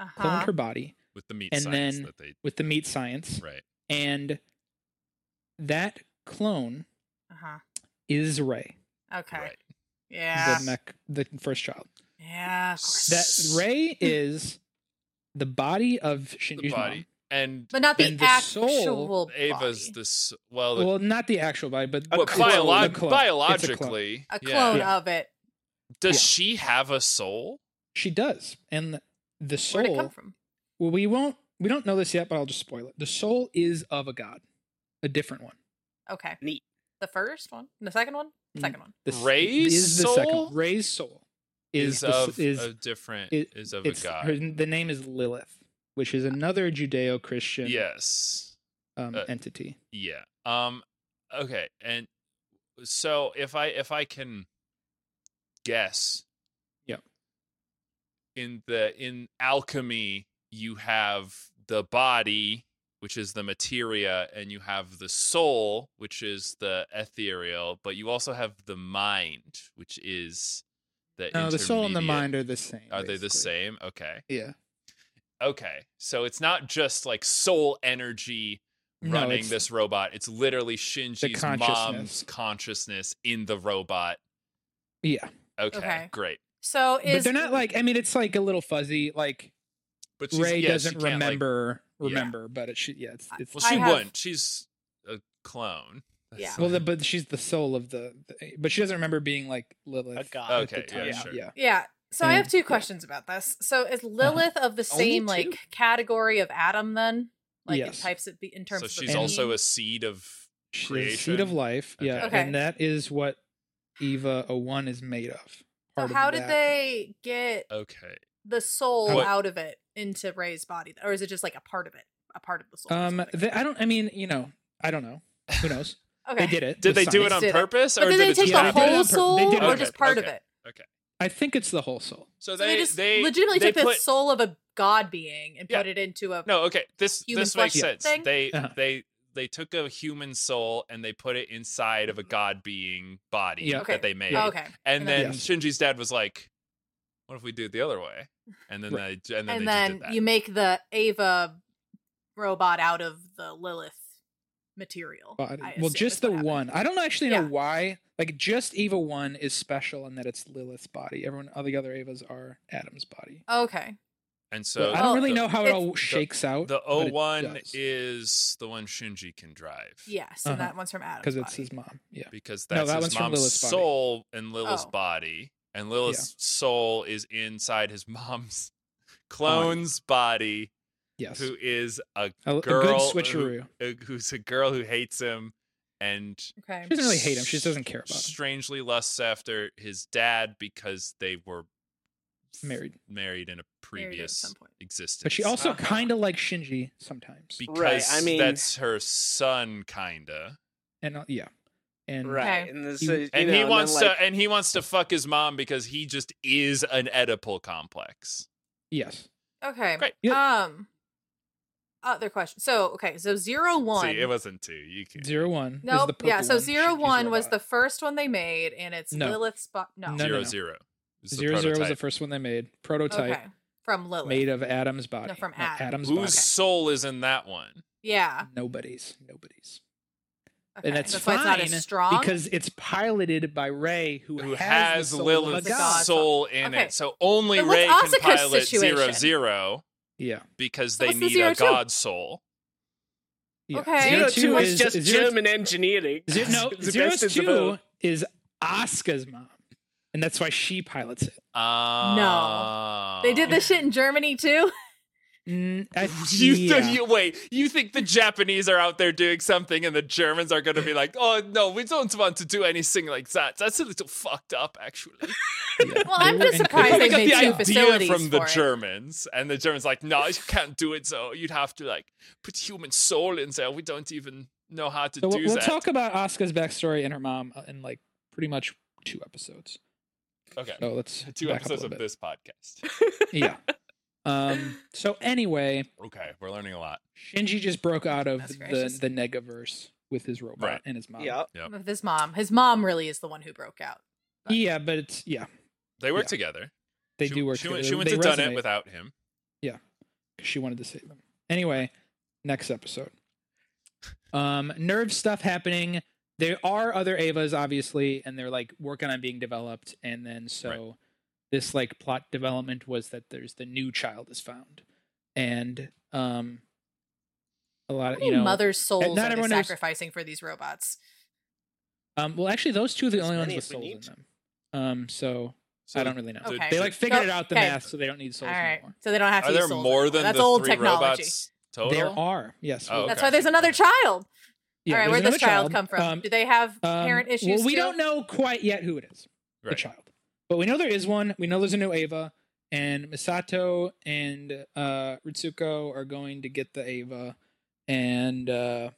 B: cloned
C: Uh-huh.
B: her body
A: With the meat
B: And
A: science
B: then-
A: that they
B: with the meat science,
A: right.
B: and that clone
C: Uh-huh.
B: is Ray,
C: Okay.
A: Right.
C: Yeah.
B: the mech, the first child.
C: Yeah. of course.
B: That Ray is the body of Shinji's
A: The
B: mom.
A: body and
C: But not the
B: and the soul,
C: actual
A: Ava's
C: body.
A: this. Well, the,
B: Well, not the actual body, but
D: A
A: well,
D: clone.
A: biolog-
B: A clone.
A: biologically,
C: a
A: yeah.
C: clone
B: Yeah.
C: of it.
A: Does
B: Yeah.
A: she have a soul?
B: she does, and the
C: Where'd it come
B: soul.
C: from?
B: Well, we won't. We don't know this yet, but I'll just spoil it. The soul is of a god, a different one.
C: Okay.
D: Neat.
C: The first one? The second one? The
B: Mm.
C: second one.
B: The s-
A: Ray's
B: is the second.
A: soul?
B: one. Ray's soul
A: Is,
B: is, the s-
A: of
B: is
A: a different. Is
B: it-
A: of a
B: it's,
A: god.
B: her- the name is Lilith, which is another Judeo-Christian
A: yes.
B: um,
A: Uh,
B: entity.
A: Yeah. Um okay, and so if I if I can guess.
B: Yep.
A: In the in alchemy you have the body which is the materia and you have the soul which is the ethereal but you also have the mind which is the
B: No, the soul and the
A: intermediate-
B: mind are the same.
A: are they the
B: basically.
A: same okay
B: Yeah.
A: okay so it's not just like soul energy
B: No,
A: running
B: it's-
A: this robot it's literally shinji's mom's
B: consciousness.
A: consciousness in the robot
B: Yeah.
A: okay,
C: Okay.
A: great
C: So is
B: but they're not like. I mean, it's like a little fuzzy. Like
A: but she's,
B: Ray
A: yeah, she
B: doesn't
A: can't, like-
B: remember
A: Yeah.
B: remember, but it should yeah, it's,
C: I-
B: it's
A: well she
C: have-
A: wouldn't she's a clone
C: Yeah.
B: well the, but she's the soul of the, the- but she doesn't remember being like Lilith.
D: A
B: at
D: god.
B: the
A: Okay, yeah,
B: time.
A: sure.
B: yeah.
C: Yeah. So I have
B: And-
C: two
B: yeah. Uh-huh.
C: questions about this. So is Lilith of the
D: Only
C: same
D: two?
C: like category of Adam then? Like in
B: Yes.
C: types of be- in terms
A: so
C: of the
A: she's
C: being?
A: also a seed of
B: She's the seed of
A: Creation.
B: life. Yeah.
C: Okay. Okay.
B: And that is what Eva 01 is made of.
C: So
B: Part of
C: how did
B: that.
C: they get
A: okay
C: the soul
A: What-
C: out of it into Ray's body, or is it just like a part of it? a part of the soul. or
B: Um,
C: something.
B: the, I don't. I mean, you know, I don't know. Who knows?
C: okay.
B: They did it.
A: Did
B: with
A: they do it
B: science.
A: on
C: Did it.
A: purpose,
C: But
A: or
C: did they
A: did it
C: take
A: just
B: yeah,
A: happen?
C: the
B: they did it
C: whole
B: on pur-
C: soul
B: they did it
C: or
B: on
C: just
A: purpose.
C: part of
A: Okay.
C: it?
B: I think it's the whole soul.
A: So
C: So
A: they
C: they just
A: they
C: legitimately
A: they
C: took the
A: put-
C: soul of a god being and
A: Yeah.
C: put it into a
A: No, okay. This
C: human
A: this makes
C: flesh
A: sense.
C: thing?
A: They
B: Uh-huh.
A: they they took a human soul and they put it inside of a god being body
B: Yeah.
C: Okay.
A: that they made.
C: Oh, okay.
A: And
C: And
A: then
C: then-
B: Yes.
A: Shinji's dad was like, "What if we do it the other way?" And then they and then
C: and
A: they just
C: then
A: did that.
C: you make the Ava robot out of the Lilith material.
B: Body.
C: I
B: Well,
C: assume
B: just
C: is what
B: the
C: happened.
B: one. I don't actually know
C: Yeah.
B: why. Like, just Eva one is special in that it's Lilith's body. Everyone, all the other Avas are Adam's body.
C: Okay.
A: and
B: So
A: so
B: I
C: oh,
B: don't really
A: the,
B: know how it
C: it's-
B: all shakes out.
A: The
B: but it
A: O1
B: does.
A: is the one Shinji can drive.
C: Yes, and
B: Uh-huh.
C: that one's from Adam.
B: because it's his mom. Yeah.
A: Because
B: No,
A: that's
B: that
A: his
B: one's from
A: mom's
B: Lilith's body.
A: soul and Lilith's
C: Oh.
A: body. And Lilith's soul is inside his mom's clone's body,
B: Oh, Yes.
A: who is a
B: a, a good
A: girl who-
B: switcheroo.
A: uh, who's a girl who hates him and
C: Okay.
B: She doesn't really hate him. She just doesn't care about him.
A: strangely lusts after his dad because they were
B: Married.
A: married in a
C: Married at
A: previous
C: some point.
A: existence.
B: But she also
D: Uh-huh.
B: kind of likes Shinji sometimes.
A: because
D: Right, I mean-
A: that's her son, kinda,
B: and uh, yeah. And
D: right?
C: Okay.
D: And, this,
B: You-
D: uh, you
A: and
D: know,
A: he
D: then,
A: wants
D: like,
A: to, and he wants to fuck his mom because he just is an Oedipal complex.
B: yes.
C: Okay.
A: Great.
C: Um. Other question. So okay. So zero one.
A: See, it wasn't two. You can
B: Zero one. is
C: Nope.
B: the purple
C: yeah. So
B: one,
C: zero
B: Shinji's
C: one was
B: robot.
C: the first one they made, and it's
B: No.
C: Lilith spot. No.
B: No,
A: zero
B: no, no.
A: zero. Is the
B: Zero zero was the
A: prototype.
B: first one they made. Prototype
C: Okay. From Lilith.
B: made of Adam's body.
C: from
B: Not
C: Adam.
B: Adam's
A: Whose
B: body.
A: soul is in that one?
C: yeah.
B: Nobody's. Nobody's.
C: Okay.
B: And that's,
C: why
B: fine
C: it's not as strong.
B: because it's piloted by Ray, who,
A: who
B: has,
A: has,
B: the soul of a
A: Lilith's
B: god.
C: god.
A: soul in
C: Okay.
A: it. So only
C: But what's
A: Ray can
C: Asuka's
A: pilot
C: situation?
A: zero zero
B: Yeah.
A: because
C: So
A: they
C: what's the
A: need
C: zero
A: a
C: two?
A: god soul.
B: yeah.
C: Okay.
D: Zero
B: Zero
D: two,
B: two
D: is, just
B: zero-
D: German engineering.
B: Zero, no,
D: It's the
B: zero
D: best it's
B: two
D: about.
B: is Asuka's mom, and that's why she pilots it.
A: Ah.
C: they did this shit in Germany too.
B: Mm, I-
A: You,
B: yeah.
A: th- you wait. You think the Japanese are out there doing something, and the Germans are going to be like, "Oh no, we don't want to do anything like that. That's a little fucked up, actually."
B: Yeah.
C: Well,
B: They
C: I'm
B: were
C: just surprised
A: They
C: They
B: incredible.
A: got
C: made
A: the
C: two
A: idea
C: facilities
A: from the
C: for it.
A: Germans, and the Germans like, "No, you can't do it. So you'd have to like put human soul in there. We don't even know how to do
B: So we'll, we'll
A: that."
B: talk about Asuka's backstory and her mom uh, in like pretty much two episodes.
A: okay,
B: So let's
A: two
B: Oh, back up a
A: episodes
B: little
A: of
B: bit.
A: this podcast.
B: Yeah. Um. So anyway,
A: Okay, we're learning a lot.
B: Shinji just broke out of
C: Goodness
B: the
C: gracious.
B: the Negaverse with his robot
A: Right.
B: and his mom.
D: Yeah.
C: With his mom. His mom really is the one who broke out.
B: Yeah, but it's yeah
A: They work
B: Yeah.
A: together.
B: they
A: she,
B: do work.
A: She,
B: together.
A: went- she went
B: They
A: to done
B: resonate.
A: it without him.
B: she wanted to save them. Anyway, next episode. Um, nerve stuff happening. There are other Avas, obviously, and they're like working on being developed. And then so
A: Right.
B: this like plot development was that there's the new child is found, and um, a lot
C: How
B: of
C: many
B: you know,
C: mother's souls
B: not
C: are they
B: everyone knows-
C: sacrificing for these robots?
B: um, well, actually, those two are the
D: As
B: only ones
D: many
B: with
D: as we
B: souls in
D: need.
B: them. Um, so,
A: So
B: I don't really know.
A: did-
C: Okay.
B: They like figured
C: So-
B: it out the
C: okay.
B: math, so they don't need souls
C: All right.
B: anymore.
C: So they don't have to
A: Are
C: use
A: there
C: souls
A: more
C: anymore.
A: than
C: That's
A: the
C: old
A: three
C: technology.
A: robots total?
B: There are yes.
A: Oh,
C: That's
A: Okay.
C: why there's another child.
B: yeah,
C: All right,
B: there's
C: where'd this
B: another
C: child, come from?
B: Um,
C: Do they have
B: Um,
C: parent issues?
B: Well, we
C: too?
B: don't know quite yet who it is, the
A: Right.
B: child. But we know there is one. We know there's a new Ava, and Misato and uh, Ritsuko are going to get the Ava, and uh,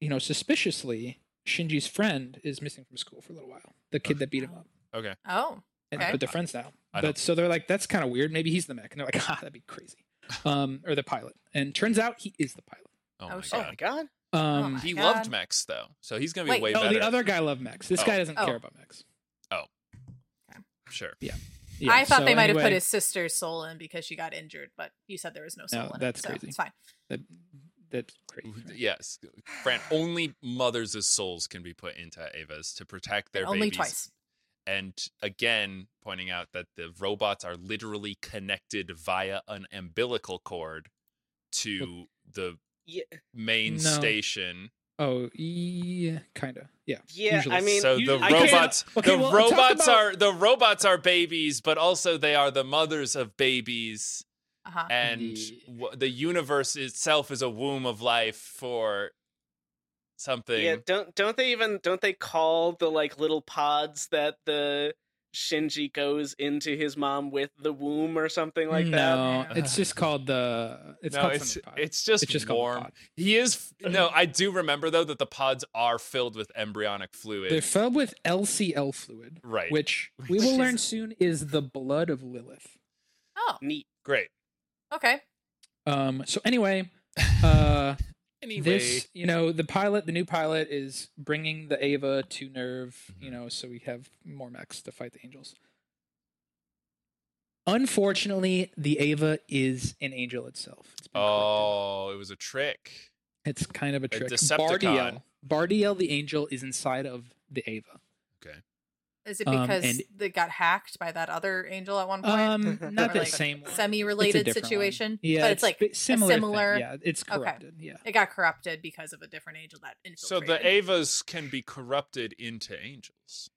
B: you know, suspiciously, Shinji's friend is missing from school for a little while. The kid that beat him up,
A: Okay.
C: Oh,
B: and,
C: Okay.
B: but they're friends now.
A: I
B: But
A: don't-
B: so they're like, that's kind of weird. Maybe he's the mech, and they're like, ah, that'd be crazy. Um, or the pilot, and turns out he is the pilot.
A: Oh,
C: Oh,
A: my
C: shit.
D: Oh my
A: god.
D: god.
C: Oh
B: Um,
C: my
A: He
C: God.
A: loved Max though, so he's gonna be
C: Wait.
A: way
B: oh,
A: better.
B: the other guy loved mechs. This
A: Oh.
B: guy doesn't
C: Oh.
B: care about mechs.
A: Sure.
B: Yeah,
C: I thought
B: so
C: they might have
B: anyway-
C: put his sister's soul in because she got injured, but you said there was no soul
B: No,
C: in
B: that's
C: it. so
B: crazy.
C: It's fine.
B: That that's crazy. right?
A: Yes, Fran. Only mothers' souls can be put into Avas to protect their
C: Only
A: babies.
C: twice.
A: And again, pointing out that the robots are literally connected via an umbilical cord to the
D: Yeah.
A: main
B: No.
A: station.
B: Oh, yeah, kind of. Yeah.
D: Yeah.
B: Usually
D: I mean,
A: so
D: you-
A: the
D: I can't-
A: robots,
B: Okay,
A: the
B: well, talk
A: robots
B: about-
A: are the robots are babies, but also they are the mothers of babies,
C: Uh huh.
A: and
B: Yeah.
A: w- the universe itself is a womb of life for something.
D: Yeah, don't don't they even don't they call the like little pods that the Shinji goes into his mom with the womb or something like that.
B: no,
A: that.
B: it's just called the. It's
A: no,
B: called
A: it's
B: something pod.
A: it's just,
B: it's just called
A: warm.
B: pod.
A: He is f- no. I do remember though that the pods are filled with embryonic fluid.
B: They're filled with LCL fluid,
A: right.
B: which we
A: Which
B: will
A: is-
B: learn soon is the blood of Lilith.
C: Oh,
D: Neat.
A: Great.
C: okay.
B: Um. So anyway, uh,
A: Anyway,
B: this you know the pilot, the new pilot is bringing the Ava to Nerve. You
A: Mm-hmm.
B: know, so we have more mechs to fight the angels. Unfortunately, the Ava is an angel itself. It's been corrupted.
A: oh, it was a trick.
B: It's kind of a trick.
A: Decepticon.
B: Bardiel, Bardiel the angel is inside of the Ava.
C: Is it
B: Um,
C: because
B: and-
C: they got hacked by that other angel at one point?
B: Um, not the
C: Like,
B: same one. It's a
C: Semi-related
B: different one.
C: situation.
B: Yeah,
C: but it's like
B: bi- similar. thing.
C: similar-
B: Yeah, it's
C: Okay.
B: corrupted. Yeah.
C: it got corrupted because of a different angel that
A: So
C: infiltrated.
A: the Avas can be corrupted into angels.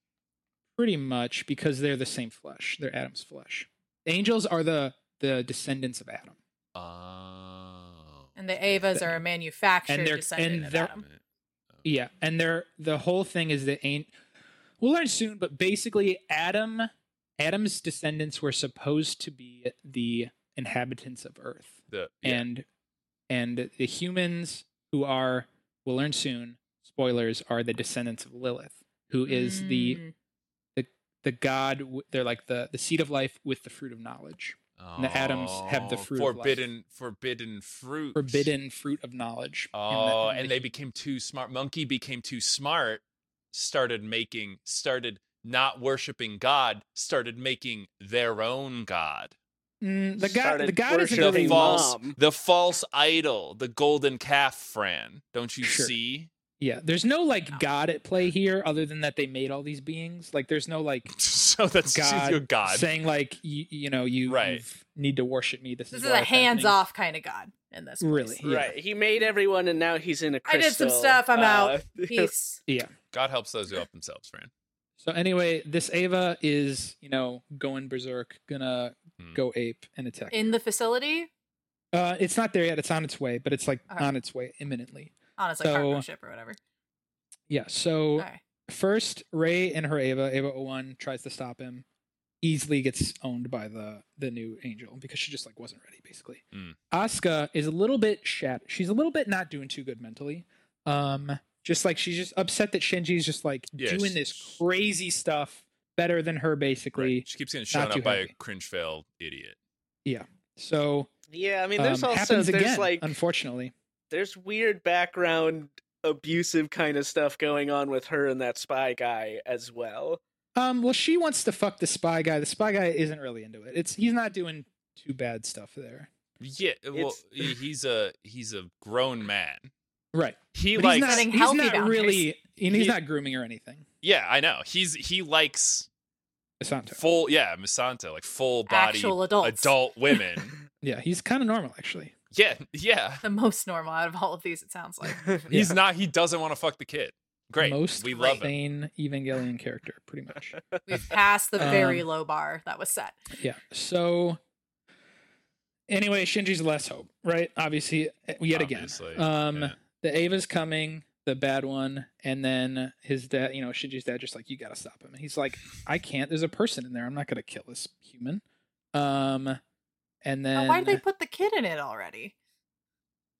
B: pretty much because they're the same flesh. They're Adam's flesh. Angels are the the descendants of Adam.
A: Oh.
C: and the Avas are a manufactured
B: And they're-
C: descendant
B: and
C: of
B: they're-
C: Adam.
B: Yeah, and they're the whole thing is that ain't. We'll learn soon, but basically, Adam, Adam's descendants were supposed to be the inhabitants of Earth.
A: The, yeah.
B: and and the humans who are we'll learn soon spoilers are the descendants of lilith who is the
C: Mm.
B: the god w- they're like the the seed of life with the fruit of knowledge the Adams have the
A: Oh,
B: fruit of life.
A: forbidden forbidden fruit
B: forbidden fruit of knowledge in the-
A: oh
B: in
A: and
B: the
A: they
B: hu-
A: became too smart monkey became too smart started making started not worshiping god started making their own god
B: Mm, the god the
D: started
B: god is
A: the
D: Sure.
B: really
D: Mom.
A: false the false idol the golden calf fran don't you
B: Sure.
A: see
B: yeah there's no like god at play here other than that they made all these beings like there's no like
A: so that's
B: god,
A: your god
B: saying like you, you know you
A: Right.
B: you've- need to worship me this,
C: This
B: is
C: is
B: why
C: a
B: it's happening.
C: hands-off kind of god in this. place.
B: Really, yeah.
D: Right. He made everyone and now he's in a
C: I
D: crystal. uh,
C: did some stuff, I'm out. Peace.
A: god helps those who help themselves fran
B: So anyway, this Ava is, you know, going berserk, gonna
A: Hmm.
B: go ape and attack.
C: In the facility
B: uh, it's not there yet; it's on its way, but it's like
C: Okay.
B: on its way imminently.
C: on his like
B: So-
C: cargo ship or whatever.
B: Yeah. So
C: Okay.
B: first, Ray and her Ava, Ava 01, tries to stop him. Easily gets owned by the the new angel because she just like wasn't ready. Basically,
A: Hmm.
B: Asuka is a little bit shat. She's a little bit not doing too good mentally. Um, just like she's just upset that Shinji's just like
A: Yeah,
B: doing
A: she's-
B: this crazy stuff better than her, basically.
A: Right. she keeps getting shown
B: not too
A: up by a
B: happy.
A: cringe fail idiot
B: So
D: Yeah, I mean there's
B: um,
D: also
B: happens
D: there's
B: again,
D: like
B: unfortunately.
D: there's weird background abusive kind of stuff going on with her and that spy guy as well.
B: Um, well, she wants to fuck the spy guy. The spy guy isn't really into it. It's he's not doing too bad stuff there.
A: yeah well
D: It's-
A: he- he's a he's a grown man
B: Right.
A: he
B: But
A: likes
B: he's not,
C: Setting
B: he's
C: healthy
B: not
C: boundaries.
B: really and he's
A: He-
B: not grooming or anything.
A: Yeah, I know. He's he likes
B: Asante.
A: full yeah, Misanto, like full body
C: Actual adults.
A: adult women.
B: Yeah, he's kind of normal actually.
A: yeah, yeah.
C: The most normal out of all of these, it sounds like.
A: He's not he doesn't want to fuck the kid. Great.
B: Most
A: we love him.
B: sane Evangelion character, pretty much.
C: We've passed the
B: Um,
C: very low bar that was set.
B: yeah. So anyway, Shinji's less hope, right? Obviously, yet
A: Obviously,
B: again. Um,
A: yeah.
B: the Ava's coming, the bad one, and then his dad. You know, Shinji's dad just like, you gotta stop him. And he's like, I can't. There's a person in there. I'm not gonna kill this human. Um, and
C: But
B: then
C: why did they put the kid in it already?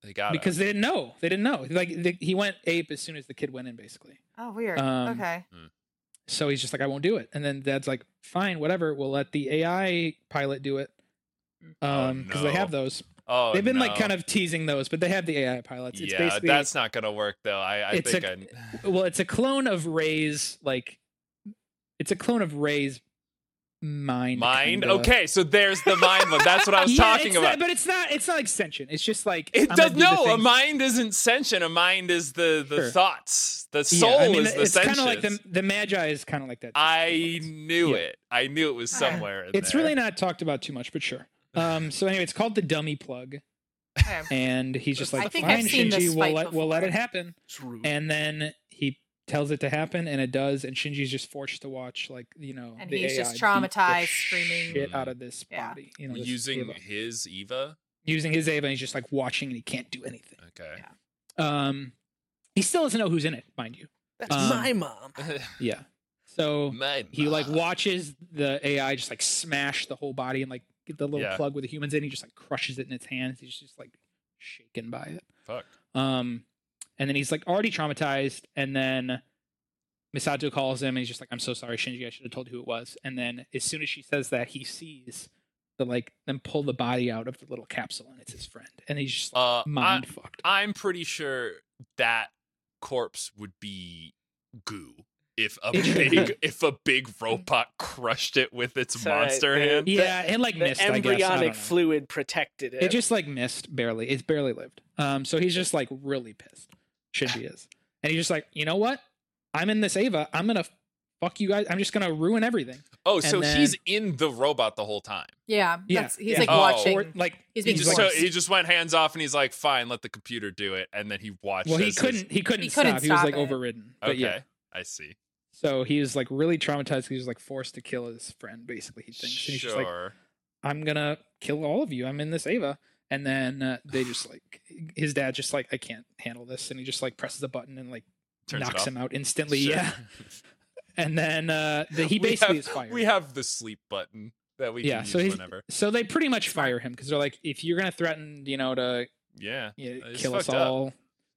A: They got him.
B: because they didn't know. They didn't know. Like the, he went ape as soon as the kid went in, basically.
C: Oh, weird.
B: Um,
C: okay.
B: So he's just like, I won't do it. And then dad's like, fine, whatever. We'll let the AI pilot do it. Um, because
A: Oh, no.
B: they have those.
A: Oh,
B: They've been
A: no.
B: like kind of teasing those, but they have the AI pilots. It's
A: yeah,
B: basically
A: that's not gonna work though. I, I
B: It's
A: think
B: a-
A: I
B: well, it's a clone of Ray's like it's a clone of Ray's mind.
A: mind.
B: kinda.
A: Okay, so there's the mind one. That's what I was
B: Yeah,
A: talking
B: it's
A: about.
B: not- but it's not it's not extension. It's just like
A: it
B: I'm
A: does
B: gonna do the
A: no. A
B: thing-
A: mind isn't sentient. A mind is the the
B: Sure.
A: thoughts. The
B: Yeah,
A: soul
B: I mean,
A: is the
B: it's
A: sentience.
B: kind of like the the magi is kind of like that. too.
A: I knew
B: Yeah.
A: it. I knew it was
C: Ah.
A: somewhere. in
B: it's
A: there.
B: really not talked about too much, but sure. Um, so anyway, it's called the dummy plug,
C: okay.
B: and he's just like,
C: I think I've
B: "Fine,
C: seen this
B: Shinji, we'll
C: fight
B: let we'll let it
C: before."
B: happen."
C: Mm-hmm.
B: And then he tells it to happen, and it does. And Shinji's just forced to watch, like you know,
C: And
B: the
C: he's just
B: AI beat the
C: traumatized, screaming.
B: shit out of this
C: Yeah.
B: body. You know, this
A: using
B: Ava.
A: his Eva.
B: using his Ava, and he's just like watching, and he can't do anything.
A: Okay.
B: Um, he still doesn't know who's in it, mind you.
D: That's
B: Um,
D: my mom.
B: Yeah. So
A: My
B: he like
A: mom.
B: watches the AI just like smash the whole body and like get the little
A: Yeah.
B: plug with the humans in. He just like crushes it in its hands. He's just like shaken by it.
A: Fuck.
B: Um, and then he's like already traumatized. And then Misato calls him and he's just like, "I'm so sorry, Shinji. I should have told you who it was." And then as soon as she says that, he sees the like them pull the body out of the little capsule and it's his friend. And he's just like,
A: Uh, I,
B: mind fucked.
A: I'm pretty sure that corpse would be goo if a big if a big robot crushed it with its
D: Sorry,
A: monster
D: the-
A: hand.
B: yeah, it like
D: The
B: missed. I guess. I don't
D: embryonic
B: know.
D: fluid protected it.
B: It just like missed barely. It's barely lived. Um, so he's just like really pissed. Shinji is, and he's just like, you know what? I'm in this Ava. I'm gonna fuck you guys. I'm just gonna ruin everything.
A: Oh, so
B: And then-
A: he's in the robot the whole time.
C: Yeah,
B: Yeah,
C: that's, he's
B: yeah.
C: like
A: Oh.
B: Or
C: watching.
B: like
C: He's
A: He
C: being
A: just
C: Exactly.
A: so
B: like,
C: forced.
A: he just went hands off and he's like, fine, let the computer do it, and then he watched.
B: well, he
A: as his-
B: couldn't. He couldn't
C: He
B: stop.
C: couldn't
B: He was
C: stop
B: like
C: it.
B: overridden. But
A: Okay,
B: yeah,
A: I see.
B: so he was like really traumatized. He was like forced to kill his friend. Basically, he thinks. And he's just like,
A: Sure.
B: I'm gonna kill all of you. I'm in this Ava. And then uh, they just like his dad just like I can't handle this, and he just like presses a button and like
A: Turns it
B: knocks
A: off.
B: him out instantly.
A: Sure.
B: Yeah. and then uh, the, he
A: We
B: basically
A: have-
B: is fired.
A: We have the sleep button that we
B: Yeah,
A: can
B: so
A: use
B: he's-
A: whenever.
B: so they pretty much fire him because they're like, if you're gonna threaten, you know, to
A: Yeah,
B: you know,
A: It's
B: kill us
A: fucked up.
B: all,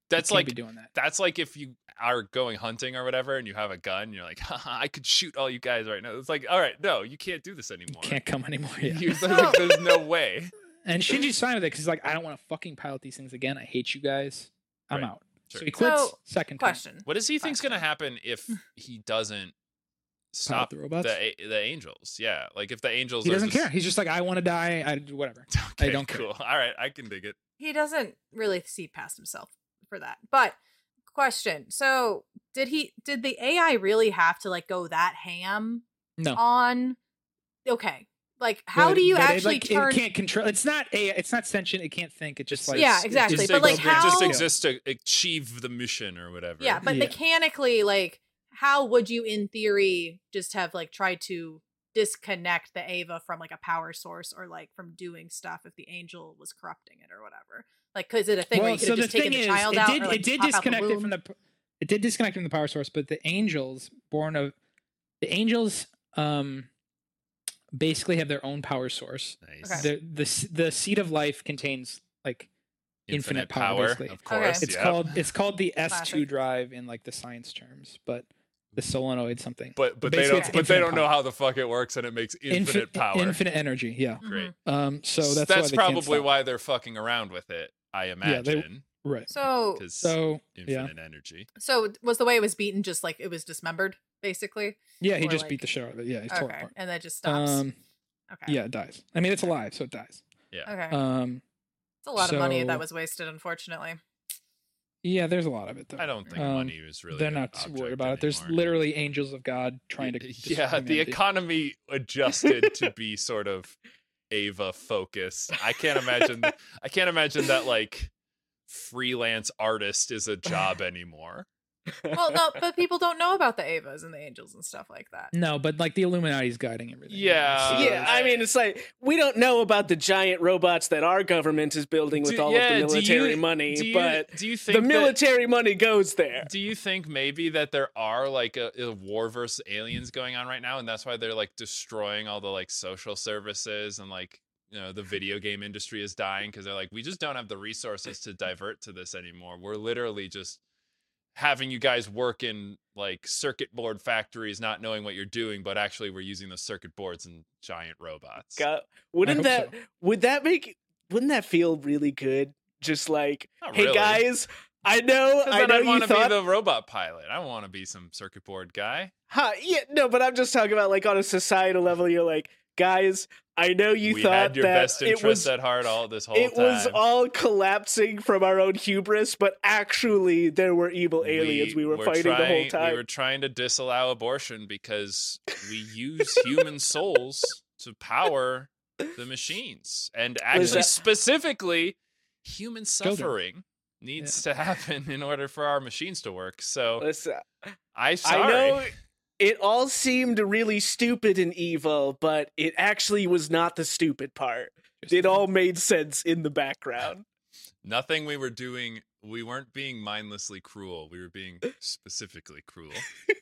A: that's
B: you can't
A: like
B: be doing that.
A: that's like if you are going hunting or whatever and you have a gun you're like Haha, i could shoot all you guys right now it's like all right no you can't do this anymore
B: Can't come anymore. Yeah.
A: You- there's, like, there's no way
B: and Shinji's fine with it because he's like, I don't want to fucking pilot these things again. I hate you guys. I'm
A: Right.
B: out.
A: Sure.
B: So he quits.
C: So,
B: second time.
C: Question.
A: what does he think's gonna happen if he doesn't
B: Pilot
A: stop
B: the
A: the,
B: robots.
A: a- the angels yeah like if the angels
B: he
A: are
B: doesn't
A: just-
B: care. He's just like, I want to die. I whatever.
A: okay,
B: don't care.
A: cool all right i can dig it
C: He doesn't really see past himself for that. But question. So did he? Did the AI really have to like go that ham
B: No.
C: on? Okay. Like, how
B: But-
C: do you
B: but it,
C: actually
B: like,
C: turn?
B: It can't control. It's not a. It's not sentient. It can't think. It just like it's-
C: Yeah,
B: it's
C: exactly,
A: just
B: just
C: but, like,
A: exi-
B: programmed
A: it
B: to
A: just
C: how-
B: kill.
A: exists to achieve the mission or whatever
C: yeah, but
B: Yeah.
C: mechanically, like, how would you, in theory, just have like tried to disconnect the Ava from like a power source or like from doing stuff if the angel was corrupting it or whatever? Like, is it a thing where you could have just taken the child
B: it
C: out?
B: did,
C: or, like,
B: it did
C: pop out the
B: disconnect it
C: womb?
B: from the it did disconnect from the power source, but the angels born of the angels um basically have their own power source.
A: nice
C: Okay.
B: The the s- the seed of life contains like infinite power,
A: power,
B: basically.
A: of course
C: Okay.
B: it's
A: yep.
B: called it's called the S2
C: Classic.
B: drive in like the science terms, but the solenoid something.
A: but but they
B: basically
A: don't
B: it's
A: but they
B: infinite
A: don't know
B: power.
A: how the fuck it works and it makes infinite
B: Infi-
A: power
B: Infinite energy, yeah.
C: Mhm.
A: great
B: Um so that's why they can't
A: probably
B: stop.
A: why they're fucking around with it i
B: Yeah, they-
A: imagine
B: right.
C: So,
A: because
B: So yeah.
A: infinite energy
C: so was the way it was beaten just like it was dismembered, basically?
B: Yeah, he
C: or,
B: just
C: like-
B: beat the shit out of it. Yeah, he's tore it
C: Okay,
B: apart.
C: and that just stops.
B: Um
C: okay.
B: yeah, it dies. I mean it's alive, so it dies.
C: Okay.
B: Um
C: it's a lot of money that
B: so-
C: was wasted, unfortunately.
B: Yeah, there's a lot of it though.
A: i don't think
B: Um,
A: money is really
B: They're
A: an
B: not
A: object
B: worried about it. There's
A: anymore.
B: literally angels of God trying to.
A: Y-
B: destroy
A: yeah the
B: humanity.
A: economy adjusted to be sort of ava focused i can't imagine i can't imagine that like freelance artist is a job anymore
C: well, no, but people don't know about the Avas and the angels and stuff like that.
B: No, but like the Illuminati's guiding everything.
A: Yeah.
B: So-
D: yeah, I mean, it's like we don't know about the giant robots that our government is building with
A: Do-
D: all
A: yeah, do
D: of the military
A: you-
D: money,
A: do you,
D: Eh, but
A: do you think
D: the
A: that-
D: military money goes there.
A: Do you think maybe that there are like a, a war versus aliens going on right now, and that's why they're like destroying all the like social services and like you know the video game industry is dying because they're like we just don't have the resources to divert to this anymore. We're literally just having you guys work in like circuit board factories, not knowing what you're doing, but actually we're using the circuit boards and giant robots.
D: God,
B: I hope
D: wouldn't that
B: so.
D: would that make wouldn't that feel really good? Just like,
A: Not
D: hey
A: really.
D: guys, I know,
A: 'Cause
D: I
A: then
D: know
A: I'd want
D: you
A: to
D: thought,
A: be the robot pilot. I want to be some circuit board guy.
D: huh, yeah, no, but I'm just talking about like on a societal level. You're like, guys, I know you
A: we
D: thought
A: had your
D: that
A: best
D: it
A: interests
D: was
A: at heart all this whole
D: it
A: time.
D: was all collapsing from our own hubris, but actually there were evil aliens we, were, fighting the
A: trying-
D: whole time.
A: We were trying to disallow abortion because we use human souls to power the machines. And actually,
D: Listen-
A: specifically, human
B: Children.
A: suffering needs to happen in order for our machines to work. So
D: Listen,
A: I'm
D: Uh, I
A: sorry.
D: know it all seemed really stupid and evil, but it actually was not the stupid part.
B: Just-
D: It all made sense in the background.
A: Nothing we were doing, we weren't being mindlessly cruel. We were being specifically cruel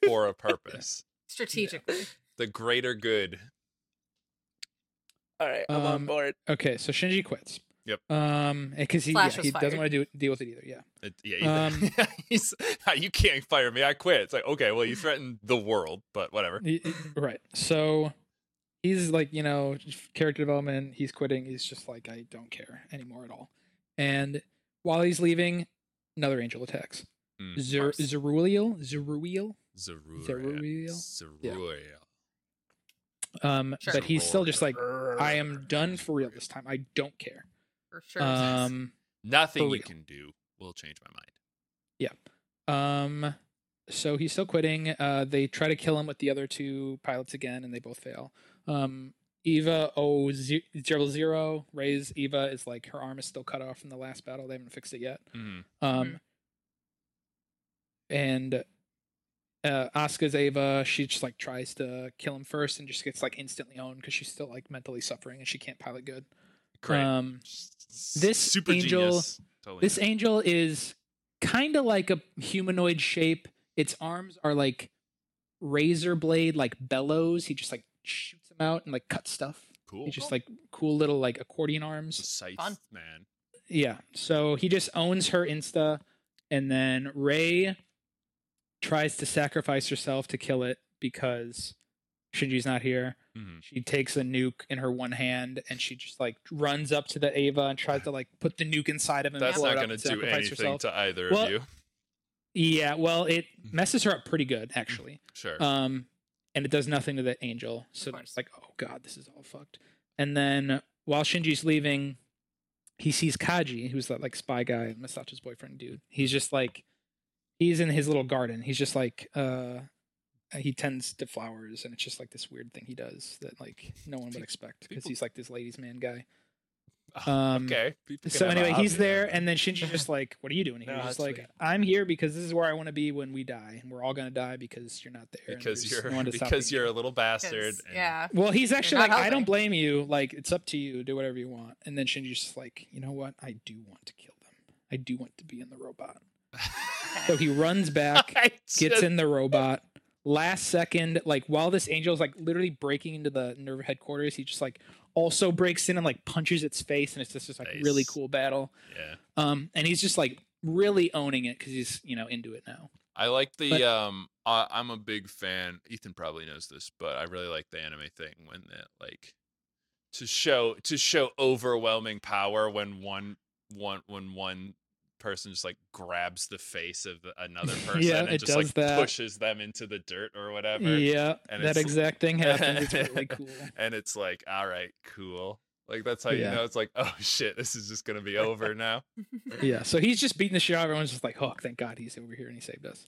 A: for a purpose.
C: strategically.
A: The greater good.
D: All right, I'm on
B: Um,
D: board.
B: Okay, so Shinji quits.
A: Yep.
B: Um, because he
C: Flash
B: yeah,
C: was
B: he doesn't
C: fired.
B: want to do, deal with it either. Yeah.
A: It, yeah,
B: Um,
A: he- he's, you can't fire me. I quit. It's like okay, well, you threatened the world, but whatever.
B: Y- y- right. So he's like, you know, f- character development, he's quitting. He's just like, I don't care anymore at all. And while he's leaving, another angel attacks.
A: Mm.
B: Zer-
C: course.
B: Zeruiel, Zeruiel.
A: Zeruiah.
B: Zeruiah? Yeah.
A: Zeruiah.
B: Um,
C: Sure.
B: but he's still just like, I
D: I
B: am done for real this time. I don't care.
C: For sure.
B: Um,
A: Nothing
B: For
A: you
B: real.
A: can do will change my mind.
B: um, so he's still quitting. Uh, they try to kill him with the other two pilots again, and they both fail. Um, Eva O ze- zero zero raise Eva is like her arm is still cut off from the last battle. They haven't fixed it yet.
A: Mhm.
B: Um, and uh, Asuka's Ava, she just like tries to kill him first and just gets like instantly owned because she's still like mentally suffering and she can't pilot good.
A: Great.
B: Um,
A: S-
B: this
A: super
B: angel-
A: genius. Totally
B: this
A: genius.
B: angel is kind of like a humanoid shape. Its arms are like razor blade, like bellows. He just like shoots them out and like cuts stuff.
A: cool.
B: It's just like cool little like accordion arms.
A: Scythe,
C: Fun.
A: man.
B: Yeah. So he just owns her Insta, and then Ray tries to sacrifice herself to kill it because Shinji's not here.
A: Mhm.
B: She takes a nuke in her one hand and she just like runs up to the Ava and tries to like put the nuke inside of him.
A: That's
B: and blow
A: not
B: it up
A: going to
B: and
A: do
B: sacrifice
A: anything
B: herself.
A: to either
B: Well-
A: of you.
B: Yeah. Well, it
A: Mm-hmm.
B: messes her up pretty good actually.
A: Sure.
B: Um, and it does nothing to the angel. So
C: Of
B: it's
C: course.
B: like, oh god, this is all fucked. And then while Shinji's leaving, he sees Kaji, who's that like spy guy, Masato's boyfriend dude. He's just like, he's in his little garden. He's just like, uh, he tends to flowers, and it's just like this weird thing he does that like no one would expect because
A: people-
B: he's like this ladies' man guy.
A: Oh,
B: Um,
A: okay. People can
B: So
A: have a
B: anyway, he's
A: hobby.
B: there, and then Shinji's just like, "What are you doing here?"
D: No,
B: he's just
D: that's
B: like,
D: sweet.
B: "I'm here because this is where I want to be when we die, and we're all gonna die because you're not there and
A: because
B: there's no
A: you're
B: one to stop
A: because
B: me."
A: you're a little bastard.
C: 'Cause,
A: and-
C: yeah.
B: Well, he's actually
C: not
B: like, I
C: helping.
B: don't blame you. Like, it's up to you. Do whatever you want. And then Shinji's just like, you know what? I do want to kill them. I do want to be in the robot. So he runs back,
A: I
B: gets
A: just-
B: in the robot. Last second, like while this angel's like literally breaking into the nerve headquarters, he just like also breaks in and like punches its face, and it's just this like really
A: Nice.
B: cool battle.
A: Yeah.
B: Um, and he's just like really owning it because he's you know into it now.
A: I like the
B: But-
A: um. I, I'm a big fan. Ethan probably knows this, but I really like the anime thing when that like to show to show overwhelming power when one one when one person just like grabs the face of another person
B: Yeah,
A: and
B: it
A: just like
B: does that.
A: pushes them into the dirt or whatever.
B: Yeah,
A: And
B: that
A: it's-
B: exact thing happens. It's really cool.
A: And it's like, all right, cool. Like that's how
B: Yeah.
A: you know it's like, oh shit, this is just gonna be over now.
B: Yeah, so he's just beating the shit out of everyone's just like, oh, thank God he's over here and he saved us.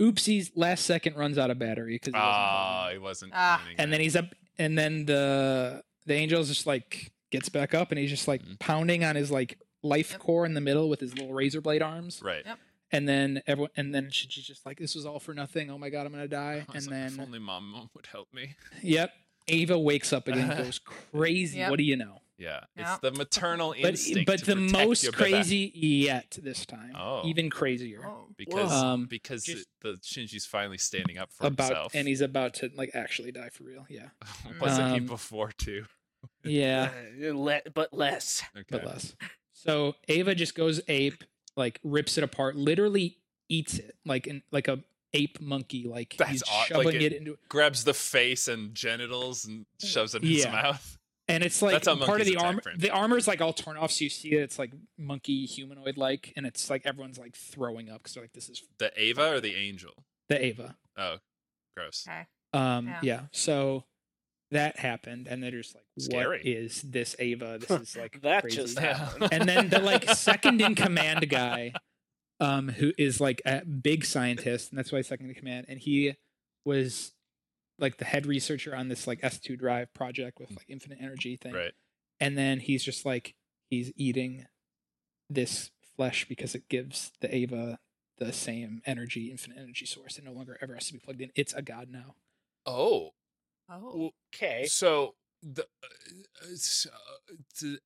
B: Oopsies, last second runs out of battery because
A: Ah, he wasn't.
C: Ah.
A: planning
B: and then
A: that.
B: he's up and then the the angel's just like gets back up and he's just like
A: Mhm.
B: pounding on his like life
C: Yep.
B: core in the middle with his little razor blade arms.
A: right.
C: Yep.
B: And then everyone and then she- she's just like, This was all for nothing. Oh my god, I'm gonna die.
A: I
B: And
A: was like,
B: then
A: if only my mom would help me.
B: Yep. Ava wakes up again,
A: Uh-huh.
B: goes crazy.
C: Yep.
B: What do you know?
A: Yeah,
C: Yeah.
A: it's the maternal
B: But
A: instinct.
B: but
A: to
B: the
A: protect
B: most
A: your baby.
B: crazy yet this time.
A: Oh.
B: Even crazier.
A: because
B: Um,
A: because
B: just-
A: the Shinji's finally standing up for
B: about
A: himself.
B: and he's about to like actually die for real yeah
A: Wasn't he
B: Um,
A: before too?
B: yeah
D: Uh, le- but less.
A: Okay.
B: but less so ava just goes ape like rips it apart literally eats it like in like a ape monkey like
A: That's
B: he's
A: aw- like
B: shoving
A: it-
B: it, into
A: Grabs the face and genitals and shoves it in his
B: Yeah.
A: mouth.
B: and it's like
A: That's how
B: part of
A: monkeys
B: the
A: attack,
B: armor
A: friend.
B: the armor's like all torn off so you see it, it's like monkey humanoid like and it's like everyone's like throwing up because they're like this is
A: The Ava or the angel?
B: the ava
A: Oh, gross.
C: Okay.
B: Um, yeah.
C: Yeah.
B: So that happened, and they're just like,
A: Scary.
B: "What is this, Ava? This is like
D: That
B: crazy."
D: just
A: happened.
B: and then the like second in command guy, um, who is like a big scientist, and that's why he's second in command, and he was like the head researcher on this like S two drive project with like infinite energy thing,
A: Right.
B: and then he's just like he's eating this flesh because it gives the Ava the same energy, infinite energy source. It no longer ever has to be plugged in. It's a god now.
A: Oh,
C: Oh.
D: Okay.
A: so the uh,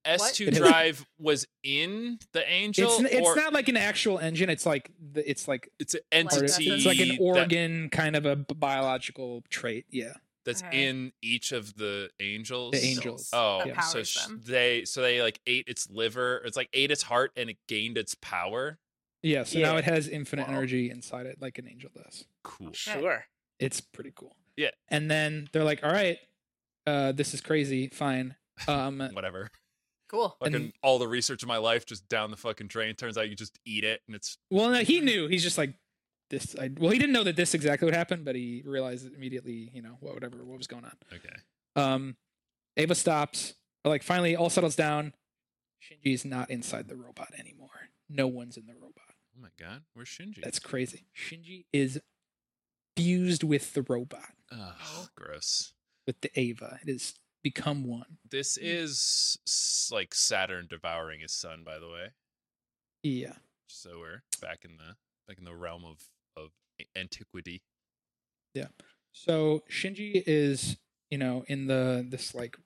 A: S two drive was in the Angel.
B: It's n- it's
A: or
B: not like an actual engine. It's like the, it's like
A: It's an
C: Like, that's
A: entity.
C: a-
B: it's like an
A: that-
B: organ kind of a b- biological trait. Yeah,
A: that's
C: Alright.
A: in each of the angels.
B: the angels.
A: Oh,
C: That
A: so
C: powers
A: sh-
C: them.
A: they so they like ate its liver. It's like ate its heart and it gained its power.
B: Yeah, so now
D: Yeah.
B: it has infinite
D: Wow.
B: energy inside it, like an angel does.
A: Cool.
D: Sure.
B: It's pretty cool.
A: Yeah.
B: And then they're like, "All right, uh, this is crazy. Fine. Um,
A: Whatever.
C: Cool.
B: And-
A: Fucking all the research of my life just down the fucking drain. Turns out you just eat it and it's
B: well, no, he knew. He's just like this. I, well, he didn't know that this exactly would happen, but he realized immediately. You know, what whatever what was going on.
A: okay. Oh
B: Um, Ava stops. or, Like finally, all settles down. Shinji's not inside the robot anymore. No one's in the robot.
A: Oh my god, where's Shinji?
B: That's crazy. Shinji is fused with the robot,
A: Ugh, gross.
B: with the Ava. It has become one.
C: Mm.
A: This is s- like Saturn devouring his sun, by the way.
B: Yeah.
A: So we're back in the back in the realm of of antiquity.
B: So Shinji is, you know, in the this like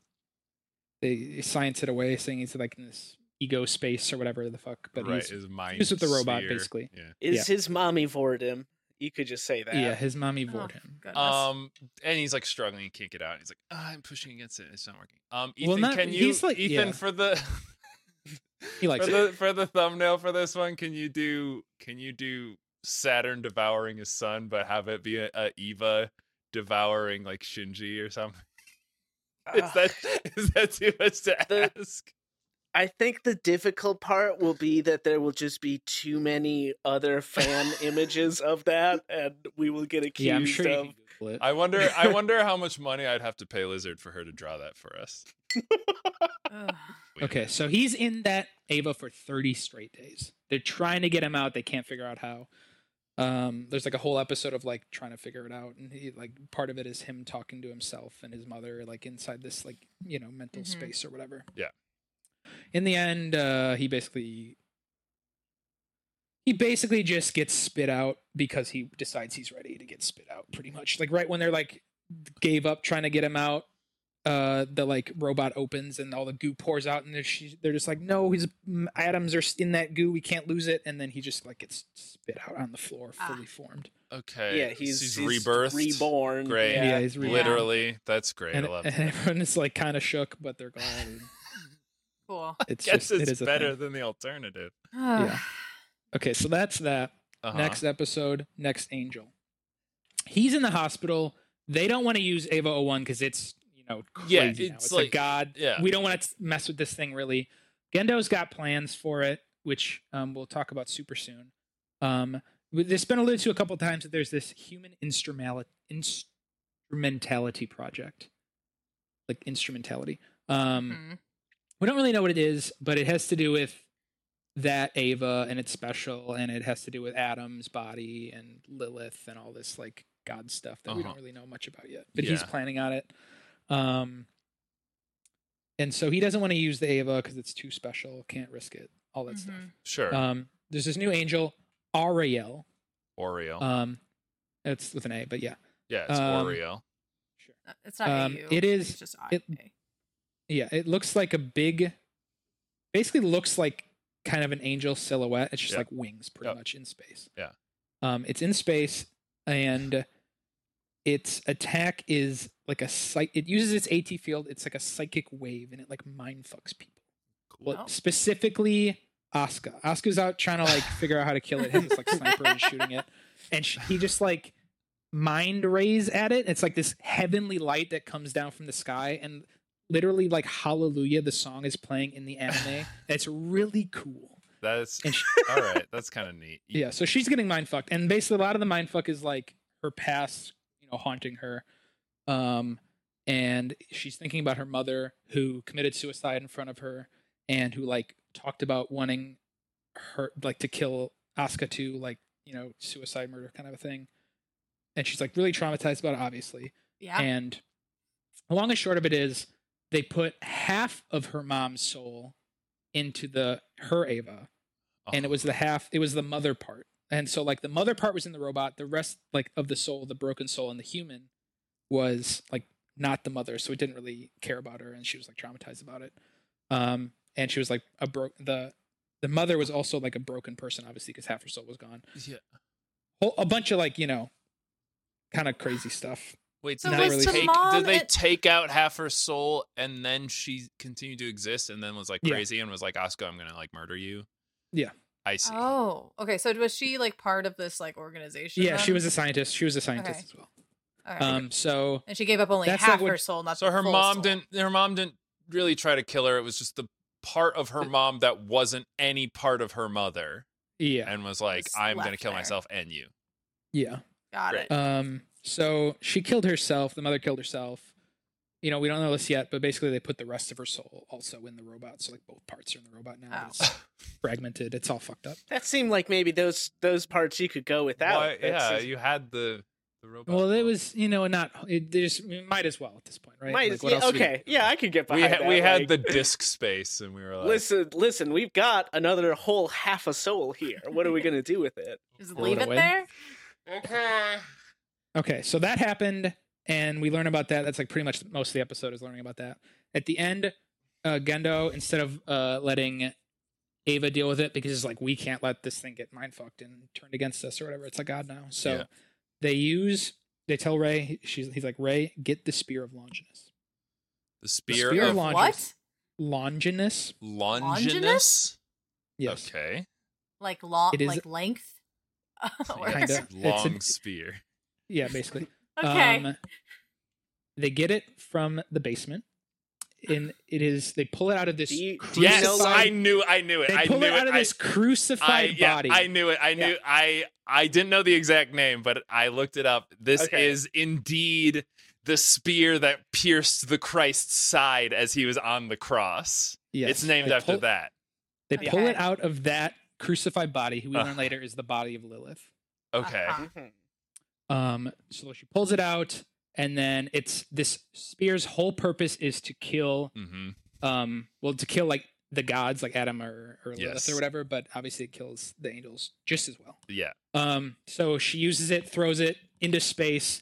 B: they science it away, saying he's like in this ego space or whatever the fuck. But
A: right,
B: he's
A: is mind
B: fused with the robot,
A: sphere.
B: basically.
A: Yeah.
D: Is his mommy vored him? You could just say that.
B: yeah, his mommy
C: Oh,
B: vored him.
C: goodness.
A: Um, and he's like struggling, he can't get out. He's like, "Ah, I'm pushing against it, it's not working. Um, Ethan,
B: Well, not-
A: can you,
B: he's like-
A: Ethan,
B: yeah.
A: for the
B: He likes
A: for
B: it.
A: the for the thumbnail for this one, can you do can you do Saturn devouring his son, but have it be a, a Eva devouring like Shinji or something? Is
D: Ugh.
A: that
B: Ah.
A: is that too much to
D: The-
A: ask?
D: I think the difficult part will be that there will just be too many other fan images of that, and we will get accused
B: Yeah, I'm sure. You
D: of.
B: can Google it.
A: I wonder. I wonder how much money I'd have to pay Lizard for her to draw that for us.
C: Ugh.
A: Weird.
B: Okay, so he's in that Ava for 30 straight days. They're trying to get him out. They can't figure out how. Um, there's like a whole episode of like trying to figure it out, and he, like part of it is him talking to himself and his mother, like inside this like you know mental
C: Mhm.
B: space or whatever.
A: Yeah.
B: In the end, uh, he basically he basically just gets spit out because he decides he's ready to get spit out. Pretty much, like right when they're like gave up trying to get him out, uh the like robot opens and all the goo pours out and they're, she, they're just like no his mm, atoms are in that goo we can't lose it and then he just like gets spit out on the floor
C: Ah.
B: fully formed
A: Okay.
D: Yeah, he's,
A: she's
D: he's
A: rebirthed.
D: reborn.
A: Great.
B: yeah,
D: Yeah.
B: he's re-
C: Yeah.
A: Literally, that's great.
B: and,
A: I love
B: and
A: that.
B: everyone is like kind of shook but they're glad and
C: Cool.
B: it's
A: Guess
B: just it
A: it's
B: is a thing.
A: better than the alternative.
B: Yeah. okay so that's that
A: Uh-huh.
B: next episode next angel he's in the hospital they don't want to use ava 01 because it's you know crazy
A: Yeah,
B: now.
A: it's
B: it's
A: like-
B: a god
A: yeah.
B: we don't want to mess with this thing really gendo's got plans for it which um, we'll talk about super soon um, but it's been alluded to a couple times that there's this human instrumental instrumentality project like instrumentality
A: Hmm.
B: um,
C: Mhm.
B: we don't really know what it is, but it has to do with that Ava and it's special, and it has to do with Adam's body and Lilith and all this like God stuff that we
A: Uh-huh.
B: don't really know much about yet. But he's
A: Yeah.
B: planning on it, um, and so he doesn't want to use the Ava because it's too special. Can't risk it. All that stuff.
A: Sure.
B: Um, there's this new angel, Ariel.
A: Oreo.
B: Um, it's with an A, but yeah,
A: yeah, it's
B: um,
A: Oreo.
C: Uh, It's not
B: Um,
C: AU.
B: it is-
C: It's just I.
B: it- Yeah, it looks like a big, basically looks like kind of an angel silhouette. It's just
A: Yeah.
B: like wings, pretty
A: Yeah.
B: much in space.
A: Yeah.
B: Um, it's in space, and its attack is like a psych. It uses its AT field. It's like a psychic wave, and it like mind fucks people.
A: Cool.
B: Well,
C: Wow.
B: specifically Asuka. Asuka's out trying to like figure out how to kill it. Has this like sniper and shooting it, and sh he just like mind rays at it. It's like this heavenly light that comes down from the sky, and literally like Hallelujah, the song is playing in the anime. it's really cool.
A: That's
B: And sh
A: all right. That's kind of neat.
B: yeah, so she's getting mind fucked, and basically a lot of the mind fuck is like her past, you know, haunting her. Um, and she's thinking about her mother who committed suicide in front of her, and who like talked about wanting her like to kill Asuka too, like you know, suicide murder kind of a thing. And she's like really traumatized about it, obviously.
C: Yeah.
B: And the long and short of it is, they put half of her mom's soul into the her Ava,
A: Oh.
B: and it
A: uh-huh.
B: was the half it was the mother part and so like the mother part was in the robot the rest like of the soul the broken soul and the human was like not the mother, so we didn't really care about her, and she was like traumatized about it. Um, and she was like a broke the the mother was also like a broken person, obviously, because half her soul was gone.
A: Yeah.
B: Whole, a bunch of like you know, kind of crazy stuff.
A: Wait,
C: So
A: did,
B: was
A: they
B: the
A: take,
C: mom
A: did they
C: at-
A: take out half her soul and then she continued to exist and then was like
B: Yeah.
A: crazy and was like, Oscar, I'm gonna like murder you?
B: Yeah.
A: I see.
C: Oh, okay. So was she like part of this like organization?
B: Yeah, she
C: then?
B: was a scientist. She was a scientist
C: um, Okay.
B: as well.
C: All right.
B: Um, so
C: and she gave up only
B: that's,
C: half
B: like, what-
C: her soul, not
A: so
C: the
A: her
C: full
A: mom
C: soul.
A: didn't her mom didn't really try to kill her. It was just the part of her mom that wasn't any part of her mother
B: yeah,
A: and was like,
C: Just
A: I'm gonna
C: left
A: kill
C: there.
A: myself and you.
B: yeah.
C: Got
A: Right.
C: it.
B: Um, so she killed herself. The mother killed herself. You know, we don't know this yet, but basically they put the rest of her soul also in the robot. So like both parts are in the robot now. but
C: Oh.
B: It's fragmented. It's all fucked up.
D: That seemed like maybe those those parts you could go without.
A: Why-
D: That's-
A: yeah, you had the, the robot.
B: Well, it
A: mom.
B: was you know not. It, they just it might as well at this point, right?
D: might-
B: Like, what
D: yeah,
B: else do we-
D: okay, yeah, I could get
A: we
D: behind
A: had
D: that,
A: we had
D: like-
A: the disk space and we were like
D: Listen, listen, we've got another whole half a soul here. What are we going to do with it?
C: Just
B: Throw it
C: leave it
B: away.
C: there.
A: Okay.
B: Okay, so that happened, and we learn about that. That's like pretty much most of the episode is learning about that. At the end, uh, Gendo, instead of uh, letting Ava deal with it, because it's like we can't let this thing get mind fucked and turned against us or whatever. It's like God now. So
A: Yeah.
B: they use. They tell Ray. She's he's like Ray, get the spear of Longinus.
A: The spear,
B: spear
A: of
B: launch-
C: What?
B: Longinus.
A: Longinus?
B: Yes.
A: Okay.
C: Like long,
B: It is-
C: like length. Or-
B: Kinda. Um,
A: It's a
B: It's an-
A: long spear.
B: Yeah, basically.
C: okay.
B: Um, they get it from the basement, and it is they pull it out of this.
D: Do you- do you
A: Yes,
D: know,
B: crucified-
A: I knew, I knew it.
B: They
A: I
B: pull
A: knew
B: it out of
A: I-
B: this
A: I,
B: crucified
A: yeah,
B: body.
A: I knew it. I knew.
B: Yeah.
A: I I didn't know the exact name, but I looked it up. This
D: Okay.
A: is indeed the spear that pierced the Christ's side as he was on the cross.
B: Yes.
A: It's named
B: They
A: after
B: pull-
A: that.
B: They
C: Okay.
B: pull it out of that crucified body, who we learn
A: Uh-huh.
B: later is the body of Lilith.
A: Okay.
C: Uh-huh.
D: Mhm.
B: Um, so she pulls it out, and then it's this spear's whole purpose is to kill,
A: hmm
B: um, well, to kill like the gods, like Adam or, or Lilith
A: Yes.
B: or whatever. But obviously, it kills the angels just as well.
A: Yeah.
B: Um, so she uses it, throws it into space.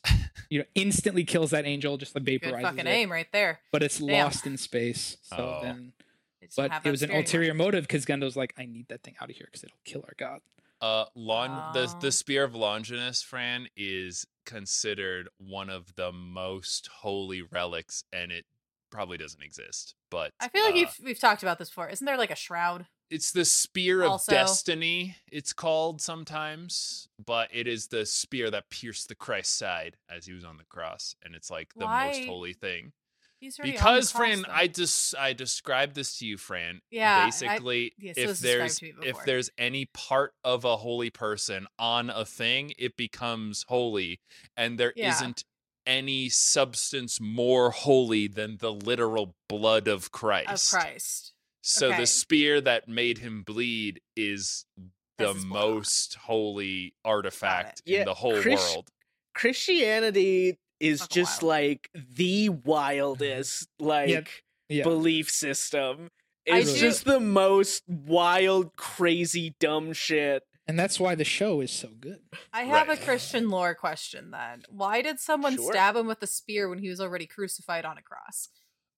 B: You know, instantly kills that angel, just like
C: Good
B: vaporizes
C: fucking
B: it.
C: aim right there.
B: But it's
C: Damn.
B: lost in space. So
A: Oh.
B: then,
C: They just
B: but
C: have
B: it
C: that
B: was an
C: spear anymore.
B: ulterior motive because Gendo's like, I need that thing out of here because it'll kill our god.
A: Uh, Lon- the
C: Oh.
A: the spear of Longinus, Fran, is considered one of the most holy relics, and it probably doesn't exist. But
C: I feel like
A: uh,
C: you've, we've talked about this before. Isn't there like a shroud?
A: it's the spear of
C: Also-
A: destiny. It's called sometimes, but it is the spear that pierced the Christ's side as he was on the cross, and it's like the
C: Why-
A: most holy thing.
C: He's already on the
A: Because
C: cross,
A: Fran,
C: though.
A: I just I described this to you, Fran.
C: Yeah, I-
A: Basically,
C: yes, it
A: if
C: was described
A: there's
C: to me
A: if
C: before.
A: there's any part of a holy person on a thing, it becomes holy, and there
C: Yeah.
A: not any substance more holy than the literal blood of
C: of
A: Christ.
C: Christ.
A: So
C: Okay.
A: the spear that made him bleed is the
C: That's his blood.
A: most holy artifact in
D: Yeah,
A: the whole
D: Chris-
A: world.
D: Christianity is
C: Fucking
D: just
C: wild.
D: like the wildest like
B: Yeah.
D: belief system.
C: I
D: It's
B: do-
D: just the most wild, crazy, dumb shit.
B: And that's why the show is so good.
C: I have
A: Right.
C: a Christian lore question then. Why did someone
D: Sure.
C: stab him with a spear when he was already crucified on a cross?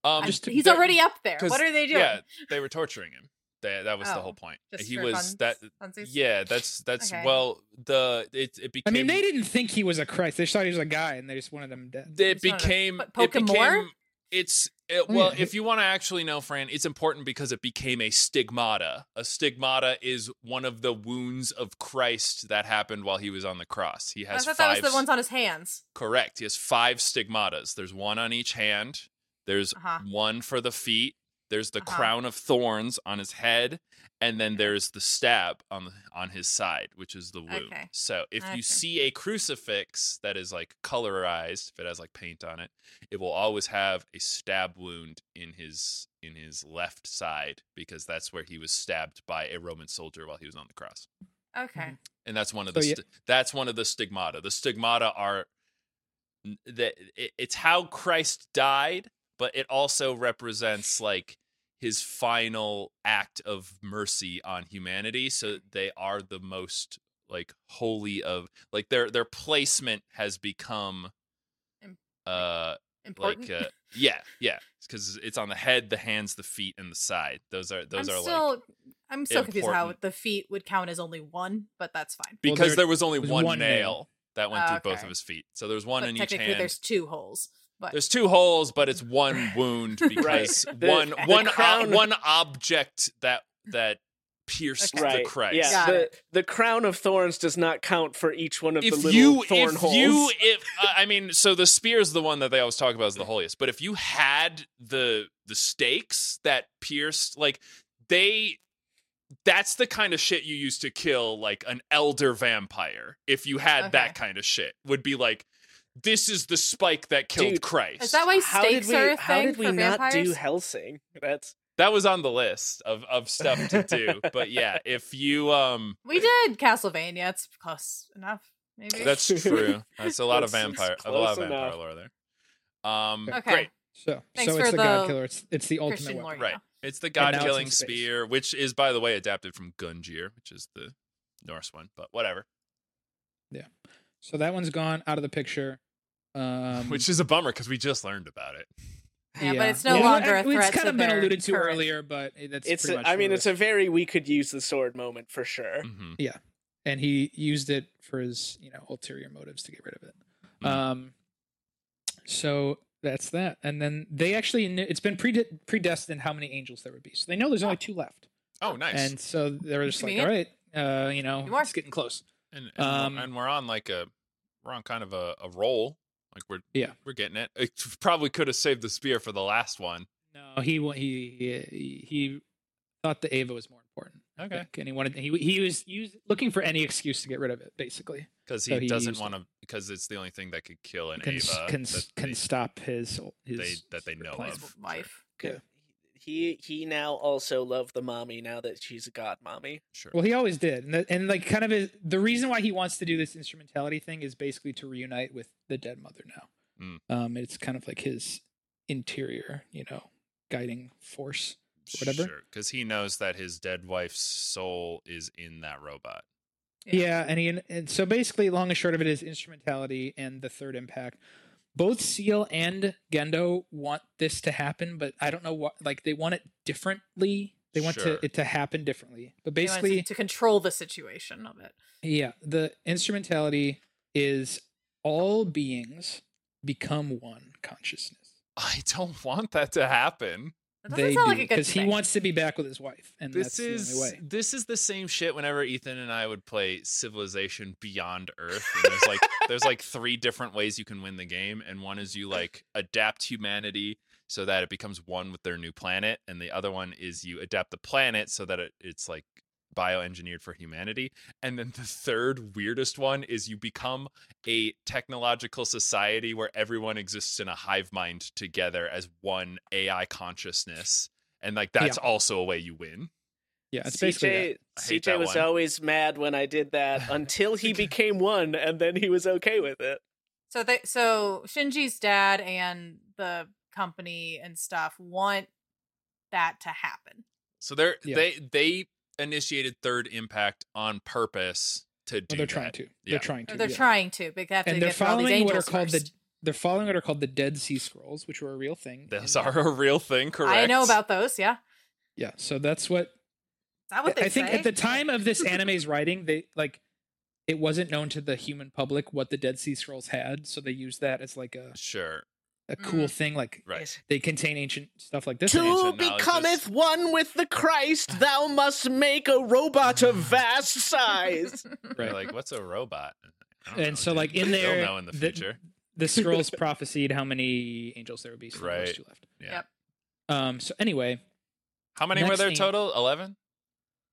A: Um,
C: I'm-
B: Just to-
C: he's
A: there-
C: already up there.
A: 'cause-
C: What are they doing?
A: Yeah, they were torturing him. They, that was the
C: Oh,
A: whole point.
C: Just
A: he
C: for
A: was
C: funs-
A: that.
C: funsies?
A: Yeah, that's that's
C: Okay.
A: well the it it
B: I
A: became.
B: mean, they didn't think he was a Christ. They just thought he was a guy, and they just wanted him dead.
A: It
C: It's not a-
A: became.
C: but
A: It
C: Pokemore? Hmm.
A: became. It's it,
B: Oh,
A: well,
B: yeah.
A: if you want to actually know, Fran, it's important because it became a stigmata. A stigmata is one of the wounds of Christ that happened while he was on the cross. He
C: I
A: has five.
C: thought that was
A: s-
C: the ones on his hands.
A: Correct. He has five stigmatas. There's one on each hand. There's
C: Uh-huh.
A: one for the feet. There's the
C: Uh-huh.
A: crown of thorns on his head, and then there's the stab on the, on his side, which is the wound.
C: Okay.
A: So if
C: Okay.
A: you see a crucifix that is like colorized, if it has like paint on it, it will always have a stab wound in his in his left side because that's where he was stabbed by a Roman soldier while he was on the cross
C: Okay.
A: and that's one of
B: So,
A: the
B: yeah-
A: st- that's one of the stigmata. The stigmata are n- that it- it's how Christ died, but it also represents like his final act of mercy on humanity. So they are the most like holy of like their their placement has become
C: Im-
A: uh
C: Important.
A: Like, uh, yeah, yeah, because it's on the head, the hands, the feet, and the side. Those are those
C: I'm
A: are
C: still
A: like
C: I'm still confused how
A: important.
C: the feet would count as only one, but that's fine.
B: Well,
A: because
B: there-
A: there, was only
B: there's
A: one,
B: one
A: nail,
B: nail.
A: that went
C: Ah,
A: through both
C: okay.
A: of his feet. So there's one
C: but
A: in each
C: technically,
A: hand.
C: there's two holes. But
A: There's two holes, but it's one wound because
D: The-
A: one
D: the
A: one o-
D: crown-
A: one object that that pierced
C: Okay.
A: the
D: Right.
A: Christ.
D: Yeah.
C: Got
D: the,
C: it.
D: the crown of thorns does not count for each one of the
A: If
D: little
A: you,
D: thorn
A: if
D: holes.
A: you, if uh, I mean, so the spear is the one that they always talk about as the holiest. But if you had the the stakes that pierced, like they, that's the kind of shit you use to kill like an elder vampire. If you had
C: Okay.
A: that kind of shit, would be like, this is the spike that killed
D: Dude,
A: Christ.
C: is that why
D: how did
C: stakes
D: we,
C: are a thing
D: how did we
C: for
D: not
C: vampires?
D: do Helsing? That's
A: that was on the list of of stuff to do but yeah if you um
C: we did Castlevania. It's close enough. Maybe
A: that's true that's a lot of
D: That's- that's
A: vampire a lot of
D: close
A: vampire
D: enough.
A: lore there um
C: Okay.
A: great
B: So,
C: Thanks
B: so
C: for
B: it's the,
C: the
B: god killer. It's it's the ultimate
C: Christian
B: weapon.
C: lore.
A: right it's the
B: now it's
A: god
B: in
A: killing
B: space.
A: spear which is by the way adapted from gungir which is the norse one but whatever
B: So that one's gone out of the picture. Um,
A: which is a bummer because we just learned about it
C: Yeah, but it's no
B: Well,
C: longer a
B: it's
C: threat.
B: kind
C: to
B: of been
C: their
B: alluded to
C: current-
B: earlier, but it- that's
D: it's.
B: pretty
D: A,
B: much
D: I
B: what
D: mean,
B: it
D: it's a very we could use the sword moment for sure.
A: Mhm.
B: and he used it for his you know ulterior motives to get rid of it.
A: Mhm.
B: Um, so that's that. And then they actually knew, it's been prede- predestined how many angels there would be. So they know there's only two left,
A: oh nice
B: and so they're just like, all right,
C: Convenient.
B: uh, you know,
C: You are-
B: it's getting close.
A: and and,
B: Um,
A: we're, and we're on like a we're on kind of a, a roll like we're
B: Yeah.
A: we're getting it. it probably could have saved the spear for the last one
B: No, he wa- he he, he thought the Ava was more important. I think, and he wanted he he was used, looking for any excuse to get rid of it, basically.
A: because he,
B: So he
A: doesn't
B: used it.
A: want to because it's the only thing that could kill an
B: can, s-
A: Ava
B: can, s-
A: that
B: can
A: they-
B: stop his his
A: they- that they know
B: plans.
A: of.
C: Life.
B: Yeah.
D: He he now also loved the mommy now that she's a god mommy.
A: sure
B: Well, he always did, and, that, and like kind of his, the reason why he wants to do this instrumentality thing is basically to reunite with the dead mother now.
A: Mm.
B: Um, it's kind of like his interior, you know, guiding force. whatever.
A: because he knows that his dead wife's soul is in that robot.
B: Yeah, and he and so basically, long and short of it is instrumentality and the third impact. Both Seal and Gendo want this to happen, but I don't know what. Like they want it differently. They want
A: Sure.
B: to, it to happen differently. But
C: They wanted to-
B: basically,
C: to control the situation of it.
B: Yeah, the instrumentality is all beings become one consciousness.
A: I don't want that to happen.
C: That doesn't
B: They
C: sound
B: do
C: like a good
B: because he
C: thing.
B: wants to be back with his wife, and
A: This
B: that's the
A: is
B: only way.
A: this is the same shit. Whenever Ethan and I would play Civilization Beyond Earth, and there's like there's like three different ways you can win the game, and one is you like adapt humanity so that it becomes one with their new planet, and the other one is you adapt the planet so that it, it's like bioengineered for humanity, and then the third weirdest one is you become a technological society where everyone exists in a hive mind together as one AI consciousness. And like that's also a way you win.
B: Yeah, it's basically
D: CJ
A: I hate
D: CJ
A: that
D: was
A: one.
D: always mad when I did that until he became one, and then he was okay with it.
C: So they so Shinji's dad and the company and stuff want that to happen.
A: So they're
B: Yeah.
A: they they initiated third impact on purpose to do
B: that. Well, they're
A: that.
B: trying to.
A: Yeah.
B: They're trying
C: Or
B: to.
C: they're
B: yeah.
C: trying to, but they have to
B: and
C: get
B: they're
C: through all these
B: following what are
C: angels
B: called
C: first.
B: the they're following what are called the Dead Sea Scrolls, which were a real thing. uh, in
A: Those
B: the-
A: are a real thing, correct?
C: I know about those, yeah. Is
B: Yeah, so that's what
C: that what they
B: I think
C: say?
B: at the time of this anime's writing, they like it wasn't known to the human public what the Dead Sea Scrolls had, so they used that as like a,
A: Sure,
B: a cool
C: Mm.
B: thing. Like
A: right.
B: they contain ancient stuff like this. in it.
D: To
A: ancient knowledge is-
D: becometh one with the Christ, thou must make a robot of vast size.
A: They're
B: Right.
A: like, what's a robot? I don't know,
B: and so
A: dude.
B: like in
A: They'll
B: there
A: know in the
B: the-
A: future.
B: the scrolls prophesied how many angels there would be so there was
A: Right.
B: two left
A: Yeah.
C: Yep.
B: um so anyway
A: How many were
B: next
A: there
B: thing-
A: total? Eleven.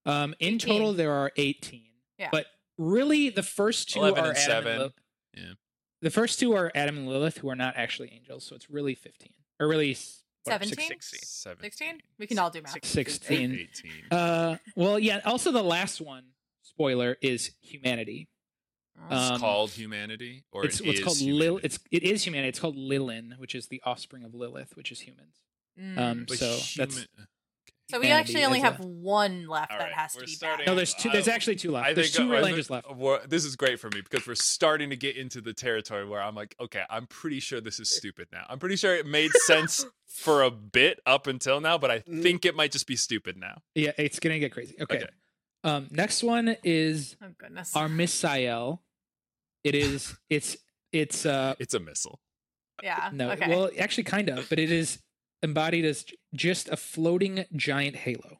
B: um in
C: 18.
B: total there are 18
C: Yeah.
B: but really the first two
A: 11
B: are
A: and
B: adam
A: seven.
B: and Lil-
A: Yeah.
B: the first two are adam and lilith who are not actually angels so it's really 15 or really s- what, six-
C: 17?
B: six-
A: Seven.
C: 16? We can all do math.
B: 16
A: Eighteen.
B: uh well yeah also the last one spoiler is humanity
A: it's
B: um,
A: called humanity, or
B: it's
A: it
B: what's
A: is
B: called lil
A: humanity?
B: it's it is humanity it's called lilin which is the offspring of lilith which is humans
C: Mm.
B: um
A: But
B: so that's
A: human-
C: So we
B: Andy
C: actually only
B: as
C: have
B: a-
C: one left
A: All
C: that
A: right,
C: has to
A: we're
C: be
A: starting-
C: back.
B: No, there's two. There's
A: I-
B: actually two left.
A: I
B: There's
A: think
B: two
A: uh,
B: Rangers left.
A: we're- This is great for me because we're starting to get into the territory where I'm like, okay, I'm pretty sure this is stupid now. I'm pretty sure it made sense for a bit up until now, but I
C: Mm-hmm.
D: Mm.
A: think it might just be stupid now.
B: Yeah, it's gonna get crazy. Okay.
A: Okay.
B: Um, next one is
C: Oh goodness.
B: our missile. It is. It's. It's. Uh.
A: It's a missile.
C: yeah.
B: No.
C: Uh, Okay.
B: Well, actually, kind of, but it is embodied as j- just a floating giant halo.
C: Oh.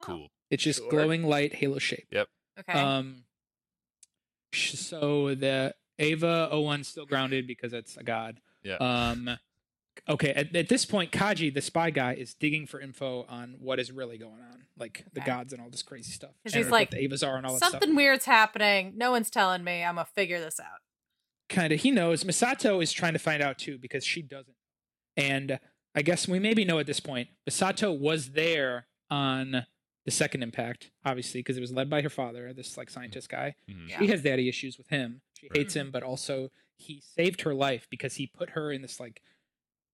A: Cool.
B: It's just
D: Sure.
B: glowing light halo shape.
C: okay.
B: Um. sh- So the Ava 01 's still grounded because it's a god.
A: Yeah.
B: Um. Okay. At, at this point, Kaji, the spy guy, is digging for info on what is really going on, like the
C: Okay.
B: gods and all this crazy stuff.
C: 'Cause
B: and
C: he's
B: what
C: like,
B: the Avas are and all that stuff.
C: Something weird's happening. No one's telling me. I'm gonna figure this out.
B: kind of he knows misato is trying to find out too because she doesn't and i guess we maybe know at this point misato was there on the second impact obviously because it was led by her father this like scientist guy
A: Mhm.
C: Yeah.
B: she has daddy issues with him she
A: Right.
B: hates him but also he saved her life because he put her in this like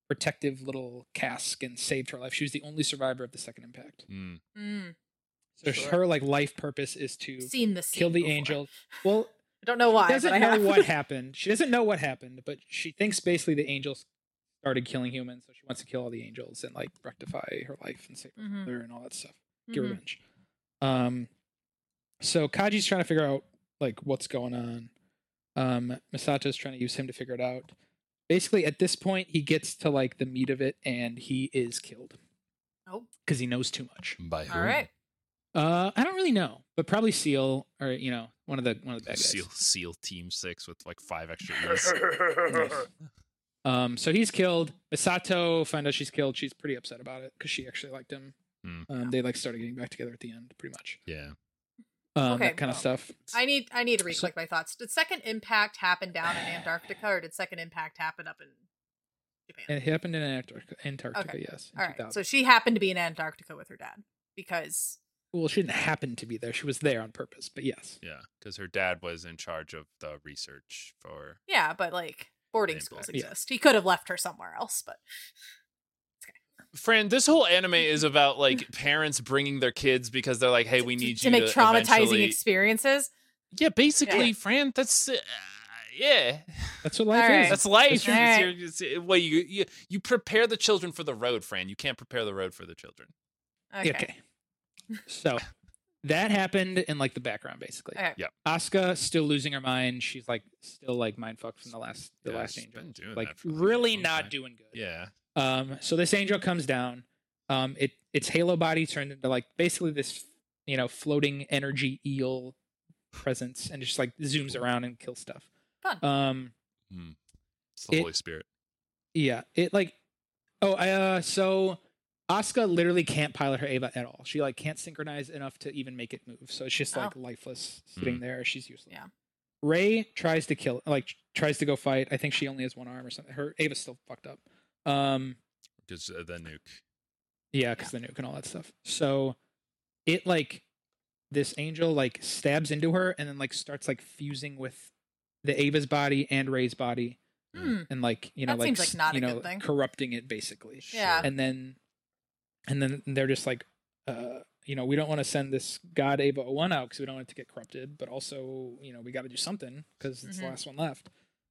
B: protective little cask and saved her life she was the only survivor of the second impact
A: Mm.
C: Mm.
B: so
D: Sure.
B: her like life purpose is to
C: Seen this.
B: kill
C: scene
B: the
C: before.
B: angel well
C: I don't know why.
B: She doesn't
C: but I
B: know
C: have.
B: what happened. She doesn't know what happened, but she thinks basically the angels started killing humans, so she wants to kill all the angels and like rectify her life and save
C: Mhm,
B: her and all that stuff. Get
C: mhm.
B: revenge. Um so Kaji's trying to figure out like what's going on. Um Misato's trying to use him to figure it out. Basically at this point he gets to like the meat of it and he is killed.
C: Nope.
B: Because he knows too much.
A: By who?
C: All right.
B: Uh I don't really know, but probably Seal or you know, one of the one of the bad guys.
A: Seal, seal Team Six with like five extra E's.
B: Nice. Um, so he's killed. Misato find out she's killed. She's pretty upset about it because she actually liked him.
A: Hmm.
B: Um, they like started getting back together at the end, pretty much.
A: yeah.
B: Um,
C: Okay,
B: that kind of
C: well,
B: stuff.
C: I need. I need to
B: So-
C: recollect my thoughts. Did Second Impact happen down in Antarctica, or did Second Impact happen up in Japan?
B: And it happened in Antarctica. Antarctica
C: Okay.
B: Yes. in
C: All right.
B: 2000.
C: So she happened to be in Antarctica with her dad because
B: well, she didn't happen to be there. She was there on purpose. But yes.
A: Yeah. Because her dad was in charge of the research for.
C: yeah, but like boarding
A: Impact.
C: schools
B: Yeah.
C: exist. He could have left her somewhere else, but
A: Fran, this whole anime is about like parents bringing their kids because they're like, hey, we
C: to-
A: need
C: to
A: you
C: make traumatizing
A: eventually-
C: experiences.
A: Yeah, basically, Fran, that's. Uh, yeah.
B: That's what life
C: All
B: is.
C: right.
A: That's life. It's
C: Alright.
A: your- it's- it- well, you, you you prepare the children for the road, Fran. You can't prepare the road for the children.
C: Okay.
B: okay. So that happened in like the background, basically.
C: Okay.
A: Yeah.
B: Asuka still losing her mind. She's like still like mind fucked from the last the
A: Yeah,
B: last
A: she's
B: angel.
A: been doing
B: Like
A: that for a
B: really
A: long
B: not
A: time.
B: doing good.
A: Yeah,
B: Um, so this angel comes down. Um, it its halo body turned into like basically this, you know, floating energy eel presence, and just like zooms
A: Cool.
B: around and kills stuff.
C: Fun.
B: Um,
A: it's the
B: It-
A: Holy Spirit.
B: yeah, it like, oh, I, uh, so Asuka literally can't pilot her Ava at all. She like can't synchronize enough to even make it move. So it's just like lifeless sitting there. She's useless.
C: Yeah.
B: Ray tries to kill, like tries to go fight. I think she only has one arm or something. Her Ava's still fucked up. Um,
A: Because uh, the nuke.
B: Yeah, because the nuke and all that stuff. So it like this angel like stabs into her and then like starts like fusing with the Ava's body and Ray's body
C: Hmm.
B: and like you know
C: That
B: like,
C: seems like
B: s-
C: not
B: you
C: a
B: know
C: good thing.
B: corrupting it basically.
C: Yeah.
B: And then and then they're just like uh you know we don't want to send this god Ava one out because we don't want it to get corrupted, but also you know we got to do something because it's the
C: Mhm.
B: last one left.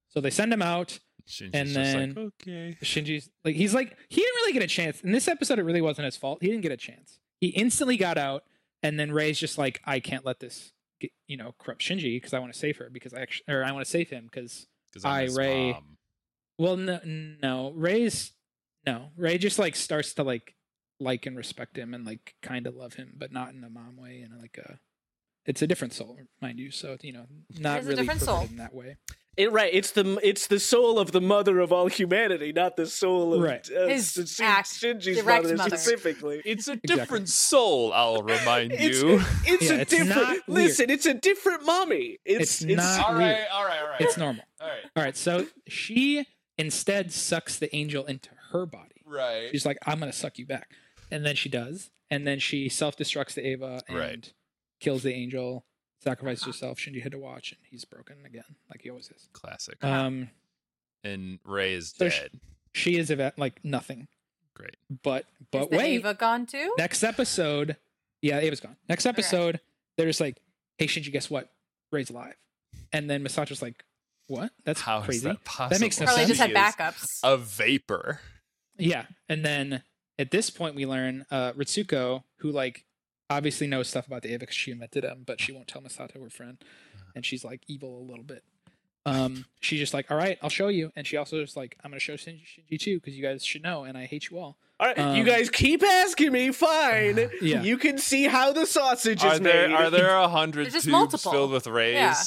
B: So they send him out.
A: Shinji's
B: And
A: just
B: then-
A: like, okay.
B: Shinji's like he's like he didn't really get a chance. In this episode, it really wasn't his fault. He didn't get a chance. He instantly got out, and then Ray's just like, I can't let this, get, you know, corrupt Shinji because I want to save her because I actually or I want to save him because
A: Because I'm
B: I,
A: his
B: Ray-
A: mom.
B: well no no Ray's no Ray just like starts to like like and respect him and like kind of love him, but not in a mom way and like a it's a different soul, mind you. So you know, not
C: is a
B: really
C: different
B: perverted
C: soul.
B: in that way.
D: It, right, it's the it's the soul of the mother of all humanity, not the soul of
B: Right.
D: uh,
C: His
D: S- Shin-
C: act-
D: Shinji's
C: direct
D: mother,
C: mother.
D: specifically.
A: It's a
B: Exactly.
A: different soul, I'll remind
D: It's-
A: you.
D: It's
B: Yeah,
D: a
B: it's not
D: different.
B: weird.
D: Listen, it's a different mommy.
B: It's
D: It's it's,
B: not-
A: all right,
B: weird.
A: all right, all right.
B: It's normal.
A: all right.
B: All right, so she instead sucks the angel into her body.
A: Right.
B: She's like, I'm gonna suck you back. And then she does. And then she self destructs the Ava and
A: Right.
B: kills the angel, sacrifices herself. Shinji had to watch, and he's broken again, like he always is.
C: Uh-huh.
A: Classic.
B: Um,
A: and Ray is
B: so she-
A: dead.
B: she is eva- like nothing.
A: Great.
B: But
C: Is
B: but
C: the
B: wait,
C: Ava gone too?
B: next episode, yeah, Ava's gone. Next episode, they're just like, "Hey, Shinji, guess what? Ray's alive." And then Masato's like, "What? That's
A: How is
B: crazy."
A: that possible?
B: That makes no
C: Probably
B: sense.
C: just had
A: He is
C: backups.
A: A vapor.
B: Yeah. And then at this point, we learn uh, Ritsuko, who like obviously knows stuff about the Ava because she invented him, but she won't tell Masato her friend,
A: Uh-huh.
B: and she's like evil a little bit. Um, she's just like, "All right, I'll show you," and she also just like, "I'm gonna show Shinji, Shinji too because you guys should know, and I hate you all."
D: All right, you
B: Um,
D: guys keep asking me. Fine,
B: yeah.
D: you can see how the sausage
A: Are
D: is
A: there
D: made.
A: are there a hundred
C: There's just
A: tubes
C: multiple.
A: filled with rays?
C: Yeah.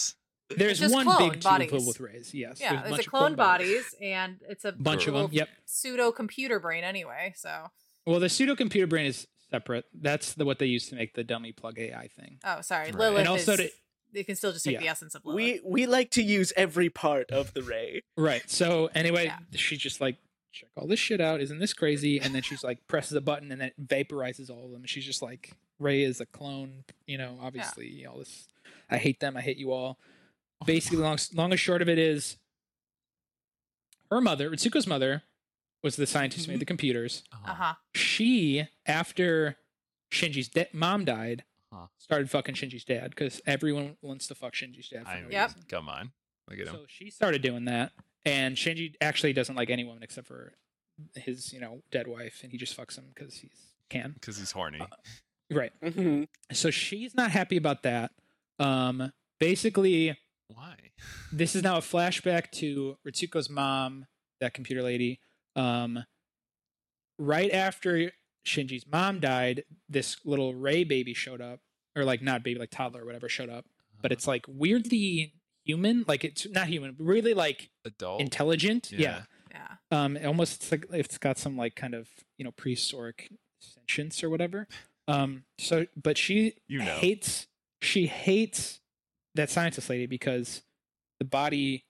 B: There's
C: just
B: one
C: clone
B: big
C: bodies.
B: tube filled with rays. Yes.
C: yeah,
B: a
C: there's
B: bunch
C: a
B: of
C: clone bodies, and it's a
B: Bunch of
C: little
B: them. Yep.
C: pseudo computer brain anyway. So
B: Well, the pseudo computer brain is separate. That's the, what they use to make the dummy plug AI thing.
C: oh, sorry,
A: Right.
C: Lilith.
B: And also
C: is,
B: to-
C: they can still just take
B: Yeah.
C: the essence of Lilith.
D: we we like to use every part of the ray.
B: Right. So anyway,
C: Yeah.
B: she's just like, check all this shit out. Isn't this crazy? And then she's like, presses a button and then it vaporizes all of them. She's just like, Ray is a clone. You know, obviously, all this. I hate them. I hate you all.
C: Oh
B: Basically, long long and short of it is, her mother, Ritsuko's mother, was the scientist
C: Mm-hmm.
B: who made the computers.
C: uh
A: Uh-huh.
C: huh.
B: she after Shinji's da- mom died
A: Huh.
B: started fucking Shinji's dad because everyone wants to fuck Shinji's dad. For
A: I
B: no
A: mean,
C: Yep.
A: Come on. Look at
B: reason.
A: him.
B: So she started doing that, and Shinji actually doesn't like any woman except for his you know dead wife, and he just fucks him because he's can
A: Because he's horny.
B: uh, right.
D: Mhm.
B: So she's not happy about that. Um, basically,
A: Why?
B: this is now a flashback to Ritsuko's mom, that computer lady. Um, right after Shinji's mom died, this little Ray baby showed up, or like not baby, like toddler or whatever showed up. But it's like weirdly human, like it's not human, but really like
A: adult.
B: intelligent. Yeah.
C: Yeah.
B: Um, it almost it's like it's got some like kind of you know prehistoric sentience or whatever. Um, so but she
A: You know.
B: hates she hates that scientist lady because the body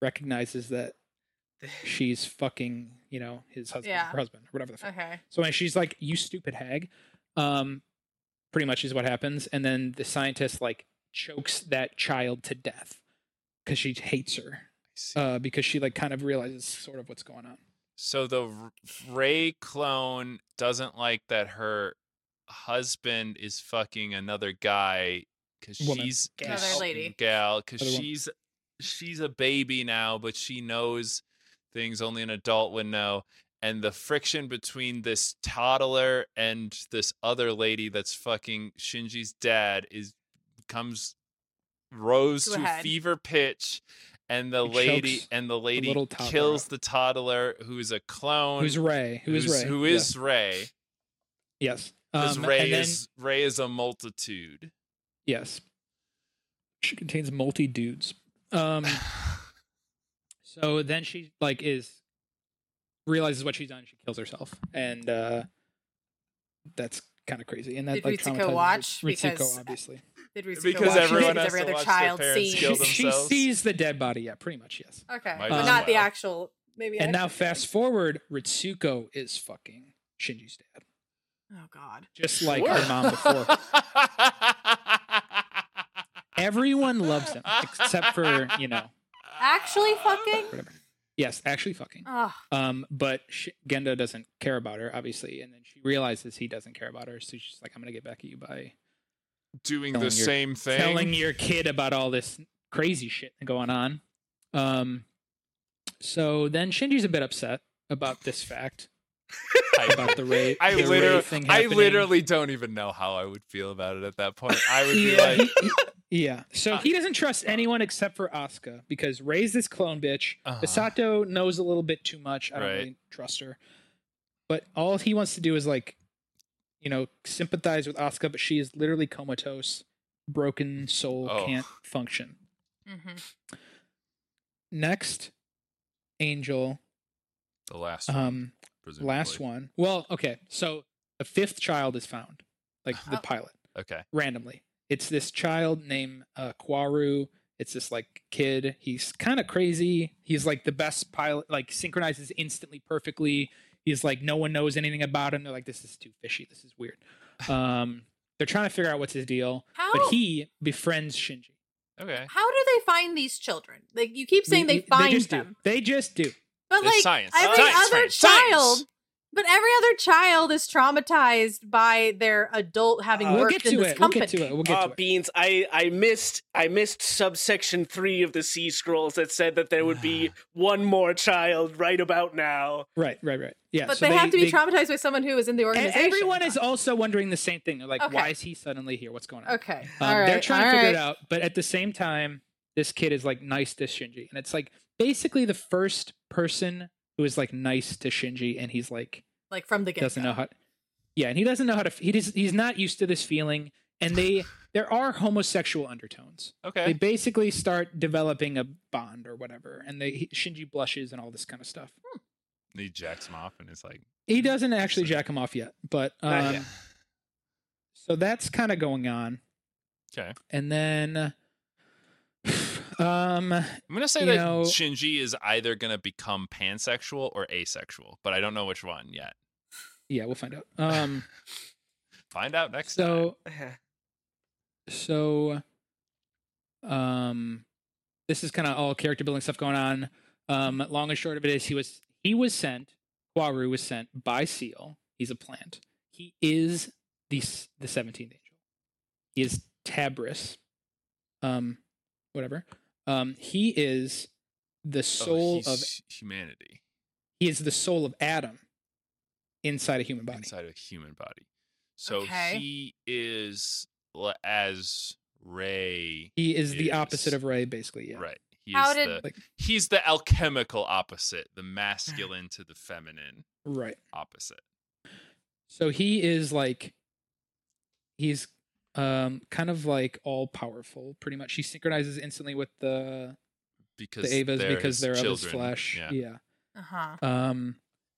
B: recognizes that she's fucking you know his husband
C: Yeah.
B: her husband or whatever the fuck.
C: Okay.
B: So when she's like, "You stupid hag," um, pretty much is what happens, and then the scientist like chokes that child to death because she hates her uh, because she like kind of realizes sort of what's going on.
A: So the R- Ray clone doesn't like that her husband is fucking another guy because
B: Woman.
A: she's 'cause
B: Another
A: she-
C: lady.
A: gal because
B: Other woman.
A: she's she's a baby now, but she knows things only an adult would know. And the friction between this toddler and this other lady that's fucking Shinji's dad is comes rose
C: To
A: to,
C: a head.
A: fever pitch, and the
B: It
A: lady
B: chokes
A: and the lady
B: little toddler
A: kills
B: up.
A: the toddler who is a clone
B: Who's Ray? Who is
A: who's-
B: Ray?
A: who is Ray
B: Yeah. yes?
A: 'cause
B: Um,
A: Ray
B: and then-
A: is Ray is a multitude.
B: yes. She contains multi dudes. Um. So then she like is realizes what she's done. She kills herself, and uh that's kind of crazy. And that
C: Did
B: like
C: Ritsuko
B: traumatizes
C: watch?
B: Ritsuko,
C: Because-
B: obviously.
C: Did we
A: Because
C: watch it?
B: everyone
A: has
C: every
A: to
C: other
A: watch their
C: child
A: parents
C: scene.
A: kill
B: She,
A: them.
B: she
A: themselves?
B: sees the dead body. Yeah, pretty much. Yes.
C: Okay,
A: Might
C: but
B: as
C: not the
A: well.
C: actual. Maybe.
B: And now
C: actual-
B: fast forward, Ritsuko is fucking Shinji's dad,
C: Oh God.
B: just like her mom before. Everyone loves him except for you know
C: Actually, fucking.
B: whatever. Yes, actually fucking.
C: Oh,
B: Um, but sh Gendo doesn't care about her, obviously, and then she realizes he doesn't care about her, so she's like, "I'm gonna get back at you by
A: doing
B: Telling
A: the
B: your-
A: same thing.
B: telling your kid about all this crazy shit going on." Um, so then Shinji's a bit upset about this fact about
A: I,
B: the rape.
A: I
B: the rape
A: literally,
B: thing
A: I
B: happening.
A: literally don't even know how I would feel about it at that point. I would be
B: Yeah,
A: like,
B: he- yeah. So he doesn't trust anyone except for Asuka because Ray's this clone bitch.
A: Uh-huh.
B: Misato knows a little bit too much. I don't
A: Right.
B: really trust her. But all he wants to do is like, you know, sympathize with Asuka, but she is literally comatose, broken soul,
A: Oh.
B: can't function.
C: mhm.
B: Next, Angel.
A: the last one,
B: Um,
A: presumably.
B: last one. Well, okay. So the fifth child is found, like the
C: Oh.
B: pilot.
A: Okay,
B: randomly. It's this child named uh, Kwaru. It's this like kid. He's kind of crazy. He's like the best pilot. Like synchronizes instantly perfectly. He's like no one knows anything about him. They're like this is too fishy. This is weird. Um, they're trying to figure out what's his deal.
C: How?
B: But he befriends Shinji.
A: okay.
C: how do they find these children? Like you keep saying
B: We-
C: they
B: we-
C: find
B: just do.
C: them,
B: They just do.
C: but
A: It's
C: like
A: science.
C: every
A: Science,
C: other
A: Frank,
C: child
A: science.
C: But every other child is traumatized by their adult having
D: Uh,
B: We'll get
C: worked in
B: to
C: this
B: it. We'll
C: company.
B: get to it. We'll get
D: Ah,
B: to it.
D: beans. I I missed I missed subsection three of the sea scrolls that said that there would be one more child right about now.
B: Right, right, right. Yeah.
C: But
B: so
C: they, have to be
B: they-
C: traumatized by someone who is in the
B: and
C: organization.
B: everyone is also wondering the same thing. They're like,
C: Okay.
B: why is he suddenly here? What's going on?
C: Uh-huh. okay.
B: Um,
C: all right.
B: they're trying
C: all
B: to figure it
C: right.
B: out, but at the same time, this kid is like nice to Shinji, and it's like basically the first person who is like nice to Shinji, and he's like
C: Like from the get
B: doesn't know how. Yeah, and he doesn't know how to. He just, he's not used to this feeling, and they there are homosexual undertones. They
A: Okay.
B: basically start developing a bond or whatever, and they he, Shinji blushes and all this kind of stuff.
A: He jacks him off and it's like,
B: He doesn't actually jack him off yet, but
D: Not
B: um, so that's kind of going on,
A: okay.
B: and then. Um,
A: I'm gonna say
B: You
A: that
B: know-
A: Shinji is either gonna become pansexual or asexual, but I don't know which one yet.
B: yeah, we'll find out. Um,
A: Find out next time.
B: so so um this is kind of all character building stuff going on um long and short of it is he was he was sent Quaru was sent by seal he's a plant he is the s- the 17th angel he is tabris um whatever um he is the
A: Oh,
B: soul of
A: he's humanity
B: he is the soul of adam inside a human body
A: inside a human body. So
C: Okay.
A: he is l- as Ray.
B: he is the
A: is-
B: opposite of ray basically yeah
A: Right. He
C: How
A: is
C: did-
A: the,
B: Like-
A: he's the alchemical opposite, the masculine to the feminine
B: right
A: opposite.
B: So he is like he's um kind of like all powerful pretty much. She synchronizes instantly with the
A: Because
B: the Avas
A: they're
B: because
A: his
B: they're of his
A: children.
B: flesh.
A: Yeah.
C: Uh huh.
B: Um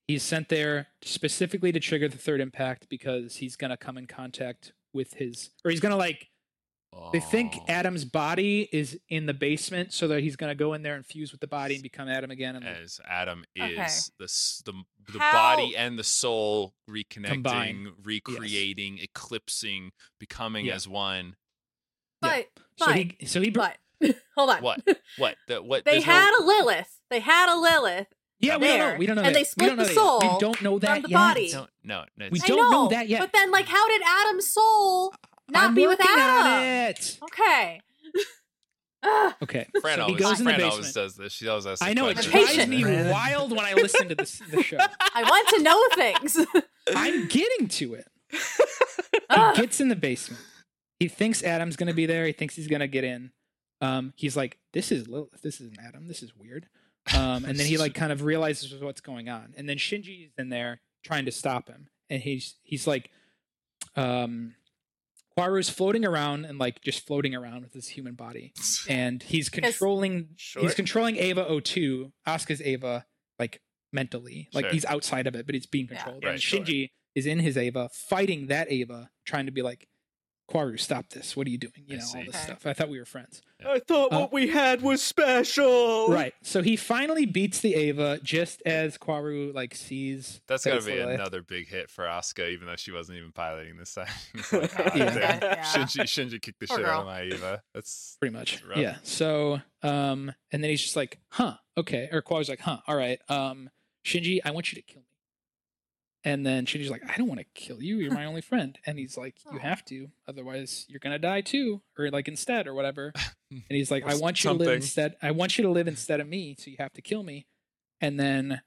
B: he's sent there specifically to trigger the third impact because he's going to come in contact with his or he's going to like they think
A: Oh,
B: Adam's body is in the basement so that he's going to go in there and fuse with the body and become Adam again and like,
A: as Adam
C: Okay.
A: is the s the the
C: How-
A: body and the soul reconnecting,
B: Combine.
A: recreating, eclipsing, becoming
B: Yeah.
A: as one.
B: Yeah.
C: But
B: so he so he
C: but hold on.
A: What? What? The, what?
C: They
A: there's no-
C: had a Lilith. They had a Lilith
B: Yeah, we don't know.
C: there,
B: We don't know.
C: and
B: that.
C: they split
B: we don't know
C: the
B: that yet.
C: soul
B: We don't know that
C: the
B: yet.
C: body.
A: No, no, no.
B: We
A: it's-
C: I
B: don't know
C: know,
B: that yet.
C: But then, like, how did Adam's soul not
B: I'm
C: be with
B: working on
C: Adam?
B: it.
C: Okay. Ugh,
B: Okay.
A: Fran
B: so he
A: always,
B: goes in the
A: Fran always
B: basement.
A: does this. She always asks.
B: I
A: the
B: know it
A: question.
C: Patient.
B: drives me
D: Patient.
B: wild when I listen to this the show.
C: I want to know things.
B: I'm getting to it. He
C: Ugh.
B: gets in the basement. He thinks Adam's gonna be there. He thinks he's gonna get in. Um, he's like, "This is Lilith. This isn't Adam. This is weird." Um, and then he like kind of realizes what's going on. And then Shinji is in there trying to stop him, and he's he's like, um, Quaru's floating around and like just floating around with his human body, and he's controlling
D: Sure.
B: he's controlling Ava O2, Asuka's Ava, like mentally. Like
A: Sure.
B: he's outside of it, but it's being
C: Yeah.
B: controlled.
A: Right,
B: and
A: sure.
B: Shinji is in his Ava, fighting that Ava, trying to be like, Quaru, stop this. What are you doing?
A: I
B: You know, all
A: see.
B: this
C: Okay.
B: stuff. I thought we were friends.
D: I thought
B: Uh,
D: what we had was special.
B: Right. So he finally beats the Ava just as Quaru like sees
A: That's gotta
B: it's
A: be
B: Lilith.
A: another big hit for Asuka, even though she wasn't even piloting this time. Like, ah,
D: Yeah.
A: damn.
C: Yeah.
A: Shinji, Shinji kicked the
C: Poor
A: shit out
C: girl.
A: of my Eva. That's
B: pretty much.
A: rough.
B: Yeah. So um and then he's just like, huh, okay. Or Kwa's like, huh, all right. Um Shinji, I want you to kill me. And then Shinji's like, I don't want to kill you. You're my only friend. And he's like, You
A: Oh.
C: Aw.
B: have to, otherwise you're gonna die too, or like instead or whatever. And he's like, I
A: Or
B: want you to live
A: something.
B: instead I want you to live instead of me, so you have to kill me. And then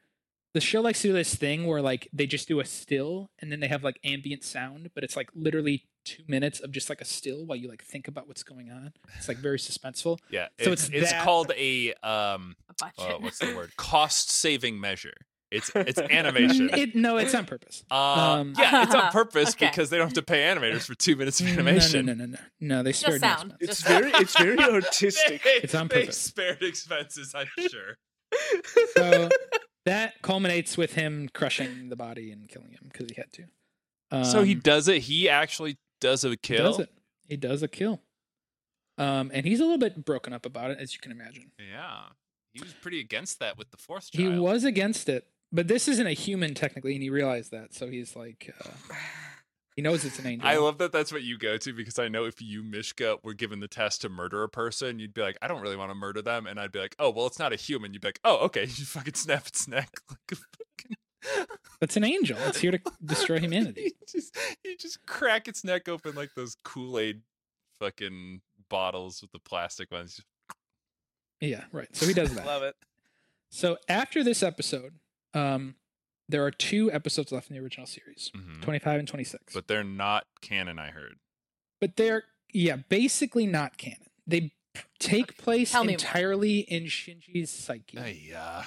B: the show likes to do this thing where like they just do a still and then they have like ambient sound, but it's like literally two minutes of just like a still while you like think about what's going on. It's like very suspenseful.
A: Yeah.
B: So
A: it's
B: it's
A: it's
B: that-
A: called a um
C: A bunch
A: uh,
C: of-
A: what's the word? Cost saving measure. It's it's animation.
B: N- Mm, It, no, it's on purpose.
A: uh,
B: um,
A: yeah, it's on purpose
C: Okay.
A: because they don't have to pay animators for two minutes of
B: No,
A: animation.
B: No, no, no, no, no. They spared no
C: sound.
B: expense.
D: It's very it's very artistic.
A: They,
B: It's on
A: they
B: purpose.
A: spared expenses, I'm sure.
B: So that culminates with him crushing the body and killing him because he had to. Um,
A: so he does it. He actually does a
B: he
A: kill.
B: does it. He does a kill. Um, and he's a little bit broken up about it, as you can imagine.
A: Yeah. He was pretty against that with the fourth
B: He
A: child.
B: was against it, but this isn't a human technically, and he realized that. So he's like, uh, he knows it's an angel.
A: I love that that's what you go to because I know if you, Mishka, were given the test to murder a person, you'd be like, I don't really want to murder them. And I'd be like, oh, well, it's not a human. You'd be like, oh, okay. You fucking snap its neck. Like,
B: That's an angel. It's here to destroy humanity.
A: you just you just crack its neck open like those Kool Aid fucking bottles with the plastic ones.
B: Yeah, right. So he does that.
D: Love it.
B: So after this episode, um, there are two episodes left in the original series,
A: Mhm.
B: 25 and 26.
A: But they're not canon. I heard.
B: but they're yeah basically not canon they p- take place
C: Tell me more.
B: entirely in shinji's psyche
A: Yeah.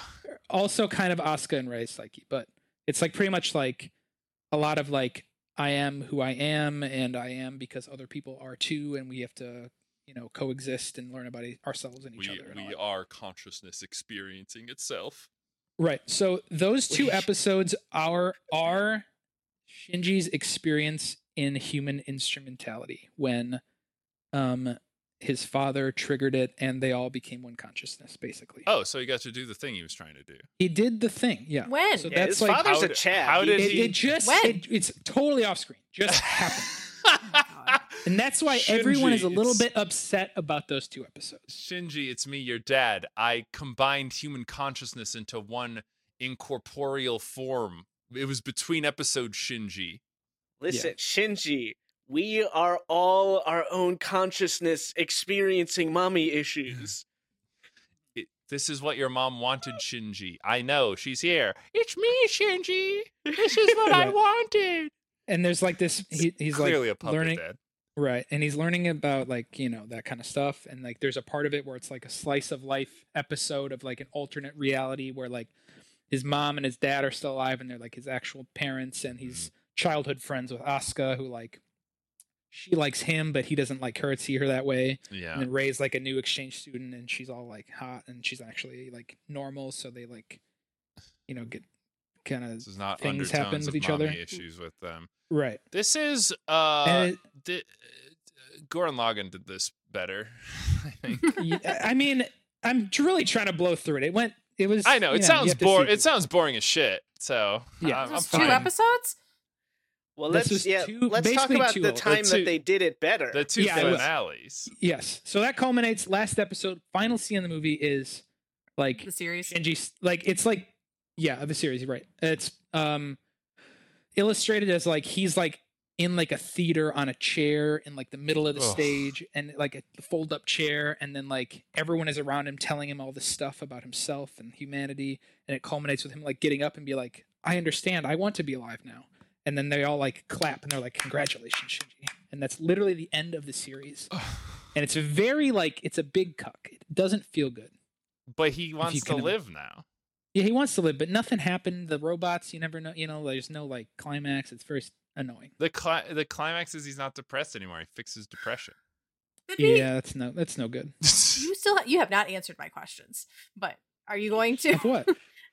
B: also kind of asuka and ray's psyche but it's like pretty much like a lot of like i am who i am and i am because other people are too and we have to you know coexist and learn about e- ourselves and each
A: We
B: other and all
A: we
B: that.
A: are consciousness experiencing itself.
B: right so those two
D: We-
B: episodes are are shinji's experience in human instrumentality when um his father triggered it and they all became one consciousness basically
A: Oh, so he got to do the thing he was trying to do.
B: he did the thing yeah
C: When?
B: so
D: Yeah,
B: that's
D: his
B: like
D: father's
A: How
D: a
A: d-
D: Chad.
A: how
D: He-
A: did
B: it,
A: he-
B: it just
C: When?
B: it, it's totally off screen just happened and that's why everyone is a
A: Shinji,
B: little
A: it's-
B: bit upset about those two episodes
A: Shinji, it's me, your dad. I combined human consciousness into one incorporeal form. It was between episodes, Shinji.
D: Listen, Shinji, we are all our own consciousness experiencing mommy issues.
A: It, this is what your mom wanted, Shinji. I know, she's here. It's me, Shinji. This is what I
B: Right.
A: wanted.
B: and there's like this he, he's
A: Clearly a
B: like
A: puppet
B: learning
A: dad.
B: Right. And he's learning about like, you know, that kind of stuff. And like there's a part of it where it's like a slice of life episode of like an alternate reality where like his mom and his dad are still alive and they're like his actual parents and he's
A: Mm-hmm.
B: childhood friends with Asuka who like she likes him but he doesn't like her and see her that way.
A: Yeah.
B: And then Ray's like a new exchange student and she's all like hot and she's actually like normal, so they like you know, get kind
A: This
B: of
A: is not
B: things
A: undertones
B: happen
A: of
B: with each
A: mommy
B: other.
A: issues with them.
B: Right.
A: This is uh,
B: And it-
A: the, uh Goran Logan did this better. I think.
B: Yeah, I mean, I'm really trying to blow through it. It went. It was.
A: I know
B: you
A: it
B: you
A: sounds
B: have to
A: boring.
B: see
A: It sounds boring as shit. So
B: Yeah.
A: I'm, I'm
C: Just two
A: fine.
C: episodes?
D: Well,
B: This
D: let's
B: was
D: yeah,
B: two-
D: let's talk
B: basically
D: about
B: two
D: the
B: of-
D: time
A: two-
D: that they did it better.
A: The two
B: Yeah, it was-
A: finales.
B: Yes. So that culminates. Last episode, final scene in the movie is like
C: The series?
B: Shinji. Like it's like yeah of the series. You're right. It's um illustrated as like he's like in like a theater on a chair in like the middle of the
A: Ugh.
B: stage and like a fold up chair and then like everyone is around him telling him all this stuff about himself and humanity and it culminates with him like getting up and be like I understand I want to be alive now and then they all like clap and they're like congratulations Shinji and that's literally the end of the series and it's very like it's a big cuck it doesn't feel good
A: but he wants to
B: can-
A: live now.
B: yeah, he wants to live, but nothing happened. The robots, you never know. You know, there's no like climax. It's very s- annoying.
A: The cli- the climax is he's not depressed anymore. He fixes depression.
C: Did we-
B: Yeah, that's no, that's no good.
C: You still you have not answered my questions, but are you going to?
B: Of what?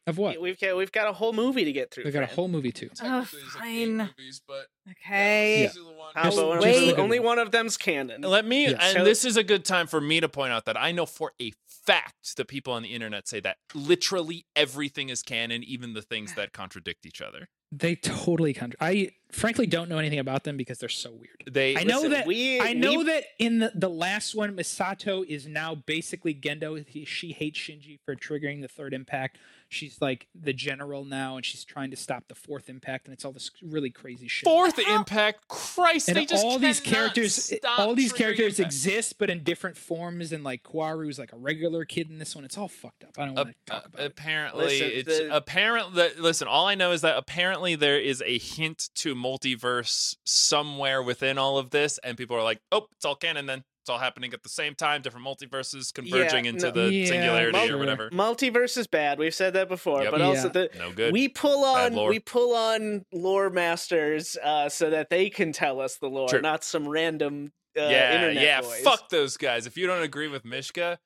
B: Of what?
D: We've got we've got a whole movie to get through.
B: We've got a
D: friend.
B: whole movie too.
C: Technically, it's like eight fine.
A: Movies, but
C: Okay.
B: Yeah.
D: How about one of
C: Wait.
D: those- only one of them's canon.
A: Let me,
B: Yes.
A: and
D: So-
A: this is a good time for me to point out that I know for a fact that people on the internet say that literally everything is canon, even the things that contradict each other.
B: They totally contra- I frankly don't know anything about them because they're so weird.
A: They,
B: I know that-
D: we
B: I know
D: we-
B: that in the, the last one, Misato is now basically Gendo. He, she hates Shinji for triggering the third impact. She's like the general now, and she's trying to stop the fourth impact, and it's all this really crazy shit.
A: fourth
C: How-
A: impact, Christ, they
B: and
A: just
B: all these
A: cannot
B: characters eh,
A: stop
B: all these
A: triggering
B: characters
A: impact.
B: exist but in different forms and like kwaru's like a regular kid in this one it's all fucked up i don't
A: Ap- uh,
B: want to talk about it
A: apparently
D: Listen,
A: it's
D: the-
A: apparently listen all i know is that apparently there is a hint to multiverse somewhere within all of this and people are like oh it's all canon then it's all happening at the same time different multiverses converging into
D: no-
A: the
B: Yeah,
A: singularity or
B: sure.
A: whatever
D: multiverse is bad. We've said that before,
A: Yep.
D: but also
B: Yeah.
D: the
A: no good
D: we pull
A: Bad
D: on
A: lore.
D: we pull on lore masters uh, so that they can tell us the lore,
A: True.
D: not some random uh,
A: yeah
D: internet
A: yeah
D: boys.
A: fuck those guys if you don't agree with mishka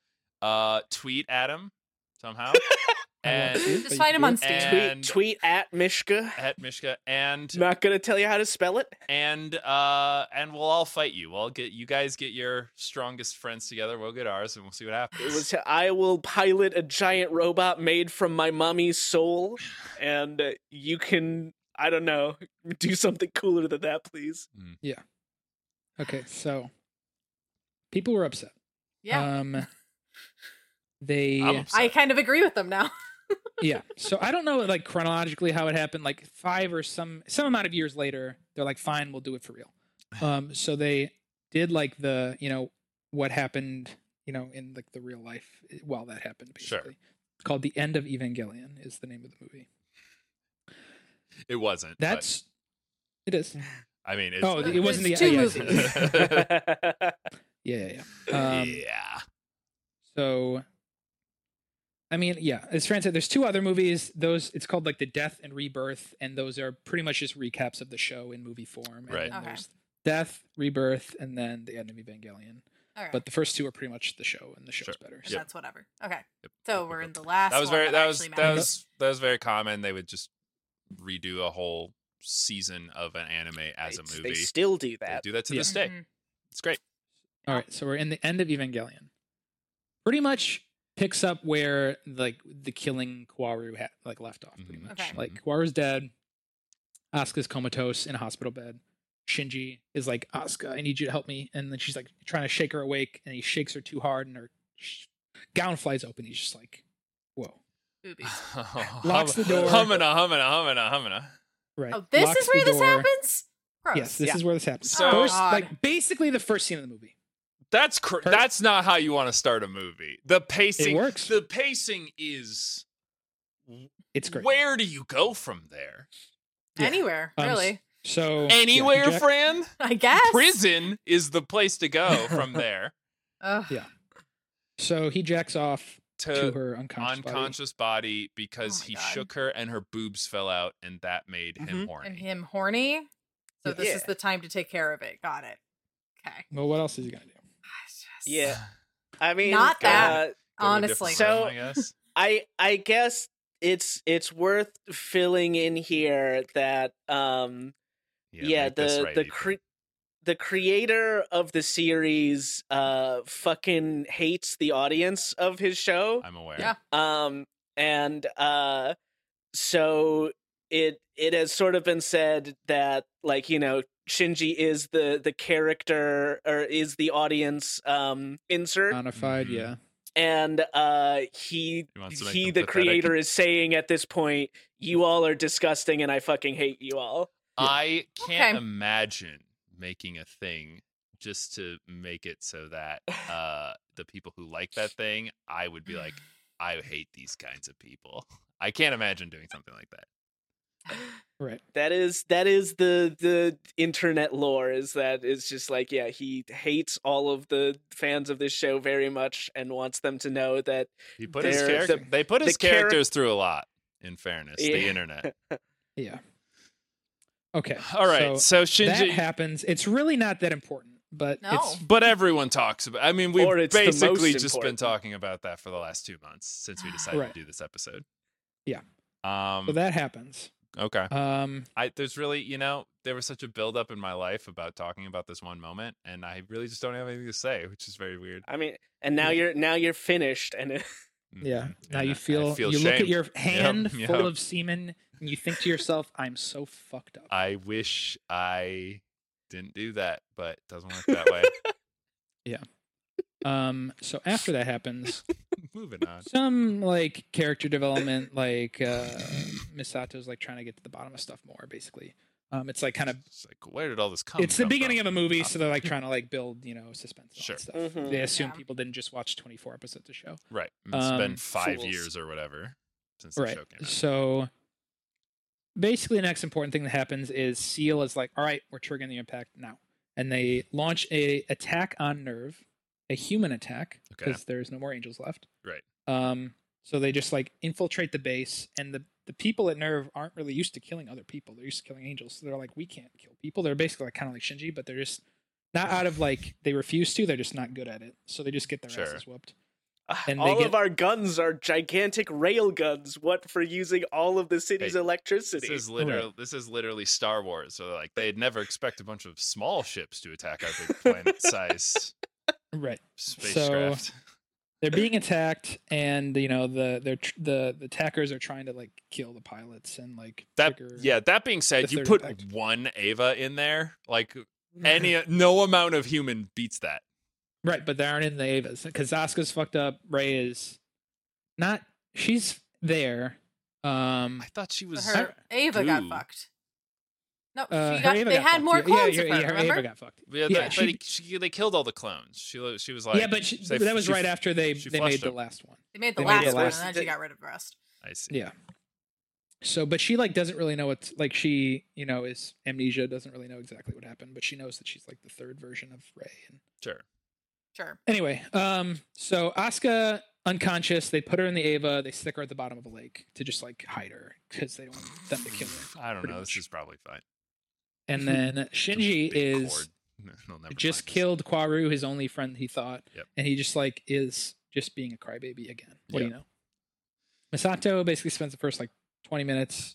A: uh tweet at him somehow
B: I want to,
A: and
B: but
C: Just find
B: you
C: him on
B: can't.
C: Steam.
A: And-
D: Tweet, tweet at Mishka.
A: at mishka and
D: Not gonna tell you how to spell it.
A: and uh and we'll all fight you we'll all get you guys get your strongest friends together we'll get ours and we'll see what happens
D: It was I will pilot a giant robot made from my mommy's soul, and uh, you can I don't know do something cooler than that, please.
B: okay so people were upset
C: Yeah.
B: um they
A: I'm upset.
C: I kind of agree with them now.
B: yeah. So I don't know like chronologically how it happened. Like five or some some amount of years later, they're like, fine, we'll do it for real. Um, so they did like the you know what happened you know in like the real life eh, while that happened
A: Sure.
B: basically. Called the end of Evangelion is the name of the movie.
A: It wasn't. but,
B: That's it is.
A: I mean, it's,
B: Oh, it wasn't the
C: It's two
B: yeah,
C: movies.
B: Yeah, yeah, yeah. Um,
A: yeah.
B: So, I mean, yeah, as Fran said, there's two other movies. Those it's called like the Death and Rebirth, and those are pretty much just recaps of the show in movie form. And
A: Right.
B: then
C: Okay.
B: There's Death, Rebirth, and then the end of Evangelion.
C: All right.
B: But the first two are pretty much the show, and the show's
A: Sure.
B: better.
C: And
B: So.
A: Yep.
C: that's whatever. Okay.
A: Yep.
C: So we're in the last.
A: That was
C: one
A: very. That was
C: actually
A: that
C: matters.
A: was that was very common. They would just redo a whole season of an anime as
D: It's-
A: a
D: They
A: movie.
D: still do
A: They
D: that.
A: do that to
B: Yeah.
A: this day.
C: Mhm.
A: It's great.
B: All right, so we're in the end of Evangelion. Pretty much picks up where like the killing Kaworu ha- like left off. Pretty
A: Mhm.
B: much
C: Okay.
B: like Kaworu's dead. Asuka's comatose in a hospital bed. Shinji is like Asuka, I need you to help me, and then she's like trying to shake her awake, and he shakes her too hard, and her sh- gown flies open. He's just like, "Whoa!"
C: Boobies.
A: Mm-hmm.
B: Locks the door.
A: Humina, humina, humina, humina.
B: Right?
C: Oh, this
B: Locks
C: is where
B: the
C: this
B: door.
C: happens. Gross.
B: Yes, this
D: Yeah.
B: is where this happens.
A: So-
B: first,
C: God.
B: like basically the first scene of the movie.
A: That's cr-
B: Per-
A: that's not how you want to start a movie. The pacing
B: It works.
A: The pacing is.
B: It's great.
A: Where do you go from there?
B: Yeah.
C: Anywhere,
B: Um,
C: really.
B: so yeah,
A: Anywhere,
B: Jack-
A: Fran?
C: I guess.
A: Prison is the place to go from there
C: Ugh.
B: Yeah. So he jacks off to
A: to
B: her unconscious. body.
A: uh, unconscious body, because
C: Oh my
A: he
C: God.
A: shook her and her boobs fell out, and that made him
D: Mhm.
A: horny.
C: And him horny. So
B: Yeah.
C: this is
D: Yeah.
C: the time to take care of it. Got it. Okay.
B: Well, what else is he gonna do?
C: I just-
D: Yeah. I mean,
C: Not that.
D: Uh,
A: Go to a
C: Honestly.
A: different room,
D: So-
A: I guess.
D: I I guess it's it's worth filling in here that um yeah,
A: read this
D: the
A: right,
D: the
A: Ethan.
D: cre- the creator of the series uh fucking hates the audience of his show
A: I'm aware.
C: Yeah.
D: um and uh so it it has sort of been said that like you know Shinji is the the character or is the audience um insert
B: Modified,
A: Mhm.
B: yeah.
D: and uh he
A: He wants to make
D: he
A: them
D: the
A: pathetic.
D: creator is saying at this point you all are disgusting and i fucking hate you all
A: I can't
C: Okay.
A: imagine making a thing just to make it so that uh, the people who like that thing, I would be like, I hate these kinds of people. I can't imagine doing something like that.
B: Right.
D: that is that is the the internet lore is that it's just like yeah he hates all of the fans of this show very much and wants them to know that
A: He put his
D: They're-
A: character.
D: the-
A: they put his
D: the charac-
A: characters through a lot. In fairness, the
D: Yeah.
A: internet.
B: Yeah. Okay.
A: All right,
B: So
A: so,
B: that
A: Shinji,
B: happens. It's really not that important, but
C: No.
B: it's
A: but everyone talks about. I mean, we've
D: Or it's the most
A: basically just been
D: important.
A: talking about that for the last two months since we decided
B: Right.
A: to do this episode.
B: Yeah.
A: Um.
B: so that happens.
A: okay.
B: Um
A: I there's really you know there was such a buildup in my life about talking about this one moment, and I really just don't have anything to say, which is very weird.
D: i mean and now you're now you're finished and it,
B: yeah.
A: Mhm.
B: Now
A: And
B: you
A: I-
B: feel,
A: I feel
B: you look
A: shame.
B: at your hand
A: Yep,
B: full
A: yep.
B: of semen and you think to yourself, I'm so fucked up.
A: I wish I didn't do that, but it doesn't work that way.
B: Um so after that happens,
A: Moving on.
B: some like character development like uh Misato's like trying to get to the bottom of stuff more basically. Um it's like kind of
A: It's like where did all this come?
B: it's the beginning of a movie, so
A: Nothing.
B: they're like trying to like build, you know, suspense and all
A: Sure.
B: that stuff.
D: Mhm.
B: They assume
C: Yeah.
B: people didn't just watch 24 episodes of show.
A: right. It's
B: um,
A: been five
D: fools.
A: years or whatever since the
B: Right.
A: show came out.
B: So basically, the next important thing that happens is Seal is like, all right, we're triggering the impact now. And they launch a attack on Nerve, a human attack,
A: Okay.
B: because there's no more angels left.
A: Right.
B: Um, so they just like infiltrate the base, and the, the people at Nerve aren't really used to killing other people. They're used to killing angels. So they're like, we can't kill people. They're basically like kind of like Shinji, but they're just not out of like, they refuse to. They're just not good at it. So they just get their
A: Sure.
B: asses whooped. And
D: and
B: they
D: all
B: get-
D: of our guns are gigantic rail guns what for using all of the city's
A: Hey,
D: electricity
A: This is literally this is literally Star Wars. So like they'd never expect a bunch of small ships to attack our big planet-sized
B: Right.
A: spacecraft.
B: they're being attacked and you know the they're tr- the the attackers are trying to like kill the pilots and like
A: That
B: trigger-
A: yeah. That being said,
B: the
A: you
B: third
A: put
B: impact.
A: one Ava in there, like any no amount of human beats that.
B: right but they aren't in the avas because Asuka's fucked up Ray is not she's there. Um,
A: I thought she was.
C: Her Ava got
A: Ooh.
C: fucked. No,
B: uh,
C: she
B: her
C: got,
B: Ava
C: they
B: got
C: had
B: fucked,
C: more
B: yeah.
C: clones
B: Yeah,
C: of
B: yeah,
C: her.
B: yeah, her
C: remember?
B: Ava got fucked.
A: Yeah,
B: Yeah,
A: but
B: she-
A: he- she- they killed all the clones. She lo- she was like,
B: yeah, but she,
A: they-
B: that was
A: she-
B: right after they
A: she
B: they
A: flushed
B: made the
A: him.
B: last one.
C: They made the
B: They made
C: last
B: the
C: one,
D: last-
C: and then she got rid of the rest.
A: I see.
B: Yeah. So, but she like doesn't really know what's like. She you know is amnesia, doesn't really know exactly what happened, but she knows that she's like the third version of Ray. And
A: Sure.
C: Sure.
B: anyway, um, so Asuka unconscious, they put her in the Ava, they stick her at the bottom of a lake to just like hide her because they don't want them to kill her.
A: I don't
B: pretty
A: know.
B: much.
A: This is probably fine.
B: And then
A: It's a
B: Shinji
A: big
B: is.
A: cord. They'll never
B: just
A: find this.
B: killed Quaru, his only friend he thought,
A: Yep.
B: and he just like is just being a crybaby again. What do
A: Yeah.
B: you know? Misato basically spends the first like 20 minutes,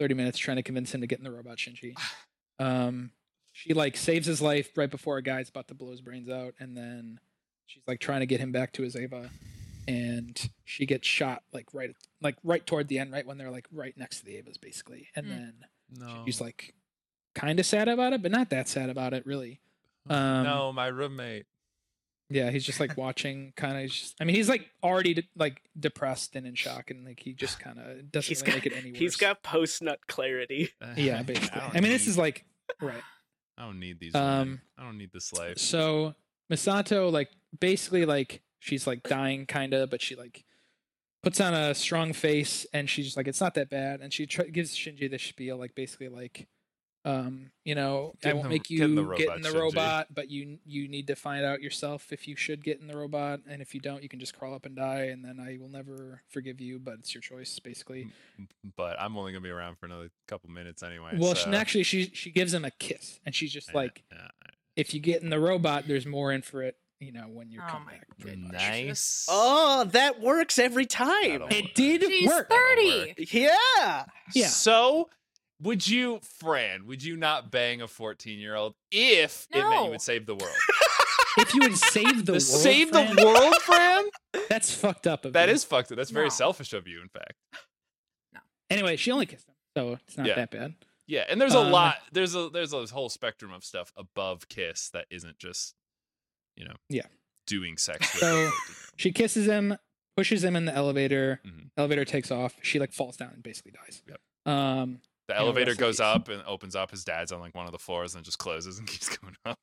B: 30 minutes trying to convince him to get in the robot Shinji. Um, she like saves his life right before a guy's about to blow his brains out, and then she's like trying to get him back to his Ava, and she gets shot like right like right toward the end, right when they're like right next to the Avas basically, and
C: Mm.
B: then
A: No.
B: she's like kind of sad about it, but not that sad about it really. Um,
A: no, my roommate.
B: Yeah, he's just like watching, kind of. just I mean, he's like already de- like depressed and in shock, and like he just kind of doesn't
D: He's
B: really
D: got-
B: make it any worse.
D: He's got post nut clarity.
B: yeah, basically. I mean, this is like right.
A: I don't need these.
B: Um,
A: women. I don't need this life.
B: So Misato, like, basically, like, she's like dying, kind of, but she like puts on a strong face, and she's just like, it's not that bad, and she tr- gives Shinji this spiel, like, basically, like, um, you know,
A: Get
B: I
A: in
B: won't
A: the-
B: make you
A: get in the
B: get
A: robot,
B: in the
A: Shinji."
B: robot, but you you need to find out yourself if you should get in the robot, and if you don't, you can just crawl up and die, and then I will never forgive you, but it's your choice, basically.
A: But I'm only gonna be around for another couple minutes anyway.
B: well,
A: so.
B: she, actually, she she gives him a kiss, and she's just
A: uh, Yeah,
B: like,
A: yeah.
B: if you get in the robot, there's more in for it, you know, when you
C: Oh
B: come
C: my
B: back. pretty much.
A: nice.
D: Oh, that works every time.
A: That'll
B: It did
C: She's
B: work.
A: work.
C: 30.
D: Yeah.
B: Yeah.
A: So, would you, Fran? Would you not bang a 14 year old if it meant
C: No.
A: you would save the world?
B: If you would save
A: The
B: the world,
A: save
B: Fran,
A: the world, Fran?
B: That's fucked up. Of
A: That
B: you.
A: is fucked up. That's very
C: No.
A: selfish of you, in fact.
B: Anyway, she only kissed him, so it's not
A: Yeah.
B: that bad.
A: Yeah, and there's a
B: Um,
A: lot. There's a there's a whole spectrum of stuff above kiss that isn't just, you know,
B: Yeah.
A: doing sex. With
B: So-
A: so,
B: She kisses him, pushes him in the elevator.
A: Mhm.
B: Elevator takes off. She like falls down and basically dies. Um,
A: the
B: Yeah,
A: elevator
B: rest in
A: goes
B: peace.
A: up and opens up. His dad's on like one of the floors and just closes and keeps going up.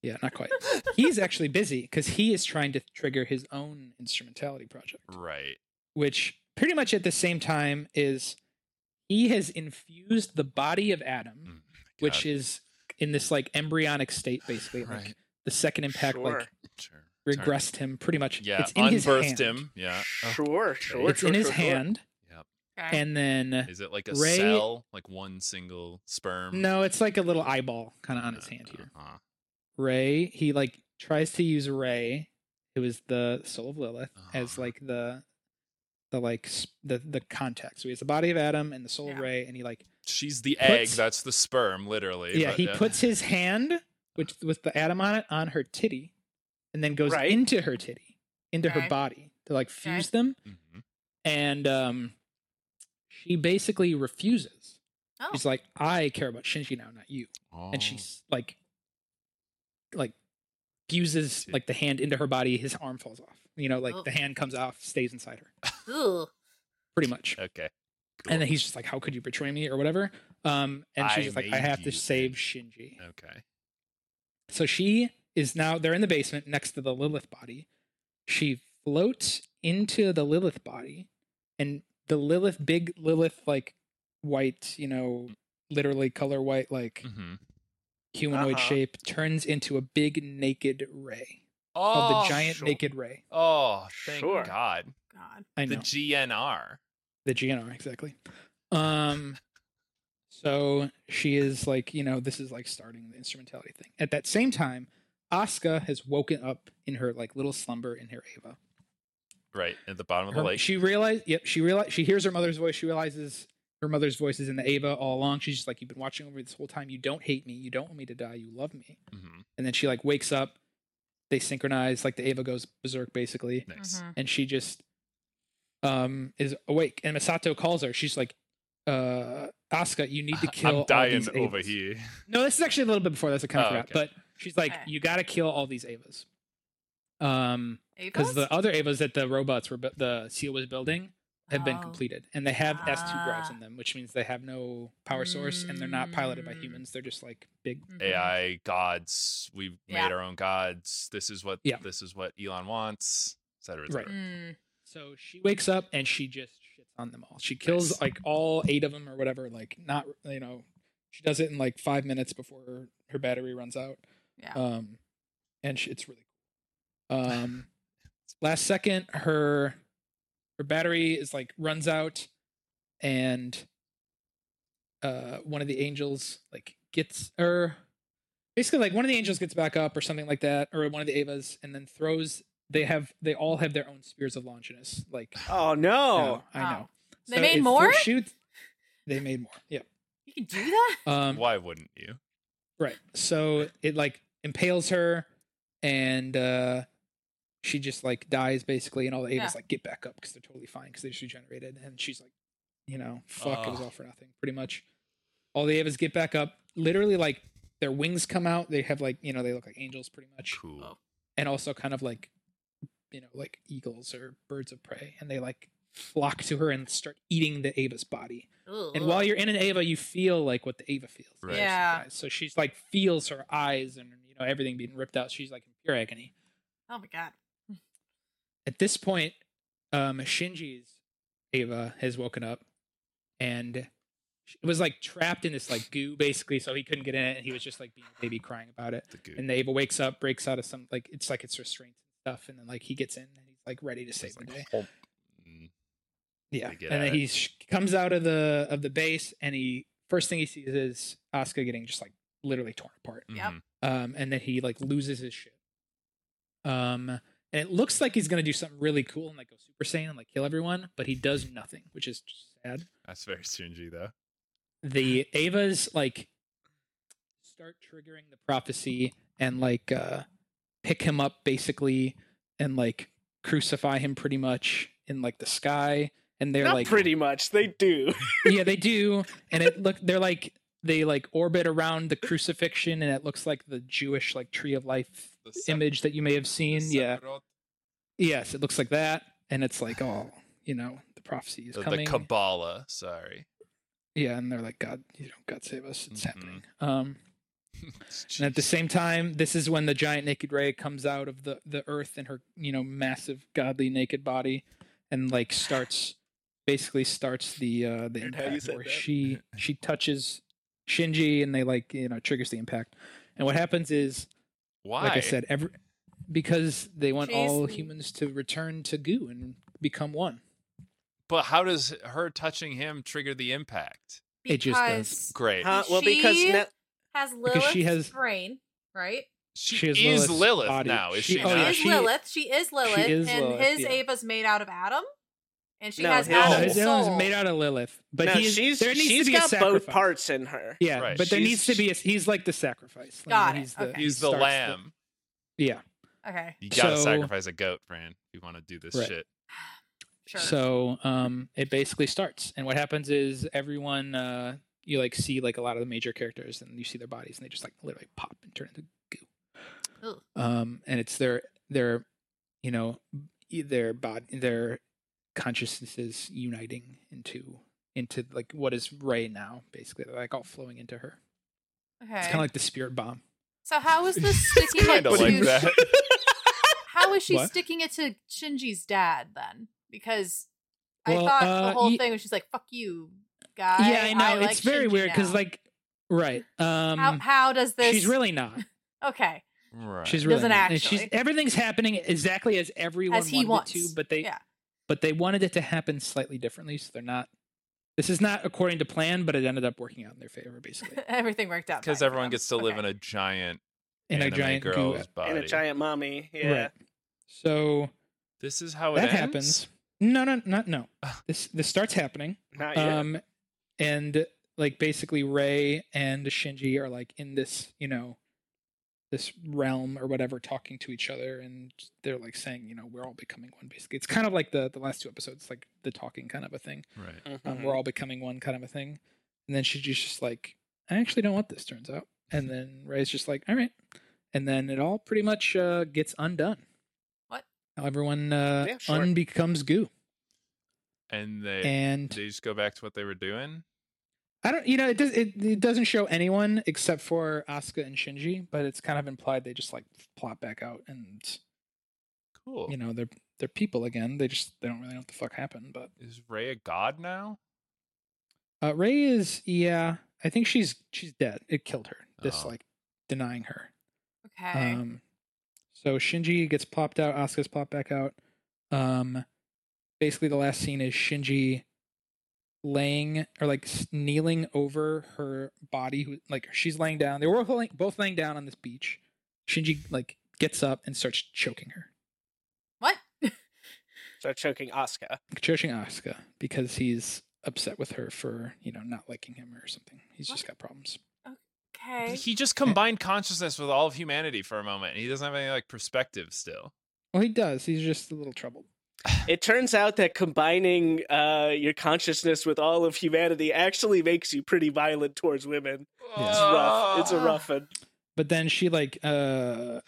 B: yeah, not quite. He's actually busy because he is trying to trigger his own instrumentality project,
A: Right.
B: which pretty much at the same time is he has infused the body of Adam,
A: Mm,
B: which
A: God.
B: is in this like embryonic state, basically. Like
A: Right.
B: the second impact,
D: Sure.
B: like
A: Sure. Sorry.
B: regressed him pretty much.
A: Yeah,
B: it's in his
A: unbirthed
B: hand.
A: him. Yeah. Oh,
D: Sure, sure.
B: Uh, It's
D: sure,
B: in his
D: sure, sure.
B: hand,
C: Okay.
B: and then
A: Is it like a
B: Ray-
A: cell, like one single sperm?
B: no, it's like a little eyeball kind of on his hand here.
A: Uh, uh,
B: Ray, he like tries to use Ray, who is the soul of Lilith, as
A: Uh-huh.
B: like the the like s- the the contact. So he has the body of Adam and the soul of
C: Yeah.
B: Ray, and he like
A: she's the egg.
B: Puts-
A: That's the sperm, literally.
B: yeah
A: but,
B: he puts his
A: Uh-huh.
B: hand which with the Adam on it on her titty, and then goes
D: Right.
B: into her titty, into
C: Okay.
B: her body to like fuse them,
A: Mhm.
B: and um, she basically refuses.
C: Oh.
B: She's like, I care about Shinji now, not you. And
A: Oh.
B: she's like, like, fuses
A: Shit.
B: like the hand into her body. His arm falls off. You know, like
C: Oh.
B: the hand comes off, stays inside her,
C: Ugh.
B: pretty much.
A: Oh, okay.
B: And then he's just like, "How could you betray me?" or whatever. Um, and
A: I
B: she's just like, "I
A: made
B: have
A: you."
B: to save Shinji."
A: Okay.
B: So she is now. They're in the basement next to the Lilith body. She floats into the Lilith body, and the Lilith, big Lilith, like white, you know, literally color white, like
A: hmm
B: humanoid
D: Uh-huh.
B: shape turns into a big naked ray
A: Oh,
B: called the giant
D: sure.
B: naked ray.
A: Oh, thank
D: Sure.
A: God.
C: God.
B: I
A: The
B: know
A: GNR.
B: the GNR exactly. Um, so she is like you know this is like starting the instrumentality thing. At that same time, Asuka has woken up in her like little slumber in her Ava.
A: Right at the bottom of the
B: Her-
A: lake.
B: she realized. Yep, she realized. She hears her mother's voice. She realizes her mother's voice is in the Ava all along. She's just like you've been watching over me this whole time. You don't hate me. You don't want me to die. You love me.
A: Mhm.
B: and then she like wakes up they synchronize like the ava goes berserk basically
A: Nice.
C: Mhm.
B: and she just um is awake and misato calls her she's like uh asuka you need to kill all
A: I'm dying
B: these
A: over
B: Avas."
A: here.
B: no this is actually a little bit before that's a kind of
A: Oh,
B: forgot
A: okay.
B: but she's like
C: Okay.
B: you gotta kill all these avas um because
C: Ava's?
B: the other avas that the robots were bu- the seal E was building have been
C: Oh.
B: completed, and they have S2 drives
C: Ah.
B: in them, which means they have no power source and they're not piloted
C: Mm.
B: by humans. They're just like big.
C: Mhm.
A: AI gods. We've
C: Yeah.
A: made our own gods. This is what
B: Yeah.
A: this is what Elon wants, et cetera, et
B: Right.
A: cetera.
C: Mm.
B: So she wakes up and she just shits on them all. She kills
A: Nice.
B: like all eight of them or whatever. Like not you know, she does it in like five minutes before her, her battery runs out.
C: Yeah.
B: Um, and she, it's really cool. Um, last second, her her battery is like runs out, and uh, one of the angels like gets her. Basically, like one of the angels gets back up or something like that, or one of the Avas, and then throws. They have they all have their own spears of Longinus. Like
D: Oh
B: oh,
D: no!
B: I know.
C: They made
B: it
C: more?
B: first shoots- they made more. Yeah.
C: You can do that?
B: Um,
A: Why wouldn't you?
B: Right. So it like impales her and uh she just like dies basically and all the Avas
C: Yeah.
B: like get back up because they're totally fine because they just regenerated and she's like, you know, fuck, it was
A: Ugh.
B: all for nothing, pretty much. All the Avas get back up. Literally like their wings come out. They have like, you know, they look like angels pretty much.
A: Cool.
C: Oh.
B: And also kind of like you know, like eagles or birds of prey, and they like flock to her and start eating the Ava's body.
C: Ugh.
B: And while you're in an Ava, you feel like what the Ava feels.
A: Right.
C: Yeah.
B: So she's like feels her eyes and you know everything being ripped out. She's like in pure agony.
C: Oh my god.
B: At this point, um, Shinji's Ava has woken up, and it was like trapped in this like goo basically, so he couldn't get in it, and he was just like being a baby crying about it.
A: The goo.
B: And the Ava wakes up, breaks out of some like it's like it's restraint and stuff, and then like he gets in and he's like ready to save
A: It's
B: the
A: like,
B: day.
A: "Hulk." Mm,
B: Yeah,
A: to get
B: and
A: at
B: then
A: it.
B: he sh- comes out of the of the base, and he first thing he sees is Asuka getting just like literally torn apart,
C: Yep.
A: mhm.
B: um, and then he like loses his shit. Um, and it looks like he's gonna do something really cool and like go Super Saiyan and like kill everyone, but he does nothing, which is just sad.
A: That's very Shinji though.
B: The Avas like start triggering the prophecy and like uh pick him up basically and like crucify him pretty much in like the sky. And they're
D: Not
B: like
D: pretty much. They do.
B: yeah, they do. And it look they're like they like orbit around the crucifixion and it looks like the Jewish like tree of life
A: The sep-
B: image that you may have
A: the
B: seen. Yeah.
A: separate-
B: Yes, it looks like that. And it's like, oh, you know, the prophecy is
A: The, the
B: coming.
A: Kabbalah. Sorry.
B: yeah, and they're like, God, you know, God save us. It's
A: Mhm.
B: happening. Um
A: It's
B: and at the same time, this is when the giant naked ray comes out of the, the earth in her, you know, massive godly naked body and like starts basically starts the uh the
D: Weird how you
B: impact
D: said
B: where
D: that.
B: she she touches Shinji and they like, you know, triggers the impact. And what happens is
A: Why?
B: like I said, every because they want all
C: Jason.
B: humans to return to goo and become one.
A: But how does her touching him trigger the impact?
B: It just does.
C: Because
A: Great.
D: Huh? Well, because
C: She-
D: now,
C: has Lilith's
B: Because she has-
C: brain, right?
A: She,
B: She has
A: is
B: Lilith's
A: Lilith
B: body.
A: now, is
B: She-
A: she,
B: oh,
A: not?
B: yeah,
C: is
B: she-
C: Lilith. She is Lilith,
B: is
C: and
B: Lilith,
C: his
B: yeah.
C: Ava's made out of Adam, and she
D: No,
C: has
D: his-
B: No,
A: Oh.
C: Adam's
B: his
C: soul.
B: Zealand's made out of Lilith, but
D: no,
B: he's,
D: she's
B: there needs
D: she's
B: to be a
D: got
B: sacrifice.
D: both parts in her.
B: Yeah,
A: Right,
B: but there
A: she's-
B: needs to be a he's like the sacrifice. Like,
C: Got it,
B: he's the,
C: okay.
B: he
A: He's the
B: starts
A: lamb.
B: yeah.
C: Okay,
A: You gotta
B: So-
A: sacrifice a goat, Fran, if you want to do this
B: Right.
A: shit.
C: sure.
B: So um, it basically starts, and what happens is everyone uh, you like see like a lot of the major characters, and you see their bodies, and they just like literally pop and turn into
C: Ugh.
B: um, and it's their their you know e- their bod their consciousnesses uniting into into like what is Ray now basically They're, like all flowing into her. It's
C: okay.
B: kind of like the spirit bomb.
C: so how is this
A: It's
C: sticking it
A: kind
C: to?
A: of like that.
C: How is she
B: What?
C: sticking it to Shinji's dad then? Because
B: Well,
C: I thought
B: uh,
C: the whole
B: ye-
C: thing was she's like, "Fuck you, guy."
B: yeah, I know it's
C: like
B: very
C: Shinji
B: weird because
C: now."
B: like right um
C: how, how does this?
B: she's really not.
C: okay.
A: right.
B: She's really
C: Doesn't
B: not. And
C: actually.
B: She's everything's happening exactly as everyone
C: As he
B: wanted it
C: wants.
B: to, but they
C: Yeah.
B: but they wanted it to happen slightly differently, so they're not. This is not according to plan, but it ended up working out in their favor, basically.
C: Everything worked out
A: Because
C: fine for
A: everyone
C: them.
A: gets to live
C: Okay.
A: in a giant,
B: In a
A: anime
B: giant goo-
A: girl's body.
D: and a giant mommy. Yeah.
B: Right. So
A: This is how Oh, it
B: that
A: ends?
B: happens. No, no, not no. This this starts happening.
D: Not yet.
B: Um, and like basically, Ray and Shinji are like in this, you know, this realm or whatever, talking to each other, and they're like saying, you know, we're all becoming one. Basically, it's kind of like the the last two episodes, like the talking kind of a thing.
A: Right.
D: Mm-hmm.
B: Um, we're all becoming one kind of a thing. And then Shinji's just like, I actually don't want this. Turns out, and then Ray's just like, all right. And then it all pretty much uh, gets undone.
C: What?
B: Everyone uh,
D: Yeah, sure.
B: unbecomes goo.
A: and they
B: and
A: they just go back to what they were doing.
B: I don't, you know, it does. It, it doesn't show anyone except for Asuka and Shinji, but it's kind of implied they just like plop back out, and
A: Cool.
B: you know they're they're people again. They just they don't really know what the fuck happened. But
A: Is Ray a god now?
B: uh, Ray is, yeah, I think she's she's dead. It killed her. This
A: Oh.
B: like denying her.
C: Okay.
B: Um, so Shinji gets plopped out. Asuka's plopped back out. Um, basically the last scene is Shinji laying or like s- kneeling over her body. Who like she's laying down. They were both laying, both laying down on this beach. Shinji like gets up and starts choking her,
C: what?
D: Start choking Asuka.
B: choking Asuka because he's upset with her for you know not liking him or something. He's just got problems.
C: Okay.
A: He just
B: Eh.
A: combined consciousness with all of humanity for a moment. He doesn't have any like perspective still.
B: Well, he does. He's just a little troubled.
D: It turns out that combining uh, your consciousness with all of humanity actually makes you pretty violent towards women.
B: Yeah.
D: It's rough. It's a
A: Ah.
C: Oh.
D: rough one.
B: but then she like uh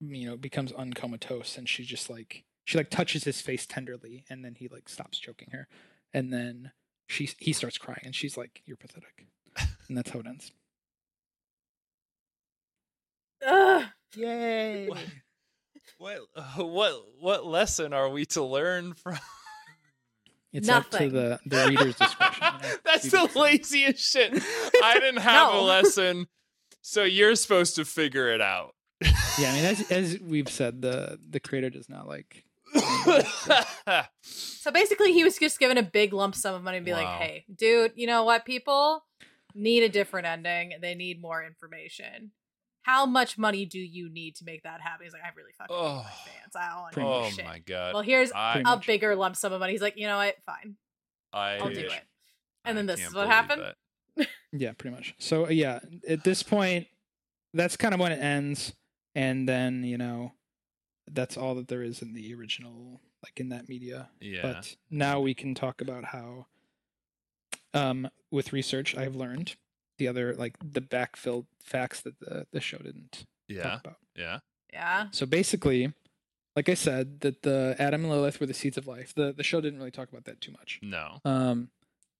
B: you know becomes uncomatose and she just like she like touches his face tenderly and then he like stops choking her and then she he starts crying and she's like you're pathetic and that's how it ends
C: Ugh.
D: Yay!
A: What, what what what lesson are we to learn from?
B: it's up to
C: Nothing.
B: the the reader's discretion you know?
A: That's
B: You
A: the
B: decide.
A: laziest shit. I didn't have a
C: No.
A: lesson, so you're supposed to figure it out.
B: yeah i mean as as we've said the the creator does not like
A: Oh
C: So basically, he was just given a big lump sum of money and be
A: Wow.
C: like, "Hey, dude, you know what? People need a different ending. They need more information. How much money do you need to make that happen?" He's like, "I really fucking hate
A: Oh.
C: my fans. I don't want to
B: Pretty
A: oh
C: do shit.
A: my god!
C: Well, here's
A: I,
B: pretty
C: a
B: much.
C: bigger lump sum of money." He's like, "You know what? Fine,
A: I,
C: I'll do it."
A: I
C: And then this
A: can't
C: is what
A: believe
C: happened.
A: that.
B: Yeah, pretty much. So uh, yeah, at this point, that's kind of when it ends, and then you know, that's all that there is in the original, like in that media.
A: Yeah.
B: But now we can talk about how, um, with research, I've learned the other like the backfilled facts that the the show didn't
A: yeah.
B: talk about.
A: Yeah.
C: Yeah,
B: So basically, like I said, that the Adam and Lilith were the seeds of life. the The show didn't really talk about that too much.
A: No.
B: Um,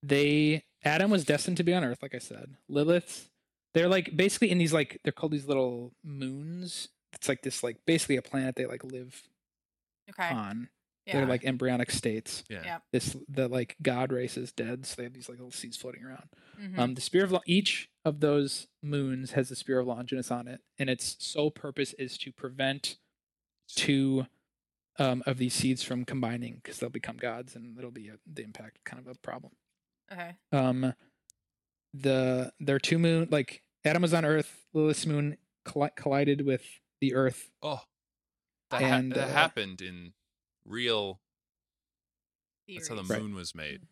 B: they Adam was destined to be on Earth, like I said. Lilith's they're like basically in these like they're called these little moons. It's like this like basically a planet they like live
C: okay,
B: on.
C: yeah,
B: They're like embryonic states.
A: Yeah.
C: Yeah.
B: This the like god race is dead, so they have these like little seeds floating around.
C: Mhm.
B: Um, the spear of Lo- each of those moons has the spear of Longinus on it, and its sole purpose is to prevent two um, of these seeds from combining because they'll become gods, and it'll be a, the impact kind of a problem
C: okay,
B: um the their two moon like Adam was on Earth, Lilith's moon colli- collided with the Earth.
A: Oh, that, ha-
B: And,
A: that
B: uh,
A: happened in real. That's how the
C: Theories.
B: Right.
A: moon was made.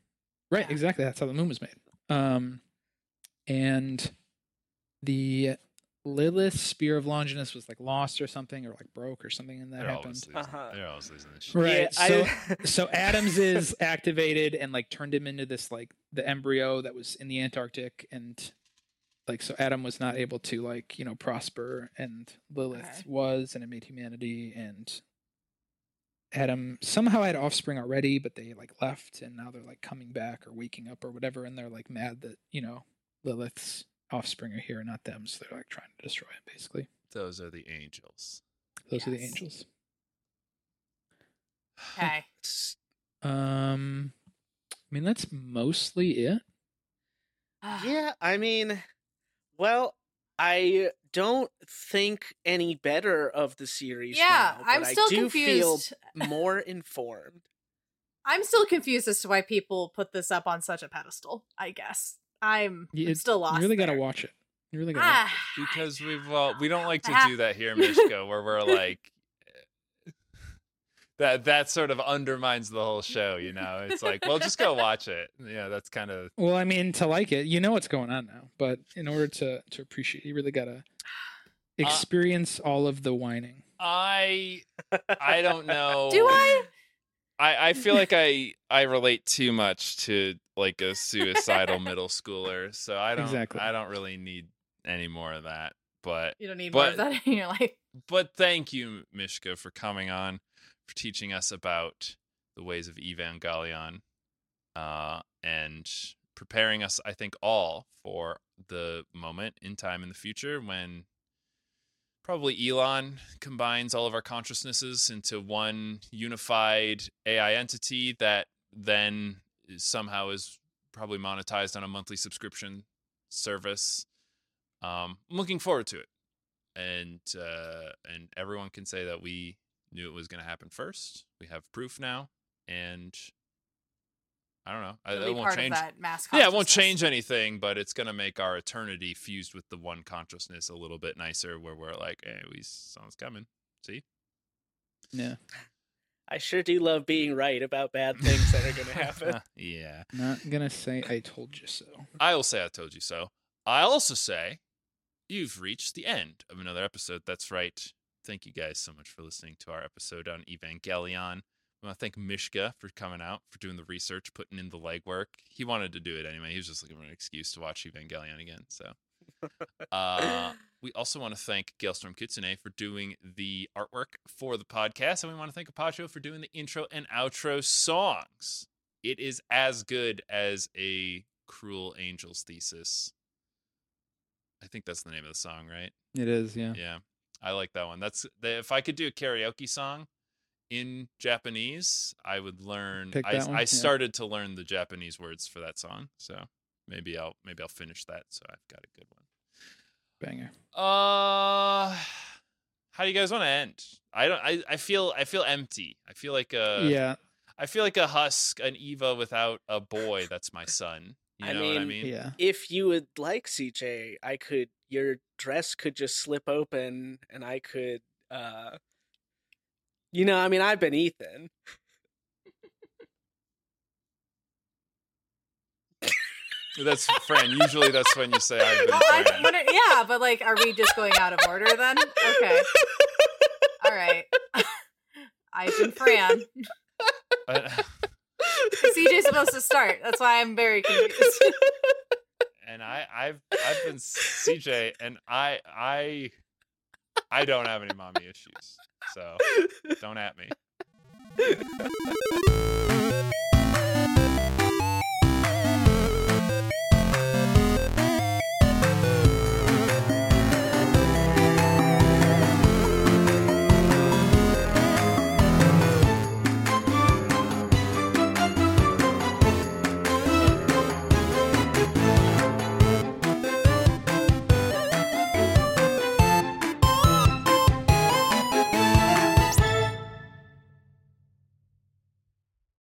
B: Right,
C: Yeah.
B: exactly. That's how the moon was made. Um and the Lilith spear of Longinus was like lost or something or like broke or something and that
A: They're
B: happened.
A: always, losing,
D: Uh-huh.
A: they're always losing this shit.
B: Right.
D: Yeah, I-
B: so so Adams is activated and like turned him into this like the embryo that was in the Antarctic and like so Adam was not able to like you know prosper and Lilith
C: Okay.
B: was and it made humanity and Adam somehow had offspring already but they like left and now they're like coming back or waking up or whatever and they're like mad that you know Lilith's offspring are here and not them so they're like trying to destroy it basically
A: Those are the angels.
B: those are the
C: Yes.
B: angels
C: okay,
B: um I mean that's mostly it
C: Ah.
D: yeah, I mean, well, I don't think any better of the series.
C: yeah.
D: now,
C: I'm
D: but
C: still
D: I do
C: confused.
D: Feel more informed.
C: I'm still confused as to why people put this up on such a pedestal. I guess I'm,
B: Yeah,
C: I'm
B: it's-
C: still lost.
B: You really got to
C: there.
B: watch it. You really got to.
C: Ah,
A: Because we've all, we don't like to
C: Ah.
A: do that here, Mishka, where we're like, eh, that that sort of undermines the whole show. You know, it's like, well, just go watch it. Yeah, that's kind of
B: Well, I mean, to like it, you know what's going on now. But in order to to appreciate, you really got
C: Uh.
B: to experience all of the whining.
A: I I don't know.
C: do I?
A: I, I feel like I I relate too much to like a suicidal middle schooler, so I don't
B: Exactly.
A: I don't really need any more of that. But
C: You don't need more
A: But-
C: of that in your life.
A: but thank you, Mishka, for coming on, for teaching us about the ways of Evangelion. uh, and preparing us, I think, all for the moment in time in the future when probably Elon combines all of our consciousnesses into one unified AI entity that then is- somehow is probably monetized on a monthly subscription service. Um, I'm looking forward to it, and uh, and everyone can say that we knew it was going to happen first. We have proof now, and I don't know. I,
C: It'll
A: that
C: be
A: won't
C: part
A: change.
C: of that mass.
A: Yeah, it won't
C: consciousness.
A: change anything, but it's gonna make our eternity fused with the one consciousness a little bit nicer, where we're like, "Hey, we someone's coming." See,
B: Yeah,
D: I sure do love being right about bad things that are going to happen.
A: yeah,
B: not gonna say I told you so.
A: I will say I told you so. I also say you've reached the end of another episode. That's right. Thank you guys so much for listening to our episode on Evangelion. We want to thank Mishka for coming out, for doing the research, putting in the legwork. He wanted to do it anyway. He was just looking for an excuse to watch Evangelion again. So, uh, we also want to thank Galestorm Kitsune for doing the artwork for the podcast. And we want to thank Apacho for doing the intro and outro songs. It is as good as a Cruel Angel's Thesis. I think that's the name of the song, right?
B: It is, yeah.
A: Yeah, I like that one. That's the, if I could do a karaoke song in Japanese, I would learn.
B: Pick
A: I,
B: that one?
A: I
B: Yeah.
A: started to learn the Japanese words for that song, so maybe I'll maybe I'll finish that. So I've got a good one.
B: Banger.
A: Uh, how do you guys want to end? I don't. I, I feel I feel empty. I feel like a
B: yeah,
A: I feel like a husk, an Eva without a boy. That's my son. You
D: I
A: know what I
D: mean,
A: mean?
B: yeah.
D: if you would like, CJ, I could. Your dress could just slip open, and I could. uh You know, I mean, I've been Ethan.
A: That's Fran. Usually that's when you say I've been
C: Well, I
A: Fran.
C: wonder- yeah, but like, are we just going out of order then? Okay, all right. I've been Fran.
A: Uh,
C: CJ's supposed to start. That's why I'm very confused.
A: and I, I've I've been CJ, and I I I don't have any mommy issues, so don't at me.